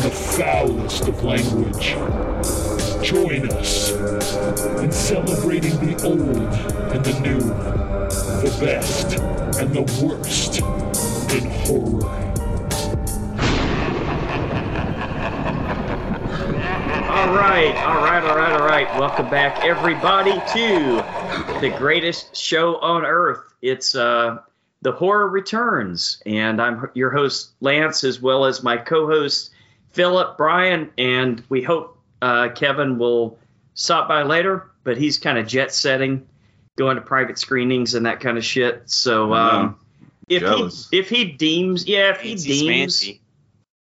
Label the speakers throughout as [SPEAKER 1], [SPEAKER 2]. [SPEAKER 1] the foulest of language. Join us in celebrating the old and the new, the best and the worst in horror.
[SPEAKER 2] All right, all right, all right, all right. Welcome back, everybody, to the greatest show on earth. It's uh, the horror returns, and I'm your host Lance, as well as my co-host Philip Brian, and we hope uh, Kevin will stop by later, but he's kind of jet setting, going to private screenings and that kind of shit. So
[SPEAKER 3] I know.
[SPEAKER 2] um, if
[SPEAKER 3] Jealous.
[SPEAKER 2] he if he deems, yeah, if he
[SPEAKER 4] Fancy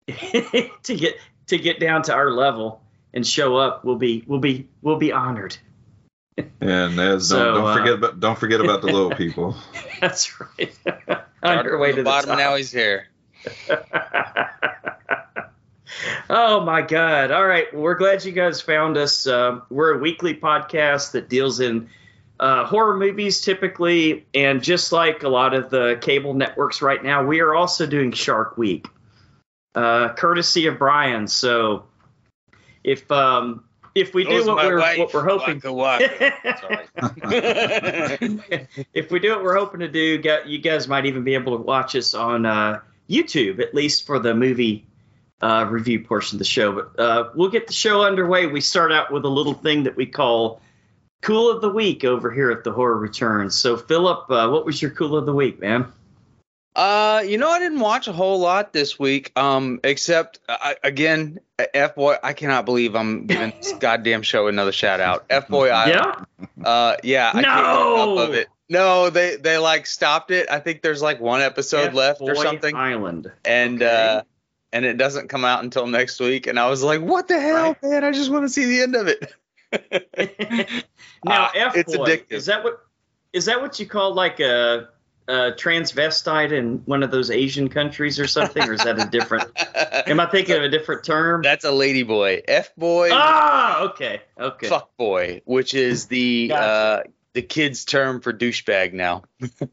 [SPEAKER 2] deems
[SPEAKER 4] smancy.
[SPEAKER 2] to get to get down to our level and show up will be will be will be honored.
[SPEAKER 3] And as
[SPEAKER 2] So,
[SPEAKER 3] don't, don't
[SPEAKER 2] uh,
[SPEAKER 3] forget about don't forget about the little people.
[SPEAKER 2] That's right. On
[SPEAKER 4] Started
[SPEAKER 2] your way
[SPEAKER 4] from
[SPEAKER 2] to the
[SPEAKER 4] bottom
[SPEAKER 2] top.
[SPEAKER 4] now he's here.
[SPEAKER 2] oh my god all right well, we're glad you guys found us Um we're a weekly podcast that deals in uh, horror movies typically and just like a lot of the cable networks right now we are also doing shark week uh, courtesy of brian so if um, if we do
[SPEAKER 4] Those
[SPEAKER 2] what
[SPEAKER 4] my
[SPEAKER 2] we're,
[SPEAKER 4] wife,
[SPEAKER 2] what we're hoping
[SPEAKER 4] Waka waka. Sorry.
[SPEAKER 2] if we do what we're hoping to do, gu- you guys might even be able to watch us on uh, YouTube, at least for the movie uh, review portion of the show. But uh, we'll get the show underway. We start out with a little thing that we call Cool of the Week over here at the Horror Returns. So, Philip, uh, what was your Cool of the Week, man?
[SPEAKER 4] Uh, you know, I didn't watch a whole lot this week. Um, except I, again, F boy, I cannot believe I'm giving this goddamn show another shout out. F boy, I
[SPEAKER 2] yeah?
[SPEAKER 4] Uh, yeah, I
[SPEAKER 2] No!
[SPEAKER 4] can't get enough of it. No, they they like stopped it. I think there's like one episode left or
[SPEAKER 2] Boy
[SPEAKER 4] something,
[SPEAKER 2] Island.
[SPEAKER 4] and
[SPEAKER 2] okay.
[SPEAKER 4] uh, and it doesn't come out until next week. And I was like, what the hell,
[SPEAKER 2] Right.
[SPEAKER 4] man? I just want to see the end of it.
[SPEAKER 2] now,
[SPEAKER 4] Ah,
[SPEAKER 2] F
[SPEAKER 4] it's
[SPEAKER 2] boy,
[SPEAKER 4] addictive.
[SPEAKER 2] is that what is that what you call like a, a transvestite in one of those Asian countries or something, or is that a different? Am I thinking of a different term?
[SPEAKER 4] That's a lady boy, f boy,
[SPEAKER 2] Ah, okay, okay.
[SPEAKER 4] fuck boy, which is the uh,
[SPEAKER 2] Gotcha.
[SPEAKER 4] the kids' term for douchebag now.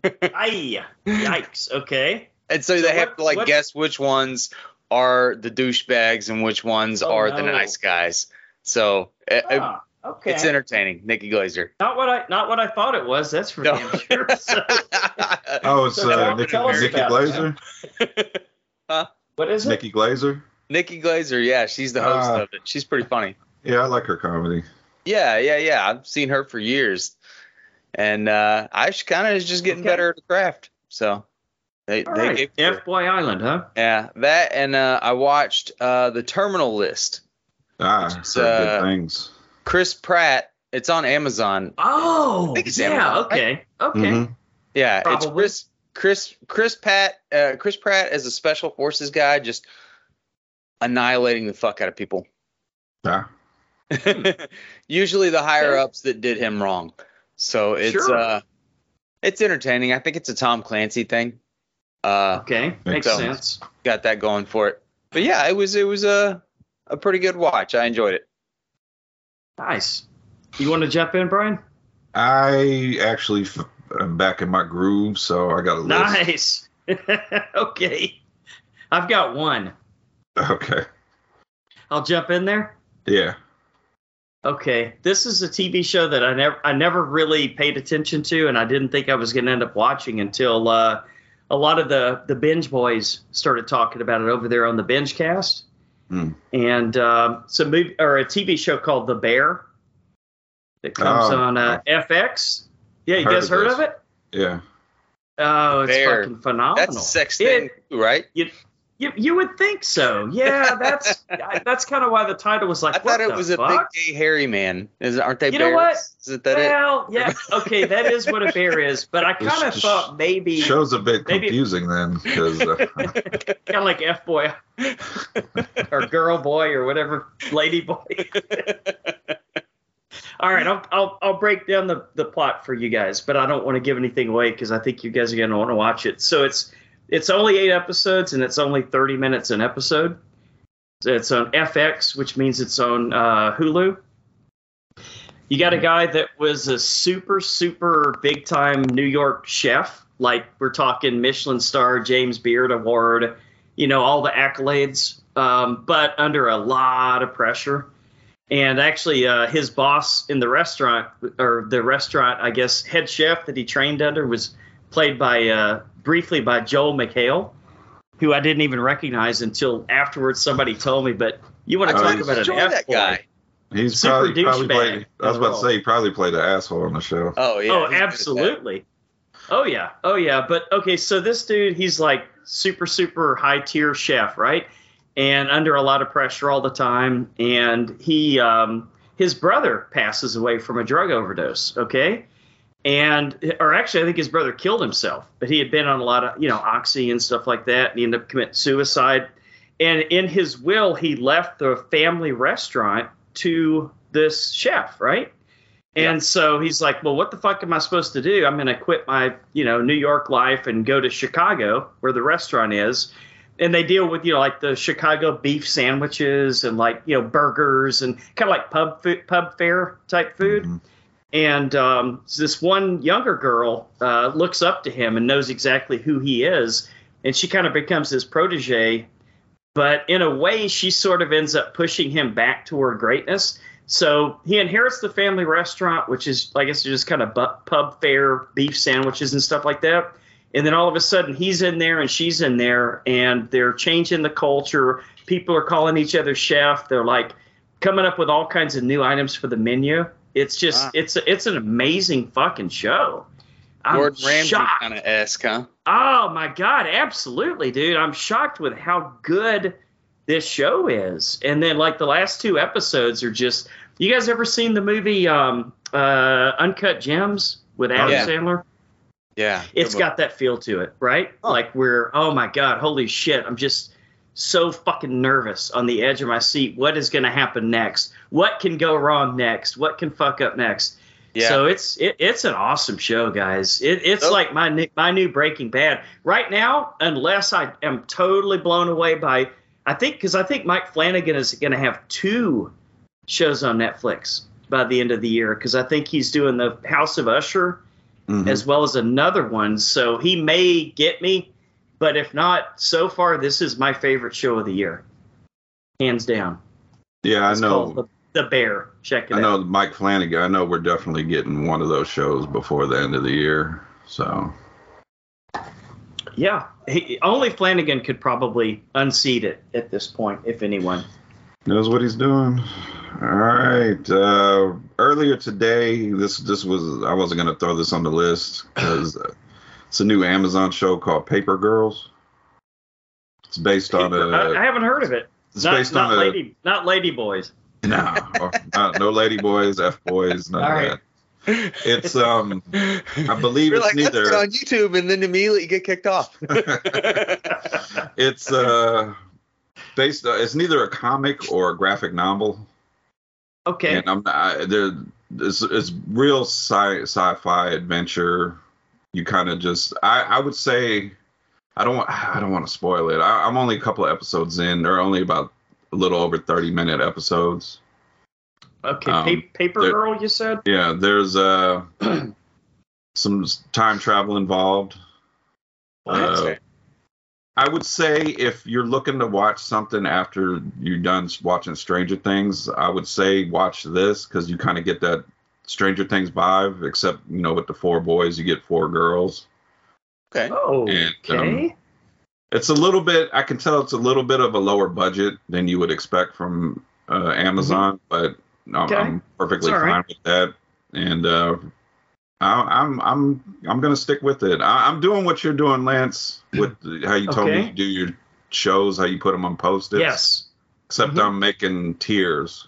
[SPEAKER 2] Aye, yikes. Okay.
[SPEAKER 4] And so,
[SPEAKER 2] So
[SPEAKER 4] they
[SPEAKER 2] what-
[SPEAKER 4] have to like
[SPEAKER 2] what-
[SPEAKER 4] guess which ones are the douchebags and which ones
[SPEAKER 2] Oh,
[SPEAKER 4] are the
[SPEAKER 2] no.
[SPEAKER 4] nice guys. So eh, eh,
[SPEAKER 2] Ah, okay.
[SPEAKER 4] it's entertaining. Nikki Glazer.
[SPEAKER 2] not what I not what I thought it was. That's for
[SPEAKER 4] No.
[SPEAKER 2] damn sure. So,
[SPEAKER 3] Oh, it's
[SPEAKER 2] So
[SPEAKER 3] uh,
[SPEAKER 2] tell-
[SPEAKER 3] Nikki,
[SPEAKER 2] tell us
[SPEAKER 3] Nikki
[SPEAKER 2] about
[SPEAKER 3] Glazer.
[SPEAKER 2] what is it?
[SPEAKER 3] Nikki Glazer.
[SPEAKER 4] Nikki Glazer, yeah, she's the host
[SPEAKER 3] Ah.
[SPEAKER 4] of it. She's pretty funny.
[SPEAKER 3] Yeah, I like her comedy.
[SPEAKER 4] Yeah, yeah, yeah. I've seen her for years, and uh, I kind of is just getting
[SPEAKER 2] Okay.
[SPEAKER 4] better at the craft. So they
[SPEAKER 2] All
[SPEAKER 4] they
[SPEAKER 2] right.
[SPEAKER 4] gave her-
[SPEAKER 2] F boy Island, huh?
[SPEAKER 4] Yeah, that and uh, I watched uh, the Terminal List.
[SPEAKER 3] Ah,
[SPEAKER 4] It's,
[SPEAKER 3] heard
[SPEAKER 4] uh,
[SPEAKER 3] good things.
[SPEAKER 4] Chris Pratt. It's on Amazon.
[SPEAKER 2] Oh,
[SPEAKER 4] think it's
[SPEAKER 2] yeah.
[SPEAKER 4] Amazon, right? Mm-hmm.
[SPEAKER 2] Okay. Okay.
[SPEAKER 3] Mhm.
[SPEAKER 4] Yeah, it's
[SPEAKER 2] Probably.
[SPEAKER 4] Chris Chris Chris Pat uh, Chris Pratt as a special forces guy, just annihilating the fuck out of people.
[SPEAKER 3] Ah,
[SPEAKER 2] Hmm.
[SPEAKER 4] Usually the higher
[SPEAKER 2] Okay.
[SPEAKER 4] ups that did him wrong. So it's
[SPEAKER 2] Sure.
[SPEAKER 4] uh, it's entertaining. I think it's a Tom Clancy thing. Uh,
[SPEAKER 2] Okay. Makes
[SPEAKER 3] Makes
[SPEAKER 2] sense.
[SPEAKER 3] sense.
[SPEAKER 4] got that going for it. But yeah, it was it was a a pretty good watch. I enjoyed it.
[SPEAKER 2] Nice. You want to jump in, Brian?
[SPEAKER 3] I actually f- am back in my groove, so I got a list.
[SPEAKER 2] Nice. okay. I've got one.
[SPEAKER 3] Okay.
[SPEAKER 2] I'll jump in there.
[SPEAKER 3] Yeah.
[SPEAKER 2] Okay. This is a TV show that I never I never really paid attention to and I didn't think I was going to end up watching until uh, a lot of the the binge boys started talking about it over there on the binge cast.
[SPEAKER 3] Hmm.
[SPEAKER 2] And um, it's a movie or a TV show called The Bear that comes
[SPEAKER 3] Oh.
[SPEAKER 2] on uh, FX. Yeah, you
[SPEAKER 3] Heard
[SPEAKER 2] guys
[SPEAKER 3] of
[SPEAKER 2] heard
[SPEAKER 3] this.
[SPEAKER 2] of it?
[SPEAKER 3] Yeah.
[SPEAKER 2] Oh, it's
[SPEAKER 4] Bear.
[SPEAKER 2] fucking phenomenal.
[SPEAKER 4] That's a sex
[SPEAKER 2] It-
[SPEAKER 4] thing, too, right?
[SPEAKER 2] You, You, you would think so. Yeah, that's I- that's kind of why the title was like.
[SPEAKER 4] I
[SPEAKER 2] what
[SPEAKER 4] thought it
[SPEAKER 2] the
[SPEAKER 4] was a big
[SPEAKER 2] fuck?
[SPEAKER 4] gay hairy man. Is aren't they?
[SPEAKER 2] You know what?
[SPEAKER 4] bears? Isn't that it?
[SPEAKER 2] well, yeah, okay, that is what a bear is, but I kind of
[SPEAKER 3] sh-
[SPEAKER 2] thought maybe kind
[SPEAKER 3] Show's a bit
[SPEAKER 2] Maybe-
[SPEAKER 3] confusing then, because uh,
[SPEAKER 2] of like F boy or girl boy or whatever, lady boy. All right, I'll, I'll I'll break down the the plot for you guys, but I don't want to give anything away because I think you guys are gonna want to watch it. So it's it's only eight episodes and it's only thirty minutes an episode. It's on FX, which means it's on uh, Hulu. You
[SPEAKER 4] Mm-hmm.
[SPEAKER 2] got a guy that was a super, super big time New York chef. Like we're talking Michelin star, James Beard Award, you know, all the accolades, um, but under a lot of pressure. And actually, uh, his boss in the restaurant, or the restaurant, I guess, head chef that he trained under was played by uh, briefly by Joel McHale, who I didn't even recognize until afterwards somebody told me. But you want
[SPEAKER 4] I
[SPEAKER 2] to
[SPEAKER 3] Oh,
[SPEAKER 4] tried
[SPEAKER 2] talk
[SPEAKER 4] to
[SPEAKER 2] about an
[SPEAKER 4] enjoy
[SPEAKER 2] F
[SPEAKER 4] that
[SPEAKER 2] boy.
[SPEAKER 4] guy.
[SPEAKER 3] he's
[SPEAKER 2] Super
[SPEAKER 3] probably, probably
[SPEAKER 2] douchebag
[SPEAKER 3] played. I was
[SPEAKER 2] as
[SPEAKER 3] about
[SPEAKER 2] well.
[SPEAKER 3] to say he probably played an asshole on the show.
[SPEAKER 4] Oh yeah.
[SPEAKER 2] oh,
[SPEAKER 4] he's good at that.
[SPEAKER 2] absolutely. Oh yeah. Oh yeah. But okay, so this dude, he's like super, super high tier chef, right? And under a lot of pressure all the time. And he, um, his brother passes away from a drug overdose. Okay. And, or actually, I think his brother killed himself, but he had been on a lot of, you know, oxy and stuff like that. And he ended up committing suicide. And in his will, he left the family restaurant to this chef, right? And so he's like, "Well, what the fuck am I supposed to do? I'm going to quit my, you know, New York life and go to Chicago where the restaurant is." And they deal with, you know, like the Chicago beef sandwiches and like, you know, burgers and kind of like pub food, pub fare type food.
[SPEAKER 3] Mhm.
[SPEAKER 2] And um, so this one younger girl uh, looks up to him and knows exactly who he is, and she kind of becomes his protege. But in a way, she sort of ends up pushing him back toward greatness. So he inherits the family restaurant, which is, I guess, just kind of bu- pub fare, beef sandwiches and stuff like that. And then all of a sudden, he's in there and she's in there, and they're changing the culture. People are calling each other chef. They're like coming up with all kinds of new items for the menu. It's just,
[SPEAKER 4] Wow.
[SPEAKER 2] it's it's an amazing fucking show. I'm
[SPEAKER 4] Gordon Ramsay
[SPEAKER 2] shocked.
[SPEAKER 4] kind of esque, huh?
[SPEAKER 2] Oh my god, absolutely, dude. I'm shocked with how good this show is. And then like the last two episodes are just you guys ever seen the movie um uh Uncut Gems with Adam
[SPEAKER 4] yeah.
[SPEAKER 2] Sandler?
[SPEAKER 4] Yeah.
[SPEAKER 2] It's got that feel to it, right? Like we're oh my god, holy shit, I'm just so fucking nervous on the edge of my seat. What is gonna happen next? What can go wrong next? What can fuck up next?
[SPEAKER 4] Yeah.
[SPEAKER 2] So it's it, it's an awesome show, guys. It, it's
[SPEAKER 4] Oh.
[SPEAKER 2] like my new, my new Breaking Bad right now. Unless I am totally blown away by, I think because I think Mike Flanagan is going to have two shows on Netflix by the end of the year because I think he's doing the House of Usher
[SPEAKER 3] Mhm.
[SPEAKER 2] as well as another one. So he may get me, but if not, so far this is my favorite show of the year, hands down.
[SPEAKER 3] Yeah, I
[SPEAKER 2] It's
[SPEAKER 3] know.
[SPEAKER 2] called the, the Bear. Check it
[SPEAKER 3] I
[SPEAKER 2] out.
[SPEAKER 3] know Mike Flanagan. I know we're definitely getting one of those shows before the end of the year. So
[SPEAKER 2] Yeah, he, only Flanagan could probably unseat it at this point, if anyone.
[SPEAKER 3] knows what he's doing. All right. Uh, earlier today, this this was I wasn't gonna throw this on the list because uh, it's a new Amazon show called Paper Girls. It's based on
[SPEAKER 2] I, I
[SPEAKER 3] a.
[SPEAKER 2] haven't heard of it.
[SPEAKER 3] It's
[SPEAKER 2] uh, not,
[SPEAKER 3] based
[SPEAKER 2] not
[SPEAKER 3] on a.
[SPEAKER 2] lady, not lady boys.
[SPEAKER 3] No, no, no lady boys, f boys, none
[SPEAKER 2] All
[SPEAKER 3] of
[SPEAKER 2] right.
[SPEAKER 3] that. It's um, I believe
[SPEAKER 4] You're
[SPEAKER 3] it's
[SPEAKER 4] like,
[SPEAKER 3] neither.
[SPEAKER 4] let's get on YouTube, and then immediately you get kicked off.
[SPEAKER 3] it's uh based uh, it's neither a comic or a graphic novel
[SPEAKER 2] Okay,
[SPEAKER 3] and i'm not there it's, it's real sci- sci-fi adventure you kind of just i i would say i don't want i don't want to spoil it I, i'm only a couple of episodes in they're only about a little over 30 minute episodes
[SPEAKER 2] okay.
[SPEAKER 3] um,
[SPEAKER 2] Pa- Paper
[SPEAKER 3] there-
[SPEAKER 2] Girl, you said.
[SPEAKER 3] yeah there's uh some s- time travel involved Uh,
[SPEAKER 4] Okay.
[SPEAKER 3] I would say if you're looking to watch something after you're done s- watching Stranger Things, I would say watch this because you kind of get that Stranger Things vibe, except you know with the four boys, you get four girls.
[SPEAKER 4] okay.
[SPEAKER 2] Oh,
[SPEAKER 3] and, um,
[SPEAKER 2] okay.
[SPEAKER 3] It's a little bit. I can tell it's a little bit of a lower budget than you would expect from uh, Amazon, but I'm,
[SPEAKER 2] Mm-hmm. Okay.
[SPEAKER 3] I'm perfectly
[SPEAKER 2] It's all
[SPEAKER 3] fine
[SPEAKER 2] right.
[SPEAKER 3] with that. And uh, I, I'm I'm I'm gonna stick with it. I, I'm doing what you're doing, Lance, with the- how you told me
[SPEAKER 2] Okay.
[SPEAKER 3] to do your shows how you put them on post-its.
[SPEAKER 2] Yes.
[SPEAKER 3] Except
[SPEAKER 2] Mhm.
[SPEAKER 3] I'm making tiers.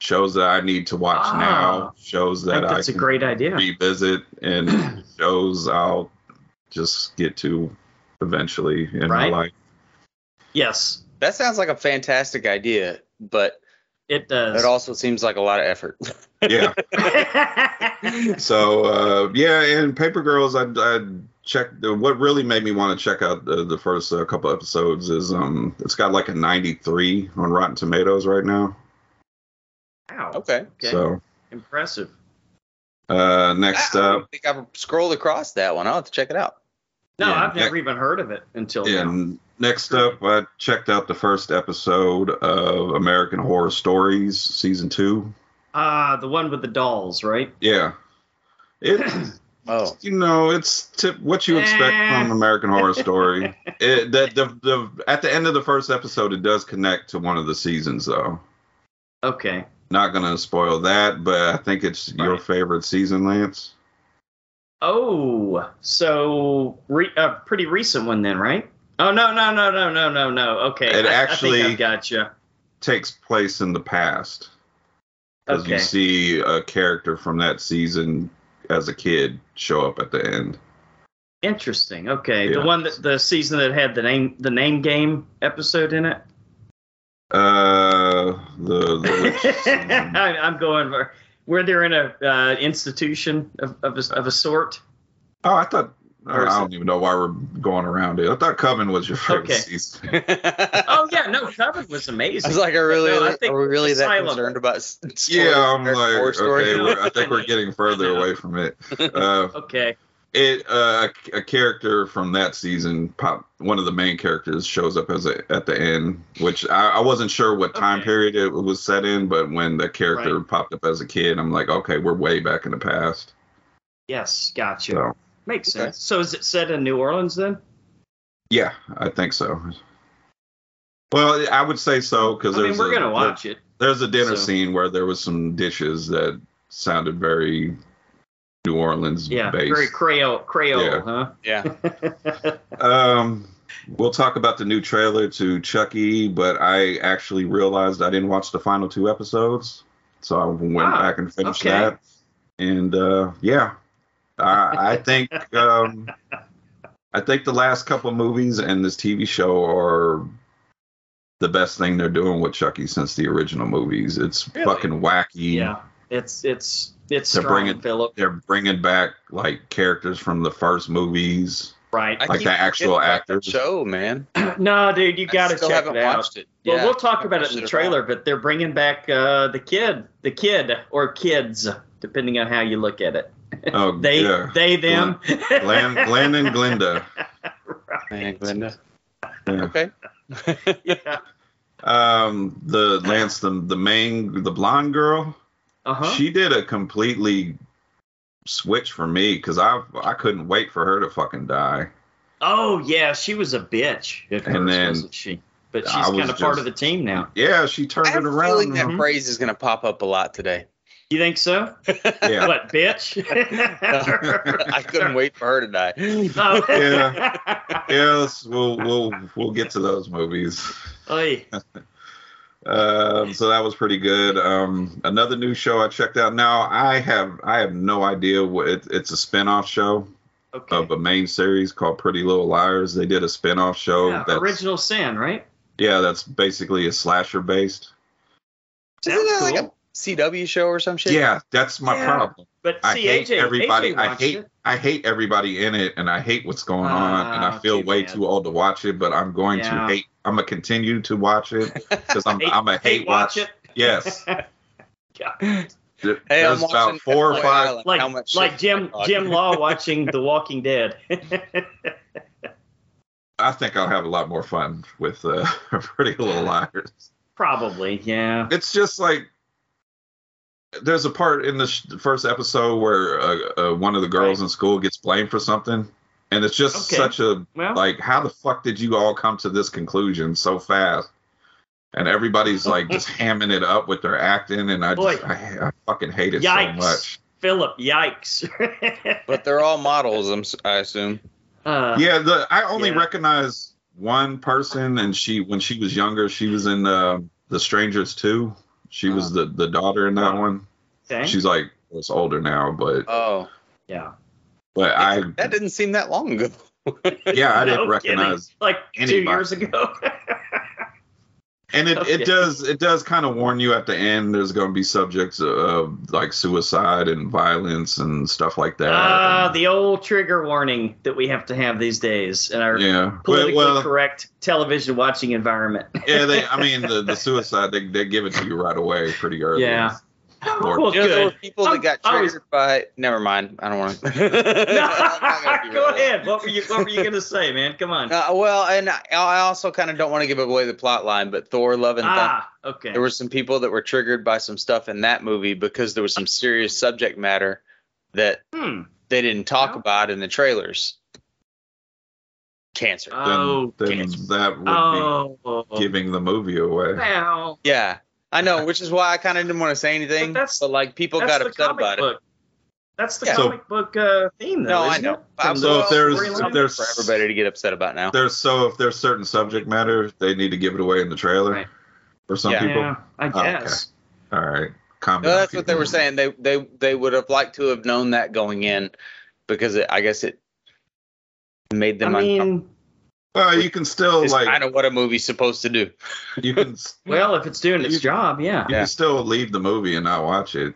[SPEAKER 3] Shows that I need to watch
[SPEAKER 2] Ah.
[SPEAKER 3] now. Shows
[SPEAKER 2] I
[SPEAKER 3] that
[SPEAKER 2] think
[SPEAKER 3] I,
[SPEAKER 2] that's a
[SPEAKER 3] can
[SPEAKER 2] great idea.
[SPEAKER 3] revisit, and shows I'll just get to eventually in my
[SPEAKER 2] Right.
[SPEAKER 3] life.
[SPEAKER 2] Yes,
[SPEAKER 4] That sounds like a fantastic idea, but
[SPEAKER 2] it does.
[SPEAKER 4] it also seems like a lot of effort.
[SPEAKER 3] Yeah. so uh, yeah, and Paper Girls, I, I checked. uh, What really made me want to check out the, the first uh, couple episodes is um, it's got like a 93 on Rotten Tomatoes right now.
[SPEAKER 2] wow.
[SPEAKER 4] Okay.
[SPEAKER 2] Okay.
[SPEAKER 3] So
[SPEAKER 2] Impressive.
[SPEAKER 3] uh, next
[SPEAKER 2] Ah,
[SPEAKER 4] I,
[SPEAKER 3] up,
[SPEAKER 4] I think I've scrolled across that one. I'll have to check it out.
[SPEAKER 2] No,
[SPEAKER 3] Yeah.
[SPEAKER 2] I've never even heard of it until now.
[SPEAKER 3] and next up, I checked out the first episode of American Horror Stories season two.
[SPEAKER 2] Ah, the one with the dolls, right?
[SPEAKER 3] Yeah, it.
[SPEAKER 4] Oh,
[SPEAKER 3] you know, it's tip, what you expect
[SPEAKER 2] Eh.
[SPEAKER 3] from American Horror Story. It, that the, the at the end of the first episode, it does connect to one of the seasons, though.
[SPEAKER 2] Okay.
[SPEAKER 3] Not gonna spoil that, but I think it's your
[SPEAKER 2] Right.
[SPEAKER 3] favorite season, Lance.
[SPEAKER 2] Oh, so re- a pretty recent one then, right? Oh no no no no no no no. Okay,
[SPEAKER 3] It
[SPEAKER 2] I- I
[SPEAKER 3] actually-
[SPEAKER 2] think I've gotcha.
[SPEAKER 3] Takes place in the past because
[SPEAKER 2] Okay,
[SPEAKER 3] you see a character from that season as a kid show up at the end.
[SPEAKER 2] interesting. Okay, the
[SPEAKER 3] Yeah.
[SPEAKER 2] one that the season that had the name the name game episode in it.
[SPEAKER 3] Uh, the, the witch season.
[SPEAKER 2] I, I'm going for where they're in a uh, institution of of a, of a sort.
[SPEAKER 3] oh, I thought. I
[SPEAKER 2] Or is
[SPEAKER 3] don't even know why we're going around it. I thought Coven was your favorite
[SPEAKER 2] Okay.
[SPEAKER 3] season.
[SPEAKER 4] it's
[SPEAKER 2] Oh yeah, no, Coven was amazing.
[SPEAKER 4] like, are really,
[SPEAKER 2] No, I think
[SPEAKER 4] are we really that
[SPEAKER 2] Asylum.
[SPEAKER 4] concerned about? s- spoilers
[SPEAKER 3] Yeah, I'm
[SPEAKER 4] for
[SPEAKER 3] like,
[SPEAKER 4] horror story?
[SPEAKER 3] okay,
[SPEAKER 2] No,
[SPEAKER 3] we're, I
[SPEAKER 2] I
[SPEAKER 3] think
[SPEAKER 2] know.
[SPEAKER 3] we're getting further
[SPEAKER 2] I know.
[SPEAKER 3] away from it. Uh,
[SPEAKER 2] Okay,
[SPEAKER 3] it uh, a, a character from that season, pop, one of the main characters, shows up as a, at the end, which I, I wasn't sure what time
[SPEAKER 2] Okay.
[SPEAKER 3] period it was set in, but when the character
[SPEAKER 2] Right.
[SPEAKER 3] popped up as a kid, I'm like, okay, we're way back in the past.
[SPEAKER 2] yes, gotcha.
[SPEAKER 3] So
[SPEAKER 2] Makes
[SPEAKER 4] Okay.
[SPEAKER 2] sense. So is it set in New Orleans then?
[SPEAKER 3] yeah, I think so. Well, I would say so because
[SPEAKER 2] I mean,
[SPEAKER 3] there's
[SPEAKER 2] we're
[SPEAKER 3] a,
[SPEAKER 2] gonna watch it.
[SPEAKER 3] there's a dinner
[SPEAKER 2] so-
[SPEAKER 3] scene where there was some dishes that sounded very New Orleans
[SPEAKER 2] Yeah,
[SPEAKER 3] based.
[SPEAKER 2] very Creole, Creole,
[SPEAKER 3] Yeah.
[SPEAKER 2] huh?
[SPEAKER 4] Yeah.
[SPEAKER 3] Um, we'll talk about the new trailer to Chucky, but I actually realized I didn't watch the final two episodes, so I went
[SPEAKER 2] Ah,
[SPEAKER 3] back and finished
[SPEAKER 2] okay.
[SPEAKER 3] that. And uh, yeah, I, I think um, I think the last couple movies and this TV show are the best thing they're doing with Chucky since the original movies. It's
[SPEAKER 4] Really?
[SPEAKER 3] fucking wacky.
[SPEAKER 2] Yeah, it's it's it's
[SPEAKER 3] To bring
[SPEAKER 2] strong,
[SPEAKER 3] it-
[SPEAKER 2] Philip.
[SPEAKER 3] They're bringing back like characters from the first movies.
[SPEAKER 2] Right.
[SPEAKER 4] I
[SPEAKER 3] Like
[SPEAKER 4] keep
[SPEAKER 3] the actual
[SPEAKER 4] forgetting about that
[SPEAKER 3] actors.
[SPEAKER 4] show, man.
[SPEAKER 2] no, dude, you
[SPEAKER 4] I
[SPEAKER 2] got to
[SPEAKER 4] still
[SPEAKER 2] check
[SPEAKER 4] haven't
[SPEAKER 2] it out.
[SPEAKER 4] watched it.
[SPEAKER 2] Well,
[SPEAKER 4] Yeah.
[SPEAKER 2] we'll talk about it
[SPEAKER 4] watched
[SPEAKER 2] in the
[SPEAKER 4] at all.
[SPEAKER 2] trailer, but they're bringing back uh, the kid, the kid or kids, depending on how you look at it.
[SPEAKER 3] Oh,
[SPEAKER 2] They,
[SPEAKER 3] yeah.
[SPEAKER 2] they, them.
[SPEAKER 3] Glenn, Glenn and Glinda.
[SPEAKER 4] Oh, Man, Glenda.
[SPEAKER 3] Yeah.
[SPEAKER 4] Okay.
[SPEAKER 2] yeah.
[SPEAKER 3] Um, the Lance, the, the main, the blonde girl,
[SPEAKER 2] Uh-huh.
[SPEAKER 3] she did a completely switch for me because I I couldn't wait for her to fucking die.
[SPEAKER 2] oh yeah, she was a bitch at
[SPEAKER 3] And
[SPEAKER 2] first,
[SPEAKER 3] then
[SPEAKER 2] wasn't she? But she's
[SPEAKER 3] I was
[SPEAKER 2] kind of part
[SPEAKER 3] just-
[SPEAKER 2] of the team now.
[SPEAKER 3] Yeah, she
[SPEAKER 4] I
[SPEAKER 3] turned
[SPEAKER 4] have
[SPEAKER 3] it
[SPEAKER 4] a feeling
[SPEAKER 3] around.
[SPEAKER 4] that
[SPEAKER 2] Mhm.
[SPEAKER 4] phrase is going to pop up a lot today.
[SPEAKER 2] You think so?
[SPEAKER 3] Yeah.
[SPEAKER 2] What, bitch?
[SPEAKER 4] I couldn't wait for her to die.
[SPEAKER 2] Oh.
[SPEAKER 3] yes, we'll we'll we'll get to those movies.
[SPEAKER 2] Oy.
[SPEAKER 3] Um, so that was pretty good. Um, another new show I checked out. Now I have I have no idea what it, it's a spin-off show
[SPEAKER 2] Okay.
[SPEAKER 3] of a main series called Pretty Little Liars. They did a spin-off show
[SPEAKER 2] Yeah,
[SPEAKER 3] oh, that's
[SPEAKER 2] original sin, right?
[SPEAKER 3] Yeah, that's basically a slasher based.
[SPEAKER 4] Isn't
[SPEAKER 2] Sounds
[SPEAKER 4] that like
[SPEAKER 2] cool.
[SPEAKER 4] a CW show or some shit?
[SPEAKER 3] Yeah, that's my
[SPEAKER 2] Yeah.
[SPEAKER 3] problem.
[SPEAKER 2] But
[SPEAKER 3] I
[SPEAKER 2] see,
[SPEAKER 3] hate
[SPEAKER 2] AJ,
[SPEAKER 3] everybody.
[SPEAKER 2] AJ
[SPEAKER 3] I
[SPEAKER 2] watched
[SPEAKER 3] hate
[SPEAKER 2] it.
[SPEAKER 3] I hate everybody in it, and I hate what's going on, and
[SPEAKER 2] Ah,
[SPEAKER 3] I feel
[SPEAKER 2] too
[SPEAKER 3] way
[SPEAKER 2] bad.
[SPEAKER 3] too old to watch it. But I'm going
[SPEAKER 2] Yeah.
[SPEAKER 3] to hate. I'm gonna continue to watch it because I'm
[SPEAKER 2] Hate-
[SPEAKER 3] I'm a hate, watch.
[SPEAKER 2] it.
[SPEAKER 3] Yes,
[SPEAKER 2] Yeah.
[SPEAKER 3] Th-
[SPEAKER 4] Hey, I'm
[SPEAKER 3] there's
[SPEAKER 4] watching
[SPEAKER 3] about four or
[SPEAKER 4] Boy
[SPEAKER 3] five.
[SPEAKER 4] Island. How
[SPEAKER 2] Like
[SPEAKER 4] much
[SPEAKER 2] like
[SPEAKER 4] shit
[SPEAKER 2] Jim
[SPEAKER 4] I
[SPEAKER 2] Jim Law watching The Walking Dead.
[SPEAKER 3] I think I'll have a lot more fun with uh, Pretty Little Liars.
[SPEAKER 2] Probably, yeah.
[SPEAKER 3] It's just like there's a part in the sh- first episode where uh, uh, one of the girls
[SPEAKER 2] Right.
[SPEAKER 3] in school gets blamed for something, and it's just
[SPEAKER 2] Okay.
[SPEAKER 3] such a
[SPEAKER 2] Well,
[SPEAKER 3] like how the fuck did you all come to this conclusion so fast and everybody's like just hamming it up with their acting and i
[SPEAKER 2] Boy.
[SPEAKER 3] just I, I fucking hate it
[SPEAKER 2] Yikes.
[SPEAKER 3] so much
[SPEAKER 2] Philip, yikes.
[SPEAKER 4] But they're all models, I'm, si assume.
[SPEAKER 2] uh,
[SPEAKER 3] yeah the i only
[SPEAKER 2] Yeah.
[SPEAKER 3] recognize one person, and she when she was younger, she was in uh, The Strangers too. She was the the daughter in that one.
[SPEAKER 2] Uh-huh. Okay.
[SPEAKER 3] She's like was older now, but
[SPEAKER 4] Oh,
[SPEAKER 2] yeah.
[SPEAKER 3] but I
[SPEAKER 4] that didn't seem that long ago.
[SPEAKER 3] yeah
[SPEAKER 2] No
[SPEAKER 3] I didn't
[SPEAKER 2] kidding.
[SPEAKER 3] recognize
[SPEAKER 2] Like two
[SPEAKER 3] anybody.
[SPEAKER 2] years ago. Uh,
[SPEAKER 3] and it,
[SPEAKER 2] Okay.
[SPEAKER 3] it does it does kind of warn you at the end there's going to be subjects of, of like suicide and violence and stuff like that
[SPEAKER 2] Ah, the old trigger warning that we have to have these days in our
[SPEAKER 3] yeah well,
[SPEAKER 2] politically
[SPEAKER 3] well
[SPEAKER 2] correct television watching environment.
[SPEAKER 3] yeah they i mean the, the suicide they, they give it to you right away pretty early
[SPEAKER 2] Yeah.
[SPEAKER 3] Or-
[SPEAKER 2] well,
[SPEAKER 4] You know, there were
[SPEAKER 2] good.
[SPEAKER 4] people that
[SPEAKER 2] I'm-
[SPEAKER 4] got
[SPEAKER 2] I was-
[SPEAKER 4] triggered by. Never mind. I don't want to.
[SPEAKER 2] Go ahead. What were you What were you gonna say, man? Come on.
[SPEAKER 4] Uh, well, and I, I also kind of don't want to give away the plot line, but Thor: Love and Thunder.
[SPEAKER 2] ah, okay.
[SPEAKER 4] There were some people that were triggered by some stuff in that movie because there was some serious subject matter that
[SPEAKER 2] Hmm.
[SPEAKER 4] they didn't talk
[SPEAKER 2] Yeah.
[SPEAKER 4] about in the trailers. Cancer.
[SPEAKER 2] Uh,
[SPEAKER 3] then,
[SPEAKER 2] Oh,
[SPEAKER 3] then
[SPEAKER 4] cancer.
[SPEAKER 3] that would
[SPEAKER 2] Oh,
[SPEAKER 3] be giving the movie away
[SPEAKER 2] well,
[SPEAKER 4] yeah, I know, which is why I kind of didn't want to say anything.
[SPEAKER 2] But that's-
[SPEAKER 4] but like people
[SPEAKER 2] that's
[SPEAKER 4] got
[SPEAKER 2] the
[SPEAKER 4] upset
[SPEAKER 2] comic
[SPEAKER 4] about it.
[SPEAKER 2] book. That's the
[SPEAKER 4] Yeah.
[SPEAKER 3] So-
[SPEAKER 2] comic book uh, theme, though.
[SPEAKER 4] No, I
[SPEAKER 2] isn't
[SPEAKER 4] know.
[SPEAKER 2] it?
[SPEAKER 4] I'm
[SPEAKER 2] From
[SPEAKER 3] so
[SPEAKER 2] the
[SPEAKER 3] if there's
[SPEAKER 2] storyline?
[SPEAKER 3] if there's
[SPEAKER 4] for everybody to get upset about now.
[SPEAKER 3] there's so if there's certain subject matter they need to give it away in the trailer
[SPEAKER 2] Right.
[SPEAKER 3] for some
[SPEAKER 4] Yeah.
[SPEAKER 3] people
[SPEAKER 2] yeah, I
[SPEAKER 3] Oh, okay.
[SPEAKER 2] guess.
[SPEAKER 3] all right Calm
[SPEAKER 4] No,
[SPEAKER 3] down,
[SPEAKER 4] that's what they
[SPEAKER 3] people.
[SPEAKER 4] were saying. They they they would have liked to have known that going in because it, I guess it made them
[SPEAKER 2] I
[SPEAKER 4] uncomfortable.
[SPEAKER 2] mean,
[SPEAKER 3] well you can still
[SPEAKER 4] It's
[SPEAKER 3] like
[SPEAKER 4] kind of what a movie's supposed to do.
[SPEAKER 3] you can s-
[SPEAKER 2] well, if it's doing its
[SPEAKER 3] You-
[SPEAKER 2] job, yeah.
[SPEAKER 3] You
[SPEAKER 4] Yeah.
[SPEAKER 3] can still leave the movie and not watch it.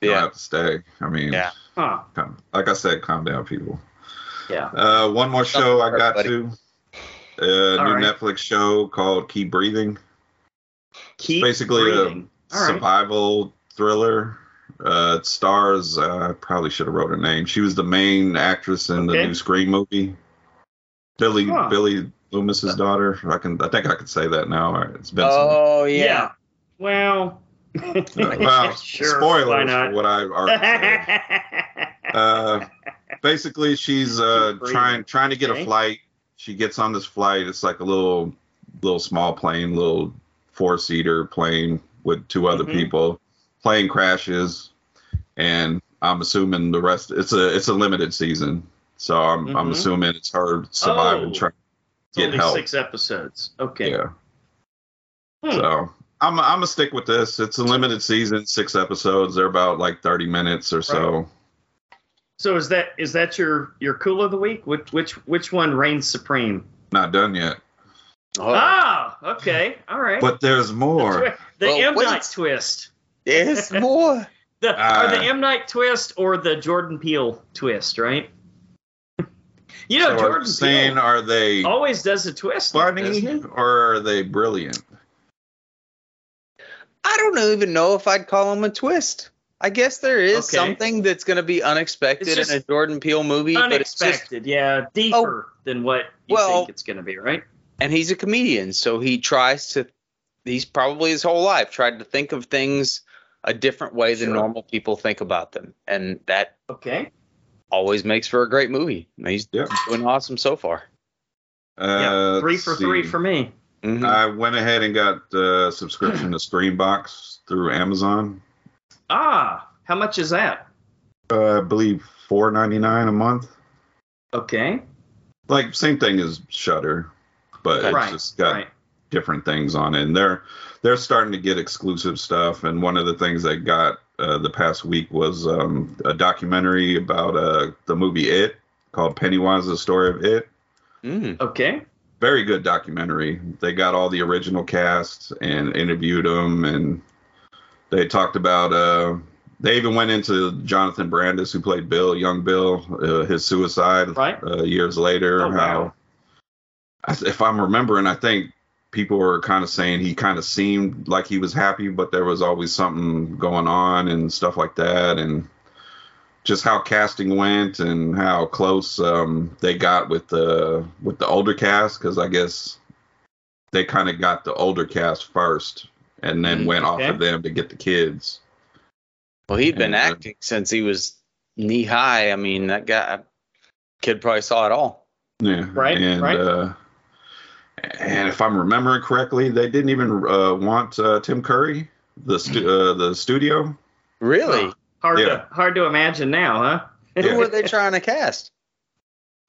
[SPEAKER 3] You
[SPEAKER 4] Yeah.
[SPEAKER 3] don't have to stay. I mean,
[SPEAKER 4] Yeah.
[SPEAKER 2] Huh.
[SPEAKER 3] come, like I said, calm down, people.
[SPEAKER 2] Yeah.
[SPEAKER 3] Uh, one more show I got
[SPEAKER 4] Everybody.
[SPEAKER 3] to. Uh,
[SPEAKER 2] All
[SPEAKER 3] new
[SPEAKER 2] right.
[SPEAKER 3] Netflix show called Keep Breathing.
[SPEAKER 2] Keep
[SPEAKER 3] basically a
[SPEAKER 2] breathing. uh, All right.
[SPEAKER 3] Survival thriller. Uh, it stars. Uh, I probably should have wrote her name. She was the main actress in
[SPEAKER 2] Okay.
[SPEAKER 3] the new Scream movie. Billy
[SPEAKER 2] Huh.
[SPEAKER 3] Billy Loomis's daughter. I can. I think I can say that now. It's been. some-
[SPEAKER 4] Oh
[SPEAKER 2] yeah.
[SPEAKER 4] yeah.
[SPEAKER 2] Well.
[SPEAKER 3] Uh, well,
[SPEAKER 2] sure.
[SPEAKER 3] spoilers
[SPEAKER 2] Why
[SPEAKER 3] for
[SPEAKER 2] not?
[SPEAKER 3] what I've already said. uh, basically she's uh,
[SPEAKER 2] Keep breathing.
[SPEAKER 3] trying trying to get
[SPEAKER 2] Okay.
[SPEAKER 3] a flight. She gets on this flight. It's like a little little small plane, little four seater plane with two other
[SPEAKER 2] Mhm.
[SPEAKER 3] people. Plane crashes, and I'm assuming the rest. It's a it's a limited season, so I'm I'm
[SPEAKER 2] Mhm.
[SPEAKER 3] assuming it's her surviving.
[SPEAKER 2] Oh.
[SPEAKER 3] trying
[SPEAKER 2] It's
[SPEAKER 3] get
[SPEAKER 2] only
[SPEAKER 3] help.
[SPEAKER 2] six episodes. Okay.
[SPEAKER 3] yeah.
[SPEAKER 2] Hmm.
[SPEAKER 3] So I'm I'm gonna stick with this. It's a limited season, six episodes. They're about like 30 minutes or so.
[SPEAKER 2] So is that is that your your cool of the week? Which which which one reigns supreme?
[SPEAKER 3] Not done yet.
[SPEAKER 4] Oh,
[SPEAKER 2] Ah, okay, all right.
[SPEAKER 3] But there's
[SPEAKER 2] the,
[SPEAKER 3] more.
[SPEAKER 2] twi- the
[SPEAKER 4] Well,
[SPEAKER 2] M
[SPEAKER 4] wait.
[SPEAKER 2] Night twist.
[SPEAKER 4] there's more.
[SPEAKER 2] The, or the
[SPEAKER 3] Uh,
[SPEAKER 2] M Night twist or the Jordan Peele twist, right? You know,
[SPEAKER 3] so are you
[SPEAKER 2] Jordan
[SPEAKER 3] saying
[SPEAKER 2] Peele Oh,
[SPEAKER 3] are they
[SPEAKER 2] always does a twist. like this.
[SPEAKER 3] funny or are they brilliant?
[SPEAKER 4] I don't even know if I'd call them a twist. I guess there is
[SPEAKER 2] Okay.
[SPEAKER 4] something that's going to be unexpected
[SPEAKER 2] It's
[SPEAKER 4] in a
[SPEAKER 2] just
[SPEAKER 4] Jordan Peele movie, but it's just
[SPEAKER 2] Unexpected, yeah, deeper than what you
[SPEAKER 4] Well-
[SPEAKER 2] think it's going to be, right?
[SPEAKER 4] and he's a comedian, so he tries to. He's probably his whole life tried to think of things a different way than
[SPEAKER 2] Sure.
[SPEAKER 4] normal people think about them, and that
[SPEAKER 2] Okay.
[SPEAKER 4] always makes for a great movie. And He's
[SPEAKER 3] Yep.
[SPEAKER 4] doing awesome so far.
[SPEAKER 3] Uh,
[SPEAKER 2] three
[SPEAKER 3] let's
[SPEAKER 2] for three
[SPEAKER 3] see.
[SPEAKER 2] for me.
[SPEAKER 4] Mhm.
[SPEAKER 3] I went ahead and got the subscription to Screenbox through Amazon.
[SPEAKER 2] Ah, how much is that?
[SPEAKER 3] Uh, I believe four ninety nine a month.
[SPEAKER 2] Okay.
[SPEAKER 3] Like same thing as Shutter, but it's
[SPEAKER 2] right.
[SPEAKER 3] just got
[SPEAKER 2] right.
[SPEAKER 3] different things on it. And they're they're starting to get exclusive stuff. And one of the things they got uh, the past week was um, a documentary about uh, the movie It called Pennywise: The Story of It.
[SPEAKER 4] Mm.
[SPEAKER 2] Okay.
[SPEAKER 3] very good documentary. They got all the original cast and interviewed them, and they talked about. Uh, they even went into Jonathan Brandis, who played Bill, young Bill, uh, his suicide
[SPEAKER 2] Right.
[SPEAKER 3] uh, years later.
[SPEAKER 2] Oh, wow.
[SPEAKER 3] How, I th- if I'm remembering, I think people were kind of saying he kind of seemed like he was happy, but there was always something going on and stuff like that, and just how casting went and how close um, they got with the with the older cast, because I guess they kind of got the older cast first, and then
[SPEAKER 4] Mm,
[SPEAKER 3] went
[SPEAKER 2] Mm-hmm. okay.
[SPEAKER 3] off of them to get the kids.
[SPEAKER 4] Well, he'd been
[SPEAKER 3] Yeah.
[SPEAKER 4] acting since he was knee high. I mean, that guy kid probably saw it all.
[SPEAKER 3] Yeah.
[SPEAKER 2] Right,
[SPEAKER 3] And,
[SPEAKER 2] right.
[SPEAKER 3] Uh, and if I'm remembering correctly, they didn't even uh, want uh, Tim Curry, the stu-
[SPEAKER 2] Mm.
[SPEAKER 3] uh, the studio.
[SPEAKER 4] Really?
[SPEAKER 2] Huh. Hard
[SPEAKER 3] Yeah.
[SPEAKER 2] to hard to imagine now, huh?
[SPEAKER 3] Yeah.
[SPEAKER 4] Who were they trying to cast?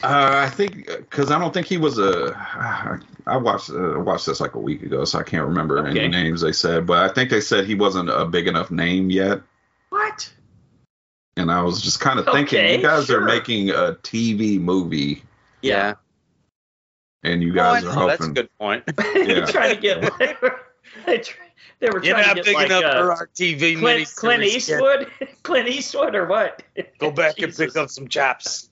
[SPEAKER 3] Uh, I think because I don't think he was a. I watched uh, watched this like a week ago, so I can't remember
[SPEAKER 2] Okay.
[SPEAKER 3] any names they said. But I think they said he wasn't a big enough name yet,
[SPEAKER 2] What?
[SPEAKER 3] and I was just kind of thinking,
[SPEAKER 2] Okay,
[SPEAKER 3] you guys
[SPEAKER 2] sure.
[SPEAKER 3] are making a TV movie,
[SPEAKER 2] Yeah.
[SPEAKER 3] and you guys
[SPEAKER 4] Oh, I
[SPEAKER 3] are
[SPEAKER 4] know,
[SPEAKER 3] hoping.
[SPEAKER 4] that's a good point.
[SPEAKER 2] they
[SPEAKER 3] Yeah.
[SPEAKER 2] trying to get. They were, they tr- they were
[SPEAKER 4] You're
[SPEAKER 2] trying to
[SPEAKER 4] not
[SPEAKER 2] get
[SPEAKER 4] big
[SPEAKER 2] like
[SPEAKER 4] enough
[SPEAKER 2] uh,
[SPEAKER 4] for our TV
[SPEAKER 2] Clint,
[SPEAKER 4] miniseries
[SPEAKER 2] Clint
[SPEAKER 4] yet.
[SPEAKER 2] Eastwood, Clint Eastwood, or what?
[SPEAKER 4] Go back and
[SPEAKER 2] Jesus.
[SPEAKER 4] pick up some chaps.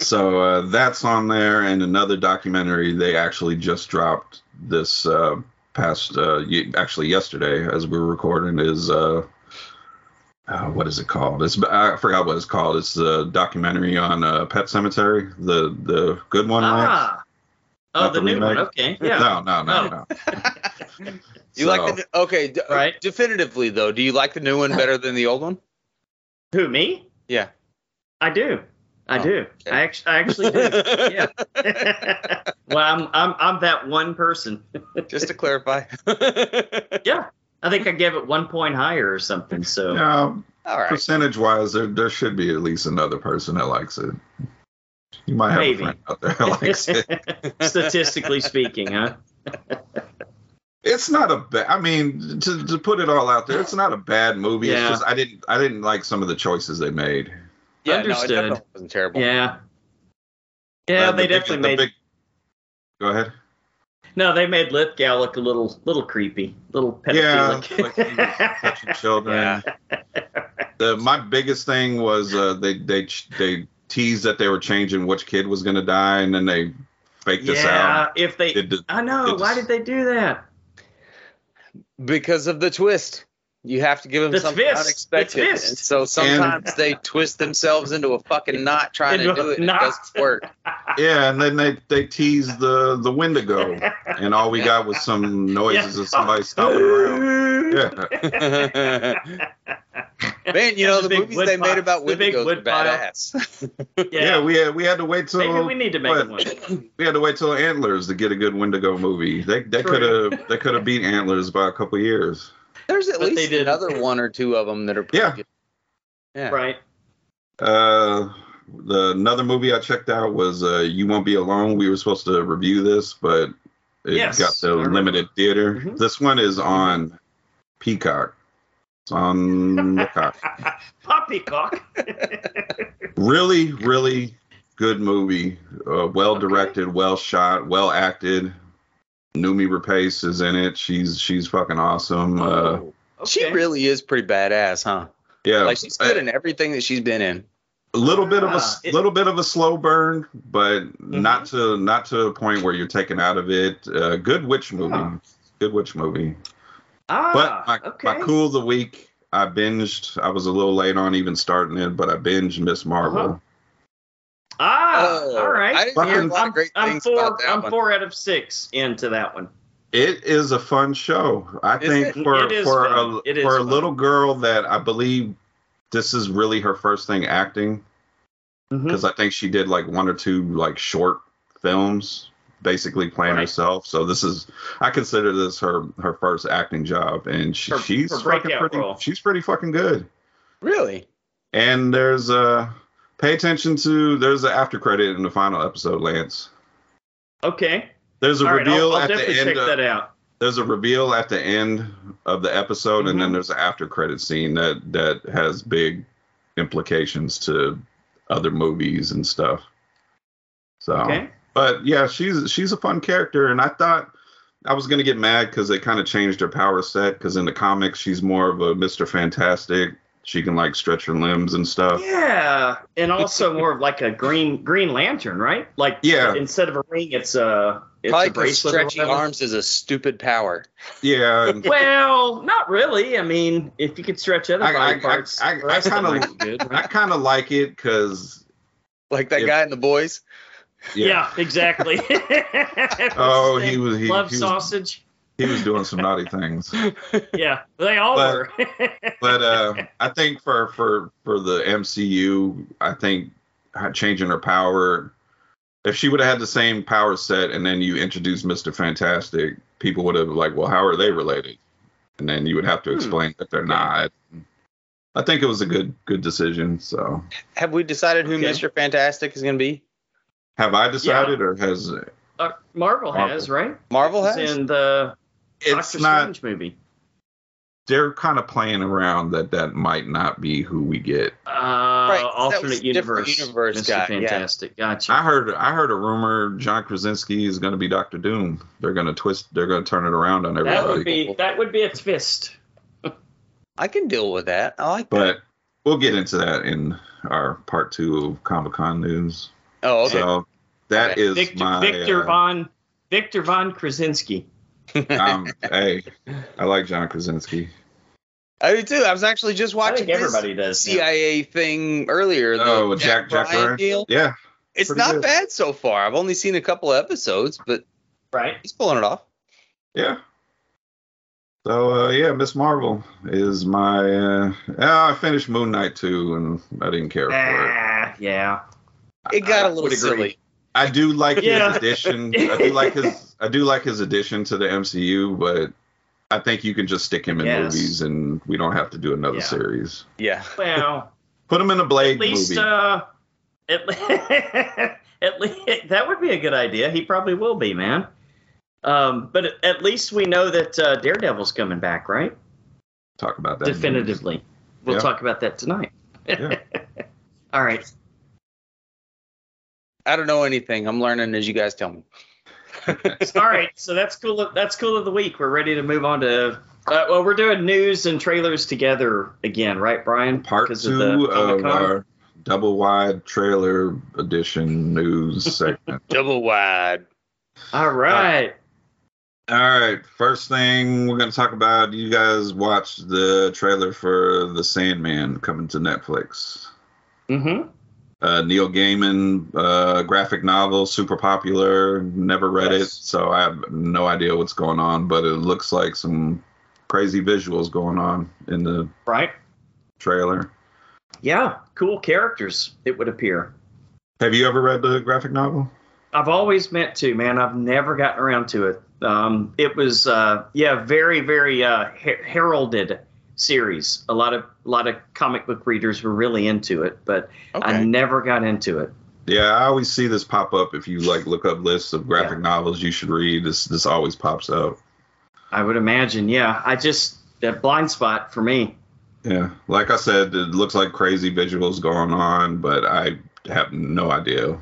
[SPEAKER 3] So uh, that's on there, and another documentary they actually just dropped this uh, past, uh, ye- actually yesterday as we were recording is uh, uh, what is it called? It's I forgot what it's called. It's the documentary on uh, Pet Cemetery, the the good one, right?
[SPEAKER 2] Ah. Oh,
[SPEAKER 3] Not
[SPEAKER 2] the
[SPEAKER 3] the
[SPEAKER 2] new one.
[SPEAKER 3] remake.
[SPEAKER 2] Okay. Yeah.
[SPEAKER 3] No, no, no, no.
[SPEAKER 4] You
[SPEAKER 3] So,
[SPEAKER 4] like the new- okay? d- uh,
[SPEAKER 2] Right.
[SPEAKER 4] Definitively though, do you like the new one better than the old one?
[SPEAKER 2] Who me?
[SPEAKER 4] Yeah.
[SPEAKER 2] I do. I
[SPEAKER 4] Oh,
[SPEAKER 2] do.
[SPEAKER 4] okay.
[SPEAKER 2] I actually, I actually do. yeah. well, I'm, I'm, I'm that one person.
[SPEAKER 4] Just to clarify.
[SPEAKER 2] I think I gave it one point higher or something. So
[SPEAKER 3] Yeah,
[SPEAKER 4] All right.
[SPEAKER 3] percentage wise, there there should be at least another person that likes it. You might have
[SPEAKER 2] Maybe.
[SPEAKER 3] a friend out there that likes it.
[SPEAKER 2] statistically speaking, huh?
[SPEAKER 3] It's not a bad. I mean, to, to put it all out there, it's not a bad movie.
[SPEAKER 2] Yeah.
[SPEAKER 3] It's just I didn't I didn't like some of the choices they made.
[SPEAKER 4] Yeah,
[SPEAKER 2] Understood.
[SPEAKER 4] no, it definitely wasn't terrible.
[SPEAKER 2] Yeah. Yeah,
[SPEAKER 3] Uh, the
[SPEAKER 2] they
[SPEAKER 3] big-
[SPEAKER 2] definitely
[SPEAKER 3] the
[SPEAKER 2] made.
[SPEAKER 3] big- Go ahead.
[SPEAKER 2] no, they made Lithgow look a little, little creepy, little
[SPEAKER 3] Yeah,
[SPEAKER 2] pedophilic.
[SPEAKER 3] like he was touching children.
[SPEAKER 4] Yeah.
[SPEAKER 3] The, my biggest thing was uh, they they they teased that they were changing which kid was gonna die, and then they faked us out.
[SPEAKER 2] yeah. If they,
[SPEAKER 3] Did the-
[SPEAKER 2] I know.
[SPEAKER 3] did the-
[SPEAKER 2] why did they do that?
[SPEAKER 4] Because of the twist. You have to give them
[SPEAKER 2] The
[SPEAKER 4] something
[SPEAKER 2] twist.
[SPEAKER 4] unexpected.
[SPEAKER 2] The twist.
[SPEAKER 4] And so sometimes they twist themselves into a fucking knot trying
[SPEAKER 2] Into
[SPEAKER 4] to
[SPEAKER 2] a
[SPEAKER 4] do it. And it
[SPEAKER 2] knot.
[SPEAKER 4] doesn't work.
[SPEAKER 3] yeah, and then they they teased the the Wendigo, and all we got was some noises
[SPEAKER 2] Yeah.
[SPEAKER 3] of somebody stomping around. Yeah. uh,
[SPEAKER 4] Man, you
[SPEAKER 2] The
[SPEAKER 4] know the,
[SPEAKER 2] big
[SPEAKER 4] movies
[SPEAKER 2] wood
[SPEAKER 4] they
[SPEAKER 2] pile-
[SPEAKER 4] made about
[SPEAKER 2] the big
[SPEAKER 4] Wendigos
[SPEAKER 2] wood
[SPEAKER 4] are
[SPEAKER 2] pile.
[SPEAKER 4] badass.
[SPEAKER 3] Yeah, we had we had to wait till
[SPEAKER 2] Maybe we need to make
[SPEAKER 3] what?
[SPEAKER 2] one.
[SPEAKER 3] we had to wait till Antlers to get a good Wendigo movie. They they
[SPEAKER 2] True.
[SPEAKER 3] could have they could have beat Antlers by a couple years.
[SPEAKER 4] There's at
[SPEAKER 2] But they
[SPEAKER 4] least
[SPEAKER 2] didn't.
[SPEAKER 4] another one or two of them that are pretty
[SPEAKER 3] Yeah.
[SPEAKER 4] good. Yeah.
[SPEAKER 2] Right.
[SPEAKER 3] Uh, the another movie I checked out was uh, You Won't Be Alone. We were supposed to review this, but it
[SPEAKER 2] Yes,
[SPEAKER 3] got
[SPEAKER 2] I
[SPEAKER 3] the
[SPEAKER 2] remember.
[SPEAKER 3] limited theater.
[SPEAKER 2] Mhm.
[SPEAKER 3] This one is on Peacock. It's on Peacock.
[SPEAKER 2] Poppycock.
[SPEAKER 3] really, really good movie. Uh, well
[SPEAKER 2] Okay.
[SPEAKER 3] directed, well shot, well acted. Numi Rapace is in it. She's she's fucking awesome.
[SPEAKER 2] Oh.
[SPEAKER 3] Uh,
[SPEAKER 4] She
[SPEAKER 2] Okay.
[SPEAKER 4] really is pretty badass, huh?
[SPEAKER 3] yeah,
[SPEAKER 4] Like she's good in everything that she's been in.
[SPEAKER 3] a little bit of
[SPEAKER 2] Ah,
[SPEAKER 3] a
[SPEAKER 2] it- Mm-hmm.
[SPEAKER 3] little bit of a slow burn, but not to not to a point where you're taken out of it. Uh, good witch movie,
[SPEAKER 2] Ah.
[SPEAKER 3] good witch movie.
[SPEAKER 2] Ah,
[SPEAKER 3] but my,
[SPEAKER 2] okay.
[SPEAKER 3] my cool of the week, I binged. I was a little late on even starting it, but I binged Miss Marvel.
[SPEAKER 2] Uh-huh. Ah,
[SPEAKER 4] Oh,
[SPEAKER 2] all right.
[SPEAKER 4] I didn't hear a lot
[SPEAKER 2] I'm,
[SPEAKER 4] of great
[SPEAKER 2] I'm
[SPEAKER 4] things
[SPEAKER 2] four.
[SPEAKER 4] about that
[SPEAKER 2] I'm
[SPEAKER 4] one.
[SPEAKER 2] four out of six into that one.
[SPEAKER 3] It is a fun show. I
[SPEAKER 4] Is
[SPEAKER 3] think
[SPEAKER 4] it?
[SPEAKER 3] for
[SPEAKER 2] It is
[SPEAKER 3] for
[SPEAKER 2] fun.
[SPEAKER 3] a
[SPEAKER 2] It is
[SPEAKER 3] for a
[SPEAKER 2] fun.
[SPEAKER 3] little girl that I believe this is really her first thing acting
[SPEAKER 2] Mhm.
[SPEAKER 3] because I think she did like one or two like short films, basically playing
[SPEAKER 2] Right.
[SPEAKER 3] herself. So this is I consider this her her first acting job, and she,
[SPEAKER 2] Her-
[SPEAKER 3] she's
[SPEAKER 2] her
[SPEAKER 3] fucking
[SPEAKER 2] breakout
[SPEAKER 3] pretty.
[SPEAKER 2] role.
[SPEAKER 3] She's pretty fucking good.
[SPEAKER 4] Really?
[SPEAKER 3] And there's uh pay attention to there's an after credit in the final episode, Lance.
[SPEAKER 2] Okay.
[SPEAKER 3] There's a
[SPEAKER 2] all right.
[SPEAKER 3] reveal
[SPEAKER 2] I'll, I'll
[SPEAKER 3] at
[SPEAKER 2] definitely
[SPEAKER 3] the end.
[SPEAKER 2] check
[SPEAKER 3] Of,
[SPEAKER 2] that out.
[SPEAKER 3] there's a reveal at the end of the episode, and
[SPEAKER 2] Mhm.
[SPEAKER 3] then there's an after credit scene that that has big implications to other movies and stuff. So
[SPEAKER 2] Okay.
[SPEAKER 3] but yeah, she's she's a fun character, and I thought I was gonna get mad because they kind of changed her power set. Because in the comics, she's more of a Mister Fantastic. She can like stretch her limbs and stuff.
[SPEAKER 2] Yeah, and also more of like a green Green Lantern, right? Like
[SPEAKER 3] Yeah.
[SPEAKER 2] instead of a ring, it's a it's
[SPEAKER 4] Probably
[SPEAKER 2] a
[SPEAKER 4] 'cause
[SPEAKER 2] bracelet. or
[SPEAKER 4] stretchy
[SPEAKER 2] whatever.
[SPEAKER 4] arms is a stupid power.
[SPEAKER 3] Yeah, and
[SPEAKER 2] Well, not really. I mean, if you could stretch other
[SPEAKER 3] I-
[SPEAKER 2] body
[SPEAKER 3] I- I-
[SPEAKER 2] parts,
[SPEAKER 3] I- I
[SPEAKER 2] the rest of it
[SPEAKER 3] kinda-
[SPEAKER 2] might be good,
[SPEAKER 3] I
[SPEAKER 2] right?
[SPEAKER 3] kind of like it because
[SPEAKER 4] Like that
[SPEAKER 3] Yeah.
[SPEAKER 4] guy in the boys.
[SPEAKER 2] yeah. exactly.
[SPEAKER 3] Oh, he was he, he
[SPEAKER 2] love
[SPEAKER 3] was
[SPEAKER 2] sausage.
[SPEAKER 3] he was doing some naughty things.
[SPEAKER 2] Yeah, they all
[SPEAKER 3] But-
[SPEAKER 2] were.
[SPEAKER 3] but uh, I think for for for the MCU, I think her- changing her power. If she would have had the same power set, and then you introduce Mister Fantastic, people would have been like, "Well, how are they related?" And then you would have to
[SPEAKER 2] Hmm.
[SPEAKER 3] explain that they're not. I think it was a good good decision. So
[SPEAKER 4] Have we decided who
[SPEAKER 2] Okay.
[SPEAKER 4] Mr. Fantastic is going to be?
[SPEAKER 3] Have I decided, or has
[SPEAKER 2] Uh, Marvel,
[SPEAKER 3] Marvel.
[SPEAKER 2] has right?
[SPEAKER 4] Marvel has.
[SPEAKER 2] It's in the
[SPEAKER 3] it's
[SPEAKER 2] Doctor
[SPEAKER 3] not?
[SPEAKER 2] Strange movie.
[SPEAKER 3] They're kind of playing around that that might not be who we get.
[SPEAKER 2] Uh,
[SPEAKER 4] that was
[SPEAKER 2] alternate
[SPEAKER 4] a different
[SPEAKER 2] universe,
[SPEAKER 4] universe
[SPEAKER 2] Mr.
[SPEAKER 4] guy, yeah.
[SPEAKER 2] Fantastic. Gotcha.
[SPEAKER 3] I heard I heard a rumor John Krasinski is going to be Doctor Doom. They're going to twist. They're going to turn it around on
[SPEAKER 2] that
[SPEAKER 3] everybody.
[SPEAKER 2] would be that would be a twist.
[SPEAKER 4] I can deal with that. I like that.
[SPEAKER 3] but we'll get into that in our part two of Comic Con news.
[SPEAKER 4] Oh, okay.
[SPEAKER 3] So that
[SPEAKER 4] Okay.
[SPEAKER 3] is
[SPEAKER 2] Victor,
[SPEAKER 3] my.
[SPEAKER 2] Victor
[SPEAKER 3] uh,
[SPEAKER 2] von Victor von Krasinski.
[SPEAKER 3] um, hey, I like John Krasinski.
[SPEAKER 4] I do too. I was actually just
[SPEAKER 2] I
[SPEAKER 4] watching
[SPEAKER 2] think
[SPEAKER 4] this
[SPEAKER 2] everybody does. yeah.
[SPEAKER 4] CIA thing earlier.
[SPEAKER 3] Oh,
[SPEAKER 4] the
[SPEAKER 3] Jack Jack
[SPEAKER 4] Ryan
[SPEAKER 3] Ryan.
[SPEAKER 4] deal.
[SPEAKER 3] Yeah,
[SPEAKER 4] It's
[SPEAKER 3] pretty
[SPEAKER 4] not
[SPEAKER 3] good.
[SPEAKER 4] bad so far. I've only seen a couple of episodes, but
[SPEAKER 2] Right.
[SPEAKER 4] he's pulling it off.
[SPEAKER 3] yeah. So uh, yeah, Miss Marvel is my. Uh, yeah, I finished Moon Knight too, and I didn't care for it.
[SPEAKER 2] Ah, yeah.
[SPEAKER 4] It got
[SPEAKER 2] I
[SPEAKER 4] a little
[SPEAKER 2] would agree.
[SPEAKER 4] silly.
[SPEAKER 3] I do like
[SPEAKER 2] Yeah.
[SPEAKER 3] his addition. I do like his. I do like his addition to the MCU, but I think you can just stick him in
[SPEAKER 2] Yes.
[SPEAKER 3] movies, and we don't have to do another
[SPEAKER 2] Yeah.
[SPEAKER 3] series.
[SPEAKER 4] Yeah.
[SPEAKER 2] Well,
[SPEAKER 3] Put him in a Blade
[SPEAKER 2] at least
[SPEAKER 3] movie.
[SPEAKER 2] uh, at, le- at least that would be a good idea. He probably will be, man. Um, but at- at least we know that uh, Daredevil's coming back, right?
[SPEAKER 3] Talk about that.
[SPEAKER 2] Definitively. We'll
[SPEAKER 3] Yeah.
[SPEAKER 2] talk about that tonight.
[SPEAKER 3] Yeah.
[SPEAKER 2] All right.
[SPEAKER 4] I don't know anything. I'm learning as you guys tell me.
[SPEAKER 2] All right. So that's cool. That's cool of the week. We're ready to move on to. Uh, well, we're doing news and trailers together again, right, Brian?
[SPEAKER 3] Part
[SPEAKER 2] Because
[SPEAKER 3] two of,
[SPEAKER 2] Comic-Con?
[SPEAKER 3] our double wide trailer edition news segment.
[SPEAKER 4] Double wide.
[SPEAKER 2] All right.
[SPEAKER 3] All right, first thing we're going to talk about. You guys watched the trailer for The Sandman coming to Netflix.
[SPEAKER 2] mm-hmm.
[SPEAKER 3] Uh, Neil Gaiman uh, graphic novel, super popular. Never read it,
[SPEAKER 2] Yes.
[SPEAKER 3] so I have no idea what's going on. But it looks like some crazy visuals going on in the
[SPEAKER 2] Right.
[SPEAKER 3] trailer.
[SPEAKER 2] Yeah. Cool characters. It would appear.
[SPEAKER 3] Have you ever read the graphic novel?
[SPEAKER 2] I've always meant to, man. I've never gotten around to it. Um, it was, uh, yeah, very, very uh, her- heralded series. A lot of, a lot of comic book readers were really into it, but I
[SPEAKER 4] Okay.
[SPEAKER 2] never got into it.
[SPEAKER 3] Yeah, I always see this pop up if you like look up lists of graphic novels you should read. This this always pops up.
[SPEAKER 2] I would imagine, yeah. I just that blind spot for me.
[SPEAKER 3] Yeah, like I said, it looks like crazy visuals going on, but I have no idea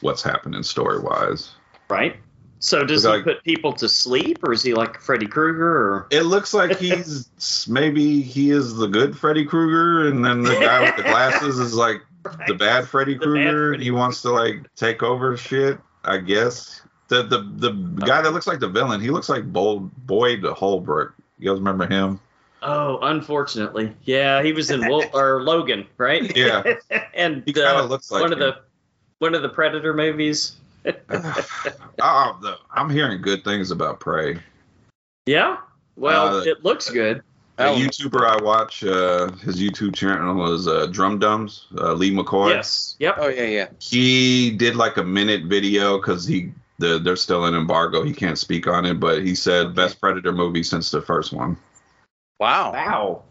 [SPEAKER 3] what's happening story wise.
[SPEAKER 2] Right. So does
[SPEAKER 3] Like-
[SPEAKER 2] he put people to sleep, or is he like Freddy Krueger? Or
[SPEAKER 3] It looks like he's maybe he is the good Freddy Krueger, and then the guy with the glasses is like the bad Freddy
[SPEAKER 2] The bad
[SPEAKER 3] Krueger.
[SPEAKER 2] Freddy
[SPEAKER 3] He wants to like take over shit, I guess. The the the guy that looks like the villain, he looks like Bold Boyd Holbrook. You guys remember him?
[SPEAKER 2] oh, unfortunately, yeah, he was in Wolf or Logan, right?
[SPEAKER 3] Yeah.
[SPEAKER 2] and
[SPEAKER 3] He kind
[SPEAKER 2] uh,
[SPEAKER 3] of looks like
[SPEAKER 2] one of
[SPEAKER 3] him.
[SPEAKER 2] the one of the Predator movies.
[SPEAKER 3] oh, the, I'm hearing good things about Prey.
[SPEAKER 2] Yeah. Well,
[SPEAKER 3] Uh,
[SPEAKER 2] it looks good.
[SPEAKER 3] The
[SPEAKER 4] Oh.
[SPEAKER 3] YouTuber I watch, uh, his YouTube channel is uh, Drum Dums, uh, Lee McCoy.
[SPEAKER 2] Yes. Yep.
[SPEAKER 4] Oh yeah, yeah.
[SPEAKER 3] He did like a minute video because he the, there's still an embargo. He can't speak on it, but he said best Predator movie since the first one. Oh.
[SPEAKER 4] Wow.
[SPEAKER 2] Wow.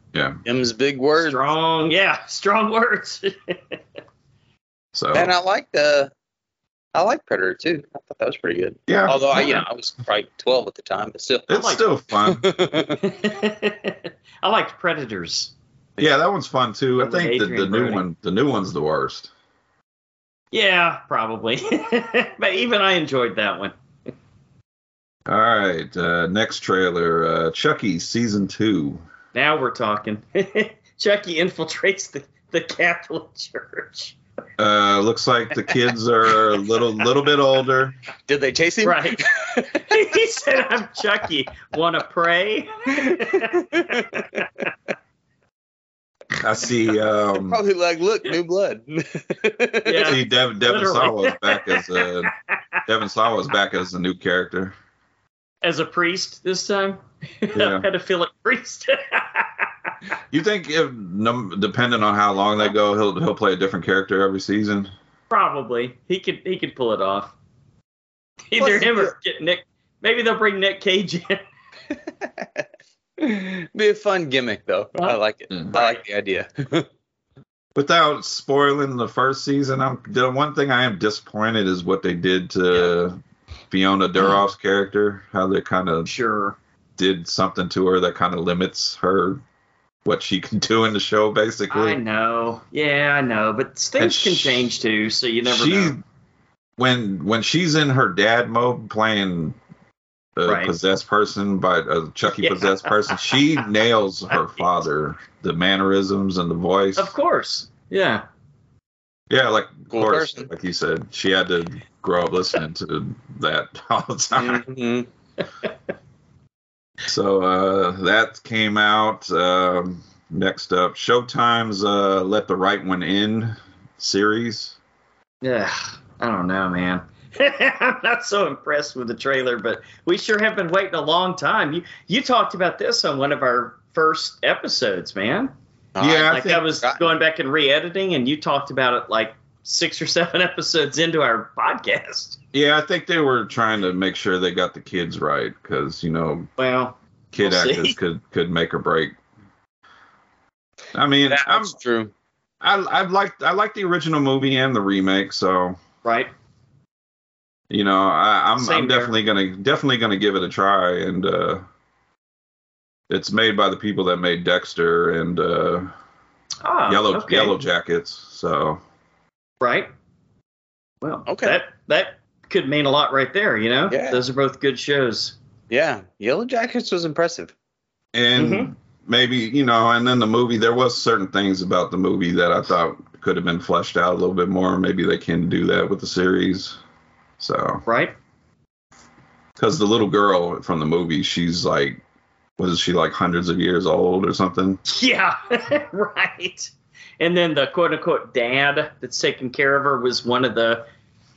[SPEAKER 4] Them's big words.
[SPEAKER 2] Strong. Yeah. Strong words.
[SPEAKER 3] So
[SPEAKER 4] And I like the I like Predator too. I thought that was pretty good.
[SPEAKER 3] yeah,
[SPEAKER 4] Although I you know, I was probably twelve at the time, but still.
[SPEAKER 3] it's
[SPEAKER 2] like-
[SPEAKER 3] still fun.
[SPEAKER 2] I liked Predators.
[SPEAKER 3] yeah, that one's fun too. I
[SPEAKER 2] With
[SPEAKER 3] think the, the
[SPEAKER 2] Adrian
[SPEAKER 3] new
[SPEAKER 2] Brody.
[SPEAKER 3] one, the new one's the worst.
[SPEAKER 2] Yeah, probably. but even I enjoyed that one.
[SPEAKER 3] All right, uh, next trailer, uh, Chucky season two.
[SPEAKER 2] Now we're talking. Chucky infiltrates the, the Catholic Church.
[SPEAKER 3] Uh, looks like the kids are a little little bit older.
[SPEAKER 4] Did they chase him?
[SPEAKER 2] Right. he said, I'm Chucky. Want to pray?
[SPEAKER 3] I see. Um,
[SPEAKER 4] Probably like, look, new blood.
[SPEAKER 3] I
[SPEAKER 2] Oh, Yeah.
[SPEAKER 3] see Dev, Devin
[SPEAKER 2] Literally.
[SPEAKER 3] Sawa is back as a Devin Sawa is back as a new character.
[SPEAKER 2] As a priest this time? A
[SPEAKER 3] Yeah.
[SPEAKER 2] pedophilic priest.
[SPEAKER 3] You think if num- depending on how long they go, he'll he'll play a different character every season.
[SPEAKER 2] Probably. He could he could pull it off. Either
[SPEAKER 4] Plus,
[SPEAKER 2] him or get Nick. Maybe they'll bring Nick Cage in.
[SPEAKER 4] Mm-hmm. Be a fun gimmick though. I like it. I like the idea.
[SPEAKER 3] without spoiling the first season, I'm the one thing I am disappointed is what they did to Fiona Duroff's character. How they kind of
[SPEAKER 2] Sure.
[SPEAKER 3] did something to her that kind of limits her what she can do in the show, basically.
[SPEAKER 2] I know. Yeah, I know. But things
[SPEAKER 3] sh-
[SPEAKER 2] can change too, so you never
[SPEAKER 3] she
[SPEAKER 2] know.
[SPEAKER 3] when when she's in her dad mode playing a
[SPEAKER 2] Right.
[SPEAKER 3] possessed person by a Chucky
[SPEAKER 2] Yeah.
[SPEAKER 3] possessed person, she nails her father, the mannerisms and the voice.
[SPEAKER 2] Of course. Yeah.
[SPEAKER 3] Yeah, like of
[SPEAKER 4] Cool
[SPEAKER 3] course,
[SPEAKER 4] person.
[SPEAKER 3] like you said, she had to grow up listening to that all the time.
[SPEAKER 4] Mhm.
[SPEAKER 2] Mm-hmm.
[SPEAKER 3] So uh, that came out. Um, next up, Showtime's uh, "Let the Right One In" series.
[SPEAKER 2] Yeah. I don't know, man. I'm not so impressed with the trailer, but we sure have been waiting a long time. You you talked about this on one of our first episodes, man.
[SPEAKER 3] Yeah, I
[SPEAKER 2] like
[SPEAKER 3] think-
[SPEAKER 2] I was
[SPEAKER 4] I-
[SPEAKER 2] going back and re-editing, and you talked about it like six or seven episodes into our podcast.
[SPEAKER 3] Yeah, I think they were trying to make sure they got the kids right because you know
[SPEAKER 2] Well,
[SPEAKER 3] kid
[SPEAKER 2] We'll see.
[SPEAKER 3] actors could could make or break. I mean,
[SPEAKER 4] That's
[SPEAKER 3] I'm,
[SPEAKER 4] true.
[SPEAKER 3] I I liked I like the original movie and the remake, so
[SPEAKER 2] right?
[SPEAKER 3] you know I, I'm
[SPEAKER 2] Same
[SPEAKER 3] I'm
[SPEAKER 2] here.
[SPEAKER 3] definitely gonna definitely gonna give it a try, and uh, it's made by the people that made Dexter and uh,
[SPEAKER 2] Ah,
[SPEAKER 3] Yellow
[SPEAKER 2] okay.
[SPEAKER 3] Yellow Jackets, so
[SPEAKER 2] right? Well,
[SPEAKER 4] Okay.
[SPEAKER 2] okay. That that could mean a lot right there. You know,
[SPEAKER 4] Yeah.
[SPEAKER 2] those are both good shows.
[SPEAKER 4] Yeah, Yellow Jackets was impressive.
[SPEAKER 3] and
[SPEAKER 2] Mhm.
[SPEAKER 3] maybe you know and then the movie there was certain things about the movie that i thought could have been fleshed out a little bit more maybe they can do that with the series so
[SPEAKER 2] Right?
[SPEAKER 3] because the little girl from the movie she's like was she like hundreds of years old or something
[SPEAKER 2] Yeah. right. And then the quote unquote dad that's taking care of her was one of the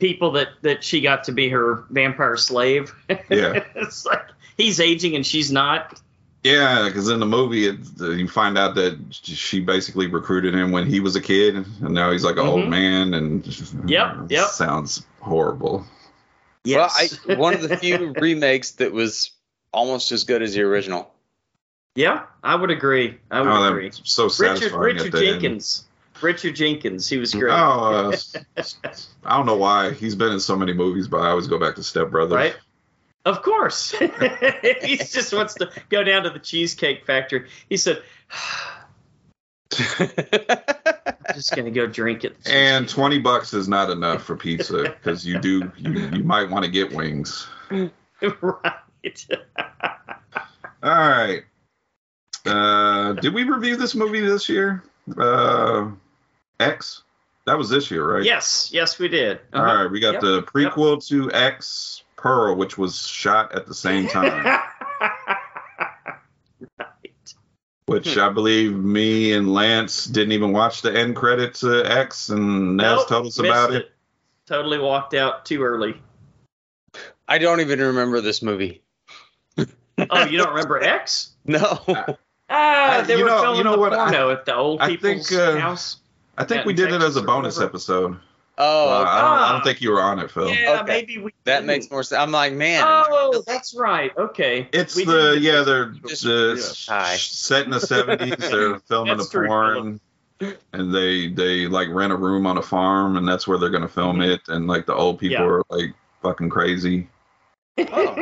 [SPEAKER 2] people that that she got to be her vampire slave.
[SPEAKER 3] Yeah.
[SPEAKER 2] it's like he's aging and she's not.
[SPEAKER 3] yeah because in the movie it, you find out that she basically recruited him when he was a kid and now he's like an old
[SPEAKER 2] Mhm.
[SPEAKER 3] man and
[SPEAKER 2] Yep, yep.
[SPEAKER 3] sounds horrible
[SPEAKER 2] Yes.
[SPEAKER 4] Well, I, one of the few remakes that was almost as good as the original.
[SPEAKER 2] Yeah, I would agree. I would
[SPEAKER 3] oh, that-
[SPEAKER 2] agree.
[SPEAKER 3] so
[SPEAKER 2] Richard
[SPEAKER 3] satisfying at
[SPEAKER 2] Richard
[SPEAKER 3] the end.
[SPEAKER 2] Jenkins. Richard Jenkins, he was great.
[SPEAKER 3] Oh, uh, s- s- I don't know why he's been in so many movies, but I always go back to Step Brothers.
[SPEAKER 2] Right? Of course. he just wants to go down to the Cheesecake Factory. He said, I'm just going to go drink it.
[SPEAKER 3] And twenty bucks is not enough for pizza because you do you, you might want to get wings.
[SPEAKER 2] right.
[SPEAKER 3] All right. Uh, did we review this movie this year? Uh, X. That was this year, right?
[SPEAKER 2] Yes. Yes, we did. Uh-huh.
[SPEAKER 3] All right. We got
[SPEAKER 2] Yep.
[SPEAKER 3] the prequel to X Pearl, which was shot at the same time, which I believe me and Lance didn't even watch the end credits to X, and Naz
[SPEAKER 2] Nope,
[SPEAKER 3] told us
[SPEAKER 2] missed
[SPEAKER 3] about it.
[SPEAKER 2] Totally walked out too early.
[SPEAKER 4] I don't even remember this movie.
[SPEAKER 2] Oh, you don't remember X?
[SPEAKER 4] No.
[SPEAKER 2] Ah,
[SPEAKER 3] I-
[SPEAKER 2] they
[SPEAKER 3] you
[SPEAKER 2] were
[SPEAKER 3] know-
[SPEAKER 2] filming
[SPEAKER 3] you know
[SPEAKER 2] the
[SPEAKER 3] what, I-
[SPEAKER 2] porno at the old
[SPEAKER 3] I
[SPEAKER 2] people's
[SPEAKER 3] think, uh,
[SPEAKER 2] house.
[SPEAKER 3] I think
[SPEAKER 2] Yeah,
[SPEAKER 3] we did it as
[SPEAKER 2] infections
[SPEAKER 3] a
[SPEAKER 2] or
[SPEAKER 3] bonus
[SPEAKER 2] whatever.
[SPEAKER 3] episode. Uh,
[SPEAKER 4] Oh,
[SPEAKER 3] I, don't, I don't
[SPEAKER 2] Ah.
[SPEAKER 3] think you were on it, Phil.
[SPEAKER 2] Yeah,
[SPEAKER 4] Okay.
[SPEAKER 2] maybe we.
[SPEAKER 4] that
[SPEAKER 2] didn't.
[SPEAKER 4] makes more sense. I'm like, man.
[SPEAKER 2] Oh, that's right. Okay.
[SPEAKER 3] It's
[SPEAKER 2] We
[SPEAKER 3] the
[SPEAKER 2] didn't-
[SPEAKER 3] yeah, they're
[SPEAKER 4] Just-
[SPEAKER 3] the
[SPEAKER 4] yeah. Hi.
[SPEAKER 3] s- set in the seventies. They're filming a
[SPEAKER 2] That's true,
[SPEAKER 3] porn, and they they like rent a room on a farm, and that's where they're gonna film it. And like the old people
[SPEAKER 2] Mm-hmm. Yeah.
[SPEAKER 3] are like fucking crazy.
[SPEAKER 2] Oh.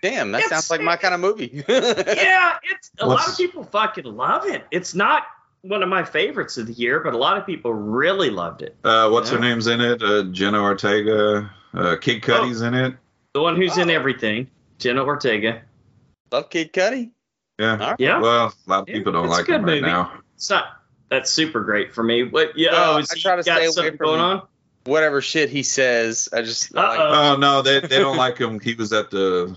[SPEAKER 4] Damn, that
[SPEAKER 2] It's-
[SPEAKER 4] sounds like my kind of movie.
[SPEAKER 2] yeah, it's a lot
[SPEAKER 3] What's-
[SPEAKER 2] of people fucking love it. It's not one of my favorites of the year, but a lot of people really loved it.
[SPEAKER 3] Uh, what's her
[SPEAKER 2] Yeah. Oh.
[SPEAKER 3] name's in it? Uh, Jenna Ortega. Uh, Kid Cudi's in it.
[SPEAKER 2] The one who's in
[SPEAKER 4] Oh.
[SPEAKER 2] everything, Jenna Ortega.
[SPEAKER 4] Love Kid Cudi.
[SPEAKER 3] Yeah.
[SPEAKER 2] Oh, Yeah,
[SPEAKER 3] Well, a lot of
[SPEAKER 2] Yeah,
[SPEAKER 3] people don't
[SPEAKER 2] it's a
[SPEAKER 3] like him
[SPEAKER 2] good movie.
[SPEAKER 3] right now.
[SPEAKER 2] it's not that's super great for me. But yeah,
[SPEAKER 4] Well,
[SPEAKER 2] oh, is
[SPEAKER 4] I
[SPEAKER 2] he
[SPEAKER 4] try to
[SPEAKER 2] got
[SPEAKER 4] stay away
[SPEAKER 2] something
[SPEAKER 4] from-
[SPEAKER 2] going on.
[SPEAKER 4] Whatever shit he says, I just. I
[SPEAKER 2] Uh-oh.
[SPEAKER 4] Like,
[SPEAKER 3] Oh no, they they don't like him. He was at the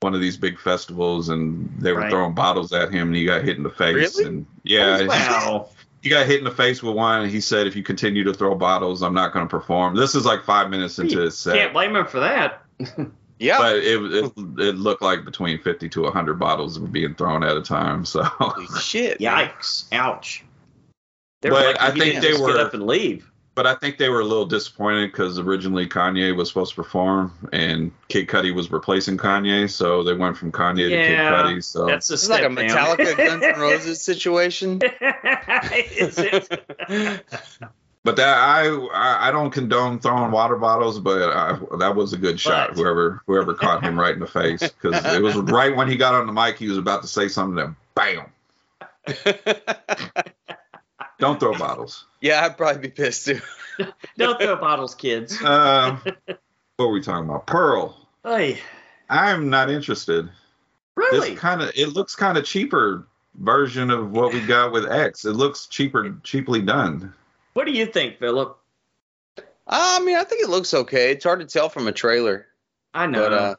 [SPEAKER 3] one of these big festivals, and they were
[SPEAKER 2] Right.
[SPEAKER 3] throwing bottles at him, and he got hit in the face.
[SPEAKER 4] Really?
[SPEAKER 3] And yeah,
[SPEAKER 2] Wow.
[SPEAKER 3] he got hit in the face with one, and he said, "If you continue to throw bottles, I'm not going to perform." This is like five minutes into his
[SPEAKER 2] Can't
[SPEAKER 3] set,
[SPEAKER 2] blame him for that.
[SPEAKER 4] yeah.
[SPEAKER 3] but it, it it looked like between fifty to hundred bottles were being thrown at a time. So,
[SPEAKER 4] Holy shit. man.
[SPEAKER 2] Yikes! Ouch. They were
[SPEAKER 3] But
[SPEAKER 2] lucky
[SPEAKER 3] I
[SPEAKER 2] he
[SPEAKER 3] think
[SPEAKER 2] didn't
[SPEAKER 3] they
[SPEAKER 2] just
[SPEAKER 3] were-
[SPEAKER 2] get up and leave.
[SPEAKER 3] But I think they were a little disappointed because originally Kanye was supposed to perform, and Kid Cudi was replacing Kanye, so they went from Kanye to Kid
[SPEAKER 2] Yeah,
[SPEAKER 3] Cudi. So
[SPEAKER 2] That's a
[SPEAKER 4] It's
[SPEAKER 2] step
[SPEAKER 4] like a
[SPEAKER 2] down.
[SPEAKER 4] Metallica Guns N' Roses situation.
[SPEAKER 2] Is it?
[SPEAKER 3] But that I I- I don't condone throwing water bottles, but I, that was a good shot.
[SPEAKER 2] But-
[SPEAKER 3] Whoever whoever caught him right in the face because it was right when he got on the mic, he was about to say something. That bam! Don't throw bottles.
[SPEAKER 4] yeah, I'd probably be pissed too.
[SPEAKER 2] Don't throw bottles, kids.
[SPEAKER 3] Uh, what were we talking about? Pearl.
[SPEAKER 2] Hey,
[SPEAKER 3] I'm not interested.
[SPEAKER 2] really?
[SPEAKER 3] This kind of it looks kind of cheaper version of what we got with X. It looks cheaper, cheaply done.
[SPEAKER 2] What do you think, Philip?
[SPEAKER 4] Uh, I mean, I think it looks okay. It's hard to tell from a trailer,
[SPEAKER 2] I know.
[SPEAKER 4] but uh,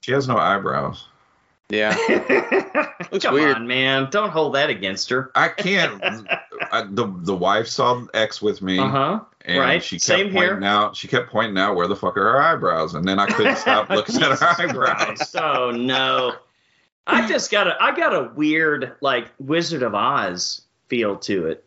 [SPEAKER 3] She has no eyebrows.
[SPEAKER 4] yeah, uh, Looks
[SPEAKER 2] Come
[SPEAKER 4] weird.
[SPEAKER 2] on, man. Don't hold that against her.
[SPEAKER 3] I can't. I, the the wife saw X with me.
[SPEAKER 2] Uh huh.
[SPEAKER 3] And
[SPEAKER 2] Right,
[SPEAKER 3] she kept
[SPEAKER 2] same here.
[SPEAKER 3] pointing out she kept pointing out where the fuck are her eyebrows, and then I couldn't stop looking at her
[SPEAKER 2] Jesus
[SPEAKER 3] eyebrows.
[SPEAKER 2] Christ. Oh no. I just got a I got a weird like Wizard of Oz feel to it.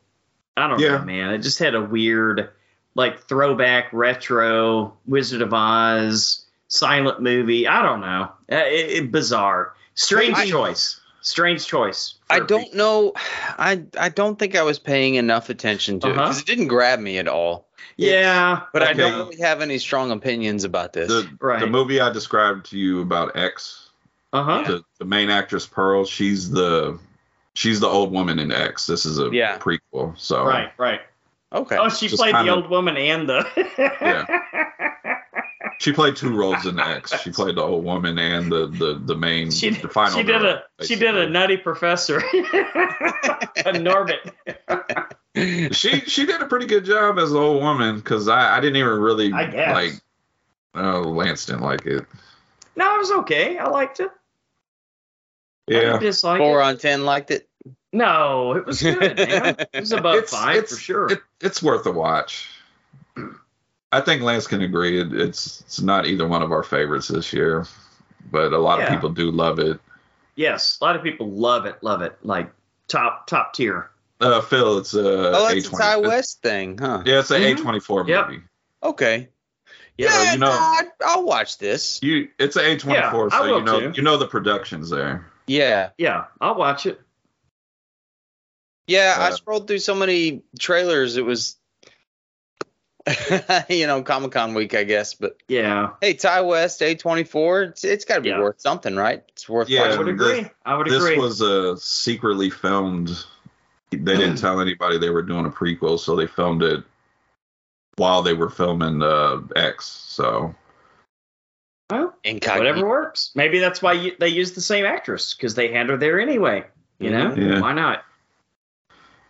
[SPEAKER 2] I don't
[SPEAKER 3] Yeah.
[SPEAKER 2] know, man. It just had a weird like throwback retro Wizard of Oz silent movie. I don't know. Uh, It, it- bizarre. Strange
[SPEAKER 4] I-
[SPEAKER 2] choice. Strange choice. for
[SPEAKER 4] I
[SPEAKER 2] a
[SPEAKER 4] don't know. I I don't think I was paying enough attention to it 'cause it
[SPEAKER 2] Uh-huh.
[SPEAKER 4] because it didn't grab me at all.
[SPEAKER 2] Yeah.
[SPEAKER 4] But I
[SPEAKER 3] Okay.
[SPEAKER 4] don't really have any strong opinions about this.
[SPEAKER 3] The
[SPEAKER 2] Right.
[SPEAKER 3] the movie I described to you about X,
[SPEAKER 2] Uh huh.
[SPEAKER 3] the, the main actress Pearl, she's the she's the old woman in X. This is a
[SPEAKER 4] Yeah.
[SPEAKER 3] prequel, so
[SPEAKER 2] Right, right.
[SPEAKER 4] okay,
[SPEAKER 2] Oh, she
[SPEAKER 3] Just
[SPEAKER 2] played the
[SPEAKER 3] kinda-
[SPEAKER 2] old woman and the
[SPEAKER 3] she played two roles in X. She played the old woman and the the, the main
[SPEAKER 2] she,
[SPEAKER 3] the final.
[SPEAKER 2] she did
[SPEAKER 3] girl,
[SPEAKER 2] a she did a
[SPEAKER 3] basically.
[SPEAKER 2] nutty professor a norbit
[SPEAKER 3] she she did a pretty good job as the old woman because I I didn't even really
[SPEAKER 2] i guess
[SPEAKER 3] like. Oh, Lance didn't like it.
[SPEAKER 2] no it was okay i liked it I
[SPEAKER 3] Yeah.
[SPEAKER 2] didn't dislike
[SPEAKER 4] four
[SPEAKER 2] it.
[SPEAKER 4] on ten liked it.
[SPEAKER 2] no it was good man. it was above five for sure
[SPEAKER 3] It, it's worth a watch. I think Lance can agree. It, it's it's not either one of our favorites this year, but a lot
[SPEAKER 2] Yeah.
[SPEAKER 3] of people do love it.
[SPEAKER 2] yes a lot of people love it love it like top top tier
[SPEAKER 3] Uh, Phil, it's a
[SPEAKER 4] oh, that's a
[SPEAKER 3] A20
[SPEAKER 4] Ty West thing, huh?
[SPEAKER 3] Yeah, it's an
[SPEAKER 2] Mhm.
[SPEAKER 3] A24 movie.
[SPEAKER 2] Yep.
[SPEAKER 4] Okay.
[SPEAKER 3] Yeah,
[SPEAKER 4] Yeah,
[SPEAKER 3] you know-
[SPEAKER 4] no, I, I'll watch this.
[SPEAKER 3] You, it's an A24,
[SPEAKER 2] Yeah, I
[SPEAKER 3] so
[SPEAKER 2] will
[SPEAKER 3] you know
[SPEAKER 2] too.
[SPEAKER 3] you know the production's there.
[SPEAKER 4] Yeah,
[SPEAKER 2] yeah i'll watch it
[SPEAKER 4] yeah. I
[SPEAKER 3] Uh,
[SPEAKER 4] scrolled through so many trailers. It was, you know, Comic Con week, I guess. But
[SPEAKER 2] yeah
[SPEAKER 4] hey, Ty West, A twenty four. It's it's got to be
[SPEAKER 2] Yeah.
[SPEAKER 4] worth something, right? It's worth
[SPEAKER 3] Yeah.
[SPEAKER 2] i
[SPEAKER 4] watching.
[SPEAKER 2] would
[SPEAKER 3] and
[SPEAKER 2] agree i would
[SPEAKER 3] This
[SPEAKER 2] agree
[SPEAKER 3] was uh, secretly filmed. They
[SPEAKER 2] Mm.
[SPEAKER 3] didn't tell anybody they were doing a prequel, so they filmed it while they were filming uh, X. So
[SPEAKER 2] Well,
[SPEAKER 4] Incognito.
[SPEAKER 2] whatever works maybe that's why you, they use the same actress because they had her there anyway you know
[SPEAKER 3] Mm-hmm. Yeah.
[SPEAKER 2] why not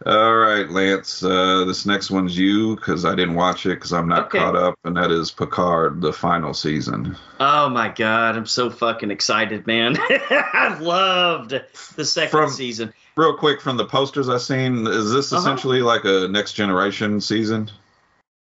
[SPEAKER 3] All right, Lance. Uh, this next one's you because I didn't watch it because I'm not
[SPEAKER 2] Okay.
[SPEAKER 3] caught up, and that is Picard, the final season.
[SPEAKER 2] Oh my god, I'm so fucking excited, man. I loved the second
[SPEAKER 3] From-
[SPEAKER 2] season.
[SPEAKER 3] Real quick, from the posters I've seen, is this
[SPEAKER 2] Uh-huh.
[SPEAKER 3] essentially like a next generation season?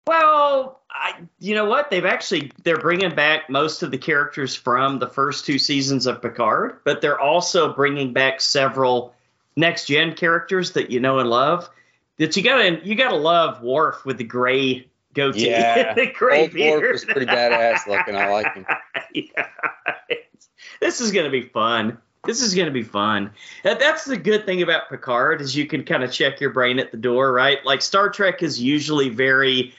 [SPEAKER 2] Well, I you know what? They've actually they're bringing back most of the characters from the first two seasons of Picard, but they're also bringing back several next gen characters that you know and love. That you gotta you gotta love Worf with the gray goatee,
[SPEAKER 4] Yeah.
[SPEAKER 2] the gray
[SPEAKER 4] Old
[SPEAKER 2] beard.
[SPEAKER 4] Worf was pretty badass looking. I like him.
[SPEAKER 2] yeah. This is going to be fun. This is going to be fun. That- That's the good thing about Picard is you can kind of check your brain at the door, right? Like Star Trek is usually very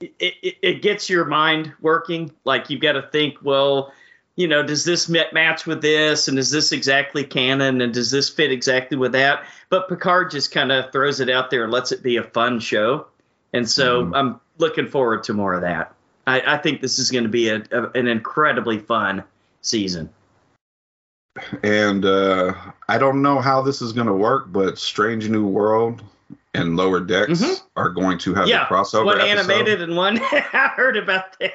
[SPEAKER 2] it, it, it gets your mind working. Like you've got to think, well, you know, does this ma- match with this and is this exactly canon and does this fit exactly with that? But Picard just kind of throws it out there and lets it be a fun show. And so
[SPEAKER 3] Mhm.
[SPEAKER 2] I'm looking forward to more of that. I, I think this is going to be a, a, an incredibly fun season.
[SPEAKER 3] And uh, I don't know how this is going to work, but Strange New World and Lower Decks
[SPEAKER 2] Mhm.
[SPEAKER 3] are going to have
[SPEAKER 2] Yeah,
[SPEAKER 3] a crossover
[SPEAKER 2] one
[SPEAKER 3] episode.
[SPEAKER 2] animated and one. I heard about that.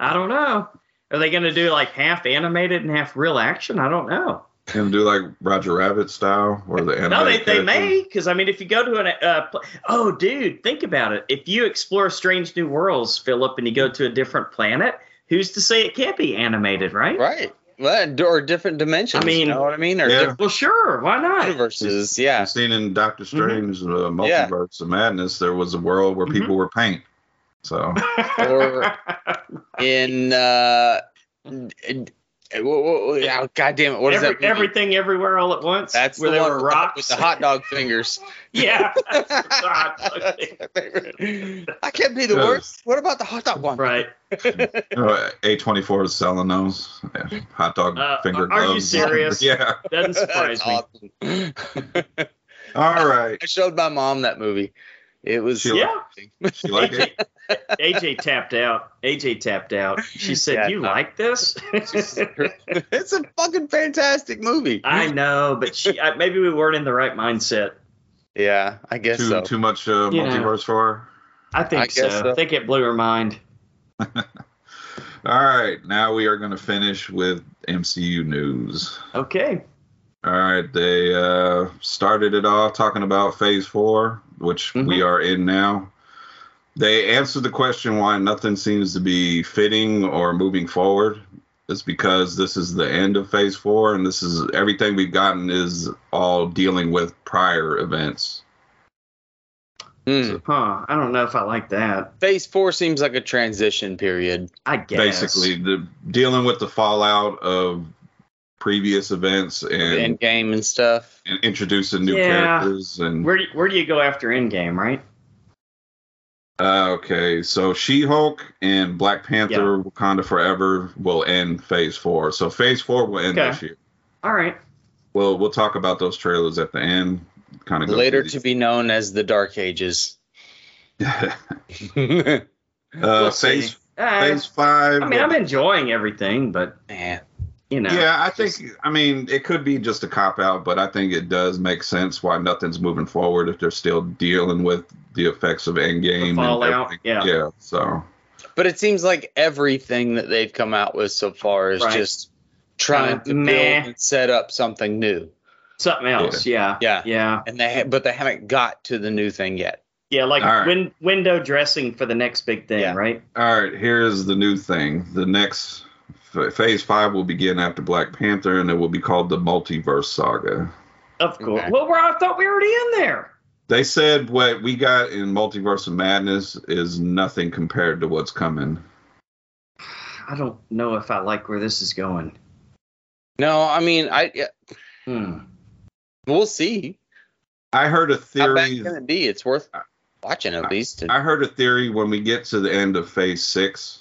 [SPEAKER 2] I don't know. Are they going to do like half animated and half real action? I don't know.
[SPEAKER 3] and do like Roger Rabbit style, or the animated.
[SPEAKER 2] No, they, they
[SPEAKER 3] characters.
[SPEAKER 2] may because I mean, if you go to an uh, pl- oh, dude, think about it. If you explore Strange New Worlds, Philip, and you go to a different planet, who's to say it can't be animated, right?
[SPEAKER 4] Right. well, or different dimensions.
[SPEAKER 2] I mean-
[SPEAKER 4] you know what I mean? Or
[SPEAKER 3] Yeah.
[SPEAKER 4] different
[SPEAKER 2] Well, sure. Why not?
[SPEAKER 4] universes. Yeah.
[SPEAKER 3] I've seen in Doctor
[SPEAKER 2] Mm-hmm.
[SPEAKER 3] Strange, the
[SPEAKER 4] Yeah.
[SPEAKER 3] Multiverse of Madness, there was a world
[SPEAKER 2] Mm-hmm.
[SPEAKER 3] where people were paint. So
[SPEAKER 4] Or- In uh, d- d- whoa, whoa, whoa, yeah, God damn it! What is
[SPEAKER 2] Every-
[SPEAKER 4] that? movie?
[SPEAKER 2] Everything everywhere all at once.
[SPEAKER 4] That's
[SPEAKER 2] where
[SPEAKER 4] the
[SPEAKER 2] there
[SPEAKER 4] one
[SPEAKER 2] were
[SPEAKER 4] with the-
[SPEAKER 2] rocks.
[SPEAKER 4] with the hot dog fingers.
[SPEAKER 2] yeah. that's the hot
[SPEAKER 4] That's my favorite. I can't be the
[SPEAKER 3] Yes.
[SPEAKER 4] worst. What about the hot dog one?
[SPEAKER 2] Right.
[SPEAKER 3] Uh, A twenty four is selling those Yeah. hot dog
[SPEAKER 2] Uh,
[SPEAKER 3] finger
[SPEAKER 2] are you
[SPEAKER 3] gloves.
[SPEAKER 2] serious?
[SPEAKER 3] yeah.
[SPEAKER 2] Doesn't surprise
[SPEAKER 4] That's
[SPEAKER 2] me.
[SPEAKER 4] awesome.
[SPEAKER 3] All right.
[SPEAKER 4] I showed my mom that movie. It was
[SPEAKER 3] She
[SPEAKER 2] Yeah.
[SPEAKER 3] She like it.
[SPEAKER 2] AJ tapped out. AJ tapped out. She said,
[SPEAKER 4] Yeah,
[SPEAKER 2] "You
[SPEAKER 4] no.
[SPEAKER 2] like this?"
[SPEAKER 4] it's a fucking fantastic movie.
[SPEAKER 2] I know, but she I, maybe we weren't in the right mindset.
[SPEAKER 4] yeah, I guess
[SPEAKER 3] Too
[SPEAKER 4] so.
[SPEAKER 3] too much uh,
[SPEAKER 2] Yeah.
[SPEAKER 3] multiverse for her.
[SPEAKER 2] I think
[SPEAKER 4] I
[SPEAKER 2] so.
[SPEAKER 4] guess so.
[SPEAKER 2] I think it blew her mind.
[SPEAKER 3] All right. Now we are going to finish with MCU news.
[SPEAKER 2] Okay.
[SPEAKER 3] All right, they uh, started it off talking about Phase Four, which we are in now. They answered the question why nothing seems to be fitting or moving forward. It's because this is the end of Phase Four, and this is everything we've gotten is all dealing with prior events.
[SPEAKER 4] Hmm.
[SPEAKER 2] Huh. I don't know if I like that.
[SPEAKER 4] Phase four seems like a transition period.
[SPEAKER 2] I guess.
[SPEAKER 3] Basically, the dealing with the fallout of previous events
[SPEAKER 4] the
[SPEAKER 3] and,
[SPEAKER 4] End game and stuff.
[SPEAKER 3] and introducing new
[SPEAKER 2] Yeah.
[SPEAKER 3] characters and
[SPEAKER 2] Where do, where do you go after Endgame, right?
[SPEAKER 3] Uh, okay, so She Hulk and Black Panther Wakanda Forever will end Phase Four. So Phase Four will end
[SPEAKER 2] Okay.
[SPEAKER 3] this year.
[SPEAKER 2] All right.
[SPEAKER 3] We'll we'll talk about those trailers at the end. Kind of
[SPEAKER 4] Later to be known as the Dark Ages.
[SPEAKER 3] uh,
[SPEAKER 4] Man,
[SPEAKER 3] phase
[SPEAKER 2] see. Uh,
[SPEAKER 3] Phase Five.
[SPEAKER 2] I mean, I'm enjoying everything, but you know.
[SPEAKER 3] yeah, I think I mean it could be just a cop out, but I think it does make sense why nothing's moving forward if they're still dealing with the effects of Endgame and
[SPEAKER 2] fallout,
[SPEAKER 3] everything.
[SPEAKER 2] yeah.
[SPEAKER 3] yeah. So
[SPEAKER 4] but it seems like everything that they've come out with so far is
[SPEAKER 2] Right.
[SPEAKER 4] just trying
[SPEAKER 2] Kinda
[SPEAKER 4] to
[SPEAKER 2] meh.
[SPEAKER 4] build and set up something new.
[SPEAKER 2] Something else. Yeah.
[SPEAKER 4] Yeah.
[SPEAKER 2] Yeah.
[SPEAKER 4] And they ha- but they haven't got to the new thing yet.
[SPEAKER 2] Yeah. Like
[SPEAKER 3] All right.
[SPEAKER 2] win- window dressing for the next big thing,
[SPEAKER 4] Yeah.
[SPEAKER 2] right?
[SPEAKER 3] All right, here's the new thing. The next f- phase five will begin after Black Panther, and it will be called the Multiverse Saga.
[SPEAKER 2] Of course.
[SPEAKER 4] Okay.
[SPEAKER 2] Well, we're, I thought we were already in there.
[SPEAKER 3] They said what we got in Multiverse of Madness is nothing compared to what's coming.
[SPEAKER 2] I don't know if I like where this is going.
[SPEAKER 4] No, I mean I yeah,
[SPEAKER 2] Hmm.
[SPEAKER 4] we'll see.
[SPEAKER 3] I heard a
[SPEAKER 4] How bad
[SPEAKER 3] theory.
[SPEAKER 4] can it be? It's worth watching at least.
[SPEAKER 3] I heard a theory when we get to the end of phase six